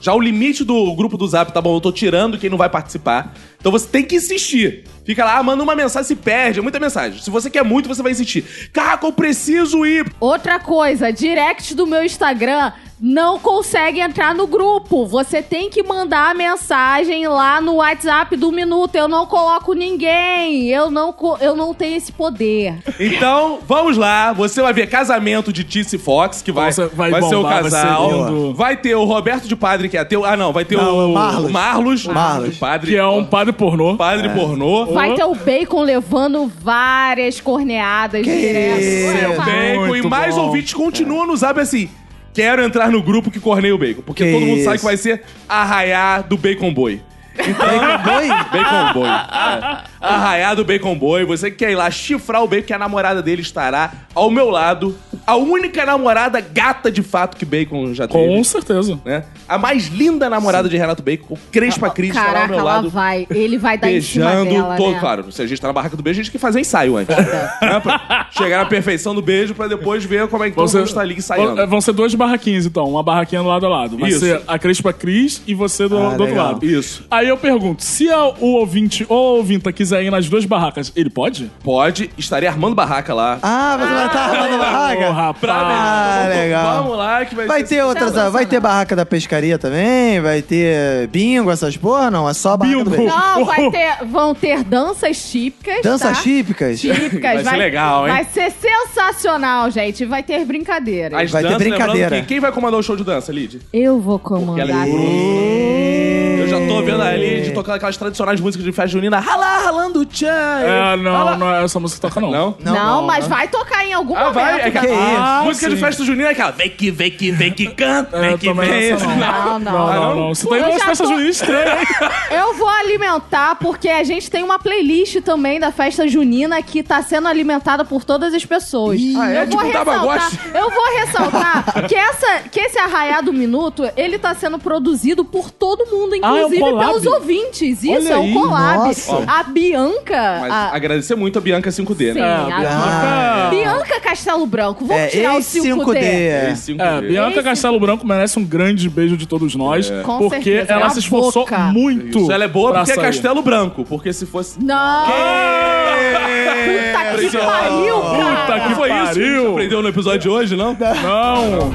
D: Já o limite do grupo do Zap, tá bom, eu tô tirando quem não vai participar. Então você tem que insistir. Fica lá, ah, manda uma mensagem, se perde, é muita mensagem. Se você quer muito, você vai insistir. Caraca, eu preciso ir.
E: Outra coisa, direct do meu Instagram não consegue entrar no grupo. Você tem que mandar a mensagem lá no WhatsApp do Minuto. Eu não coloco ninguém. Eu não, co- eu não tenho esse poder.
D: Então, vamos lá. Você vai ver casamento de Tice Fox, que vai,
B: Nossa, vai
D: vai, ser o
B: bombar, vai ser
D: casal.
B: lindo.
D: Vai ter o Roberto de Padre, que é ateu. Ah, não, vai ter
C: Não, é
D: o
C: o Marlos.
D: Marlos,
C: Marlos.
D: de Padre.
B: Que é um É. padre pornô.
D: padre pornô.
E: Vai ter o Bacon levando várias corneadas direto.
C: isso,
E: Vai, vai.
D: Bacon
B: Muito
D: e mais
B: bom.
D: ouvintes continuam no Zap assim. Quero entrar no grupo que corneia o Bacon. Porque
C: Que
D: todo mundo sabe
C: isso.
D: que vai ser arraiar do Bacon Boy.
C: Bacon Boy?
D: Bacon Boy. É. Arraiar do Bacon Boy. Você que quer ir lá chifrar o Bacon, que a namorada dele estará ao meu lado. A única namorada gata de fato que Bacon já teve.
B: Com certeza.
D: né? A mais linda namorada de Renato Bacon, Crespa Cris, estará ao
E: Caraca,
D: tá meu
E: ela
D: lado.
E: vai. Ele vai
C: Tá
E: dar em
D: Beijando
E: cima dela,
D: todo.
E: né?
D: Claro, se a gente tá na barraca do beijo, a gente tem que fazer ensaio antes.
C: Então.
D: Né? Pra chegar na perfeição do beijo pra depois ver como é que todo mundo está ali
B: vão- é,
D: ensaiando.
B: vão ser duas barraquinhas, então. Uma barraquinha do lado a lado. Vai
D: Isso.
B: ser a Crespa Cris e você do,
C: Ah,
B: do outro
C: legal.
B: lado.
D: Isso.
B: Aí eu pergunto, se a- o ouvinte ou a ouvinta quiser ir nas duas barracas, ele pode?
D: Pode, estarei armando barraca lá.
C: Ah, você vai estar armando
B: Ô,
C: barraca?
B: rapaz.
C: Ah, legal.
D: Vamos lá que vai,
C: Vai ter outras,
E: Não, não,
C: vai
E: não.
C: ter barraca da pescaria também, vai ter bingo, essas porra, não, é só barraca
B: Bingo.
C: do beijo.
E: Não, vai ter, vão ter danças típicas.
C: Danças
E: tá?
C: típicas?
E: típicas.
D: Vai ser legal, hein?
E: Vai ser sensacional, gente. Vai ter brincadeiras.
D: As
C: Vai ter
D: danças,
C: brincadeira.
D: lembrando que- quem vai comandar o show de dança, Lid?
E: Eu vou
D: Porque
E: comandar.
D: ela é Eu já tô vendo
C: É.
D: a Lid tocando aquelas tradicionais músicas de festa junina. Ralá, ralando o tchan.
B: É, não, não é essa música que toca, não.
D: Não?
E: Não, mas vai tocar em algum
D: Ah,
E: momento.
D: vai. É que,
E: da-
C: Que isso?
B: Ah,
D: música de
B: sim.
D: festa junina é aquela. Vem que, vem que, vem que canta. Vem
B: É,
D: que,
B: também
D: vem.
B: essa não.
E: Não, não.
B: Não,
D: Ah,
B: não, não. Você tá indo
E: Eu
B: umas
E: já
B: festas
E: tô-
B: juninas estranhas, hein?
E: Eu vou alimentar, porque a gente tem uma playlist também da festa junina que tá sendo alimentada por todas as pessoas.
D: Ah, é?
E: eu, vou
D: Tipo um
E: ressaltar,
D: Tamagotchi?
E: eu vou ressaltar que, essa, que esse arraiá do minuto, ele tá sendo produzido por todo mundo,
B: Ah, é um
E: inclusive
B: collab.
E: pelos ouvintes. Isso,
B: Olha
E: é um
B: aí,
E: collab.
C: nossa.
E: A Bianca...
D: Mas
C: Ah.
E: a-
D: agradecer muito a Bianca 5D,
E: Sim,
D: né?
E: a
B: Ah,
E: Bianca Castelo Branco, vamos
C: É,
E: tirar o 5D.
D: É,
C: E5D.
D: 5D.
B: É, Bianca
E: Esse-
B: Castelo Branco merece um grande beijo de todos nós,
E: Com
B: porque
E: certeza,
B: ela
E: na
B: se esforçou
E: boca.
B: muito.
D: É. Isso, ela é boa
B: pra
D: porque é
B: sair.
D: Castelo Branco. Porque se fosse...
E: Não! Puta que pariu, cara!
B: Puta que
D: Não foi isso que a gente
B: pariu!
D: aprendeu no episódio de hoje, não?
B: Não!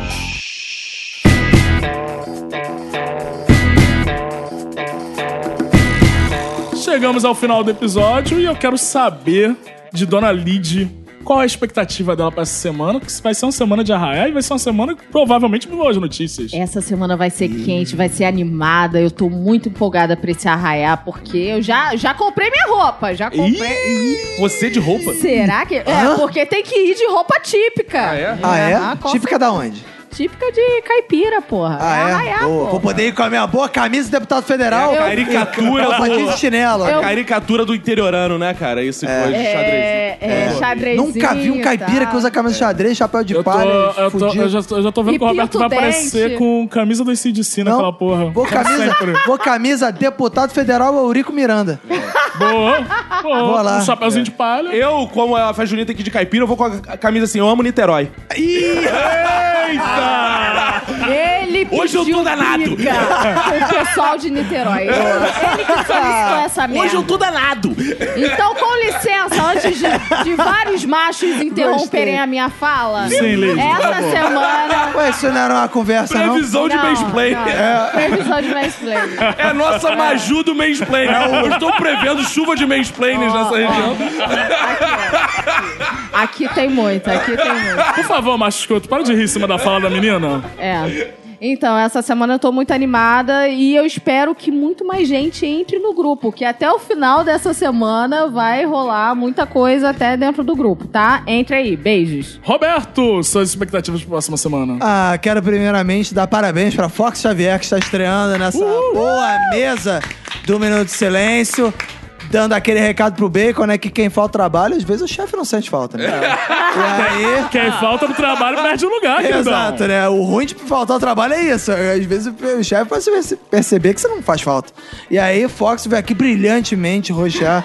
B: Chegamos ao final do episódio e eu quero saber de Dona Lid qual a expectativa dela pra essa semana, que vai ser uma semana de arraia e vai ser uma semana que provavelmente com boas notícias.
E: Essa semana vai ser quente, vai ser animada. Eu tô muito empolgada pra esse arraiar, porque eu já, já comprei minha roupa. Já comprei.
D: Você de roupa?
E: Será que. É,
C: Hã?
E: porque tem que ir de roupa típica.
D: Ah, é?
C: Ah, é?
E: com
C: Típica da onde?
E: certeza. típica de caipira, porra.
C: Ah, é?
E: Arraiá,
C: Boa.
E: porra.
C: Vou poder ir com a minha boa camisa de deputado federal.
E: Eu-
D: Caricatura
C: Sapatinho de
D: do...
C: chinelo.
E: Eu-
D: Caricatura do interiorano, né, cara? Esse coisa de xadrez.
E: É, é, xadrezinho.
C: um Nunca vi um caipira
E: tá?
C: que usa camisa de xadrez, chapéu de
B: Eu, tô,
C: palha,
B: eu, tô,
C: fudido.
B: eu, já, tô- eu já tô vendo
E: E
B: que o Roberto vai
E: pinto
B: aparecer
E: dente.
B: com camisa do ICDC naquela porra.
C: Vou
B: Como
C: camisa,
B: sempre.
C: vou camisa deputado federal Eurico Miranda.
B: Boa. Boa.
C: Vou lá.
B: Um chapéuzinho de palha.
D: Eu, como a festa junina tem que ir de caipira, eu vou com a camisa assim, eu amo Niterói.
E: Ele
D: Hoje eu tô
E: pediu
D: danado.
E: briga Com o pessoal de Niterói.
C: É.
E: Ele que solicitou
C: Ah.
E: essa merda.
D: Hoje eu tô danado.
E: Então, com licença, antes de, de vários machos interromperem
C: Gostei.
E: a minha fala,
B: Sim, Leide,
E: essa
B: tá bom.
E: semana.
C: Ué, isso não era uma conversa, não?
D: Previsão é de
E: Não,
D: mansplay.
E: não.
D: É.
E: Previsão de mansplaining.
D: É a nossa Maju do mansplay.
C: É
D: Eu estou prevendo chuva de mansplainers nessa região.
E: Aqui tem muito, aqui tem muito.
B: Por favor, macho escroto, para de rir em cima da fala da menina.
E: É. Então, essa semana eu tô muito animada e eu espero que muito mais gente entre no grupo, que até o final dessa semana vai rolar muita coisa até dentro do grupo, tá? Entre aí, beijos.
B: Roberto, suas expectativas pra próxima semana.
C: Ah, quero primeiramente dar parabéns pra Fox Xavier, que está estreando nessa boa mesa do Minuto de Silêncio. Dando aquele recado pro Bacon, né? Que quem falta trabalho, às vezes o chefe não sente falta, né? e aí.
B: Quem falta do trabalho perde o lugar, queridão.
C: Ah. Exato, né? O ruim de faltar o trabalho é isso. Às vezes o o chefe pode perce- perceber que você não faz falta. E aí, Fox veio aqui brilhantemente roxar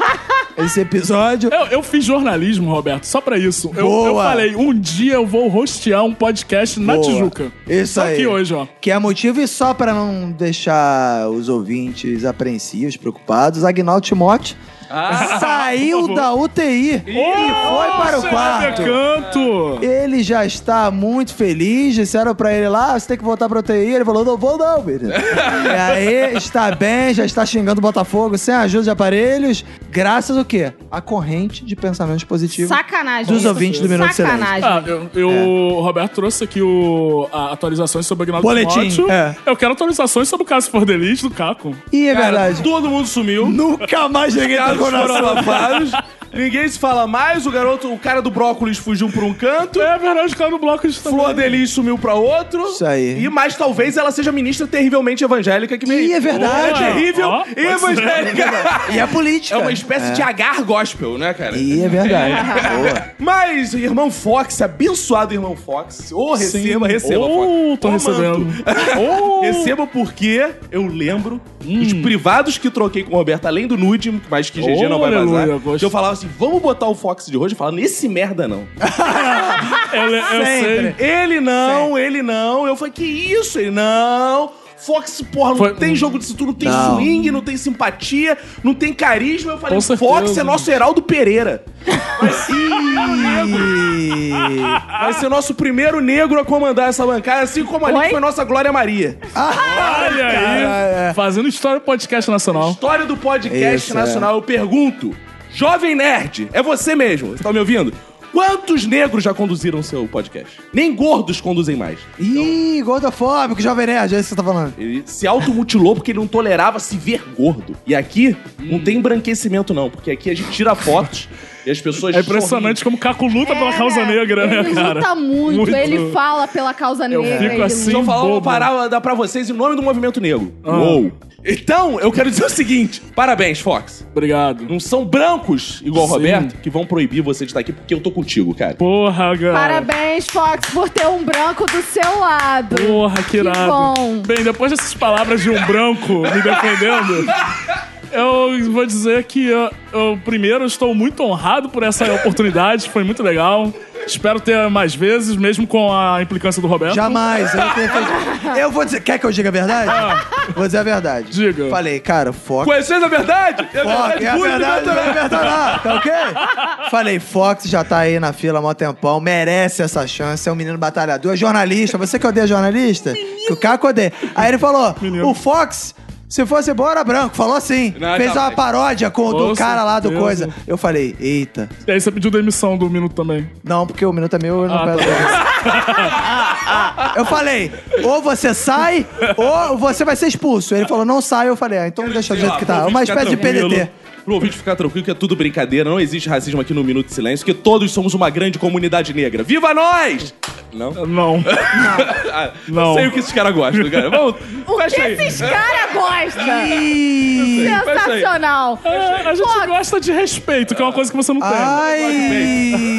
C: esse episódio.
B: Eu, eu fiz jornalismo, Roberto, só pra isso. Eu,
C: Boa.
B: eu falei, um dia eu vou hostear um podcast na
C: Boa.
B: Tijuca.
C: Isso
B: Só
C: aí.
B: Aqui hoje, ó.
C: Que é motivo e só pra não deixar os ouvintes apreensivos, preocupados, Agnaldo Timóteo
D: Ah.
C: saiu da UTI e foi para o
D: é
C: quarto.
B: canto.
C: Ele já está muito feliz. Disseram pra ele lá, "Ah, você tem que voltar pra UTI. Ele falou, não vou não, menino. e aí, está bem, já está xingando o Botafogo sem ajuda de aparelhos. Graças ao quê? A corrente de pensamentos positivos.
E: Sacanagem.
C: Dos
E: isso.
C: ouvintes do Minuto de Silêncio.
E: Sacanagem.
B: Ah, eu, eu-
C: É.
B: o Roberto trouxe aqui o, a- atualizações sobre o Agnaldo
C: Boletim,
B: Timóteo.
C: é.
B: Eu quero atualizações sobre o caso Fordelis do Caco.
C: E é
D: Cara,
C: verdade.
D: Todo mundo sumiu.
C: Nunca mais ninguém
D: Casos
C: tocou na
D: foram
C: sala.
D: lapados. Ninguém se fala mais. O garoto, o cara do brócolis fugiu pra um canto.
B: É verdade, cara, no bloco de
D: Flor Delis sumiu pra outro.
C: Isso aí.
D: E mais talvez ela seja ministra terrivelmente evangélica que me.
C: Ih, é verdade.
D: Boa. Terrível
B: Ó,
D: e evangélica.
C: E é política.
D: É uma espécie de agar gospel, né, cara?
C: E é verdade. Boa.
D: Mas, irmão Fox, abençoado irmão Fox. Ô, receba, receba,
B: Ô,
D: Fox.
B: tô
D: Ô,
B: recebendo.
D: mando.
B: Ô.
D: Receba porque eu lembro
B: Hum.
D: os privados que troquei com o Roberto, além do nude, mas que GG não vai
B: Aleluia,
D: vazar.
B: gosto.
D: Que eu falava assim: vamos botar o Fox de hoje? Eu falava, nesse merda não.
B: Eu, le- eu sei.
D: Ele não, ele não. Eu falei, que isso? Ele não. Fox, porra, não
B: Foi- um
D: tem jogo de cintura, não tem
C: Não.
D: swing, não tem simpatia, não tem carisma. Eu falei,
B: Com certeza.
D: Fox é nosso Heraldo Pereira.
C: E...
D: Vai ser nosso primeiro negro a comandar essa bancada, assim como ali
E: Oi?
D: que foi nossa Glória Maria.
B: Ah. Olha aí. Fazendo história do podcast nacional.
D: História do podcast
B: é.
C: Isso,
D: nacional. Eu pergunto, jovem nerd, é você mesmo, você tá me ouvindo? Quantos negros já conduziram seu podcast? Nem gordos conduzem mais.
C: Ih, gordofóbico, jovem nerd, é isso que você tá falando.
D: Ele se automutilou porque ele não tolerava se ver gordo. E aqui não tem embranquecimento, não, porque aqui a gente tira fotos e as pessoas.
B: É impressionante como o Caco luta pela
E: É,
B: causa negra, né,
E: ele
B: cara?
E: luta muito,
B: Muito.
E: ele fala pela causa
B: Eu
E: negra.
B: fico
E: ele
B: assim.
D: Estou falando uma
B: bobo.
D: parada pra vocês em nome do movimento negro.
B: Ah.
D: Uou. Então, eu quero dizer o seguinte: parabéns, Fox.
B: Obrigado.
D: Não são brancos, igual o
B: Sim.
D: Roberto, que vão proibir você de estar aqui, porque eu tô contigo, cara.
B: Porra, cara.
E: Parabéns, Fox, por ter um branco do seu lado.
B: Porra, que
E: Que
B: irado.
E: bom.
B: Bem, depois dessas palavras de um branco me defendendo, eu vou dizer que eu, eu, primeiro, estou muito honrado por essa oportunidade, foi muito legal. Espero ter mais vezes, mesmo com a implicância do Roberto.
C: Jamais. Eu, não tenho feito- eu vou dizer. Quer que eu diga a verdade? Vou dizer a verdade.
B: Diga.
C: Falei, cara, Fox.
D: Conhecendo a verdade? É
C: Fox,
D: verdade,
C: é a
D: muito
C: verdade, não é a verdade, não, tá ok? Falei, Fox já tá aí na fila há mó tempão, merece essa chance, é um menino batalhador, é jornalista, você que odeia jornalista? Que o Caco odeia. Aí ele falou, o Fox, se fosse bora branco, falou assim,
D: Não,
C: fez
D: tá,
C: uma
D: mas-
C: paródia com, do
B: Com
C: cara lá do
B: certeza.
C: coisa. Eu falei, eita,
B: E aí você pediu demissão do Minuto também.
C: Não, porque o minuto é meu, eu não
B: Ah,
C: peço isso. Eu falei, ou você sai, ou você vai ser expulso. Ele falou, não sai. Eu falei, ah, então deixa do jeito que tá. É Uma espécie de PDT.
D: Pro ouvinte ficar tranquilo que é tudo brincadeira, não existe racismo aqui no Minuto de Silêncio, que todos somos uma grande comunidade negra. Viva nós! Não?
B: Não.
D: Ah,
B: Não.
D: Eu sei o que esses caras gostam, cara. Vamos,
E: O que
D: fecha aí.
E: esses caras gostam?
D: fecha aí.
E: Sensacional.
B: É, a gente gosta de respeito, que é uma coisa que você não
C: Ai!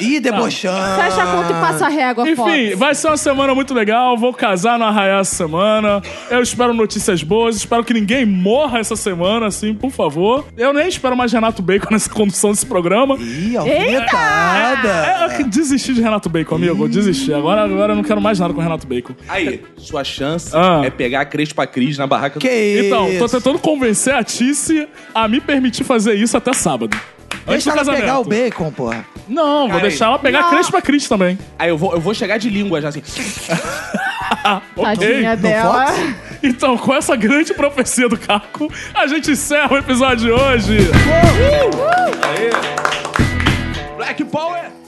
C: Ih, debochando.
E: Fecha a conta e passa a régua,
B: tem.
E: Fox.
B: Enfim, vai ser uma semana muito legal. Vou casar no Arraiá essa semana. Eu espero notícias boas. Espero que ninguém morra essa semana, assim, por favor. Eu nem espero mais Renato Bacon nessa condução desse programa.
C: Ih,
B: É,
C: alfinetada.
B: eu desisti de Renato Bacon, amigo. Eu desisti. Agora, agora eu não quero mais nada com Renato Bacon.
D: Aí, sua chance
B: Ah.
D: é pegar a Crespa Cris na barraca
C: Que isso?
B: Então, tô tentando convencer a Tice a me permitir fazer isso até sábado. Antes
C: Deixa
B: do
C: ela
B: casamento.
C: pegar o bacon, porra.
B: Não, vou
D: Cara,
B: deixar ela pegar a
E: não.
B: Crespa Cris também.
D: Aí eu vou, eu vou chegar de língua já assim.
E: Tadinha
C: No
E: dela.
C: Fox?
B: Então, com essa grande profecia do Caco, a gente encerra o episódio de hoje.
D: Black Power!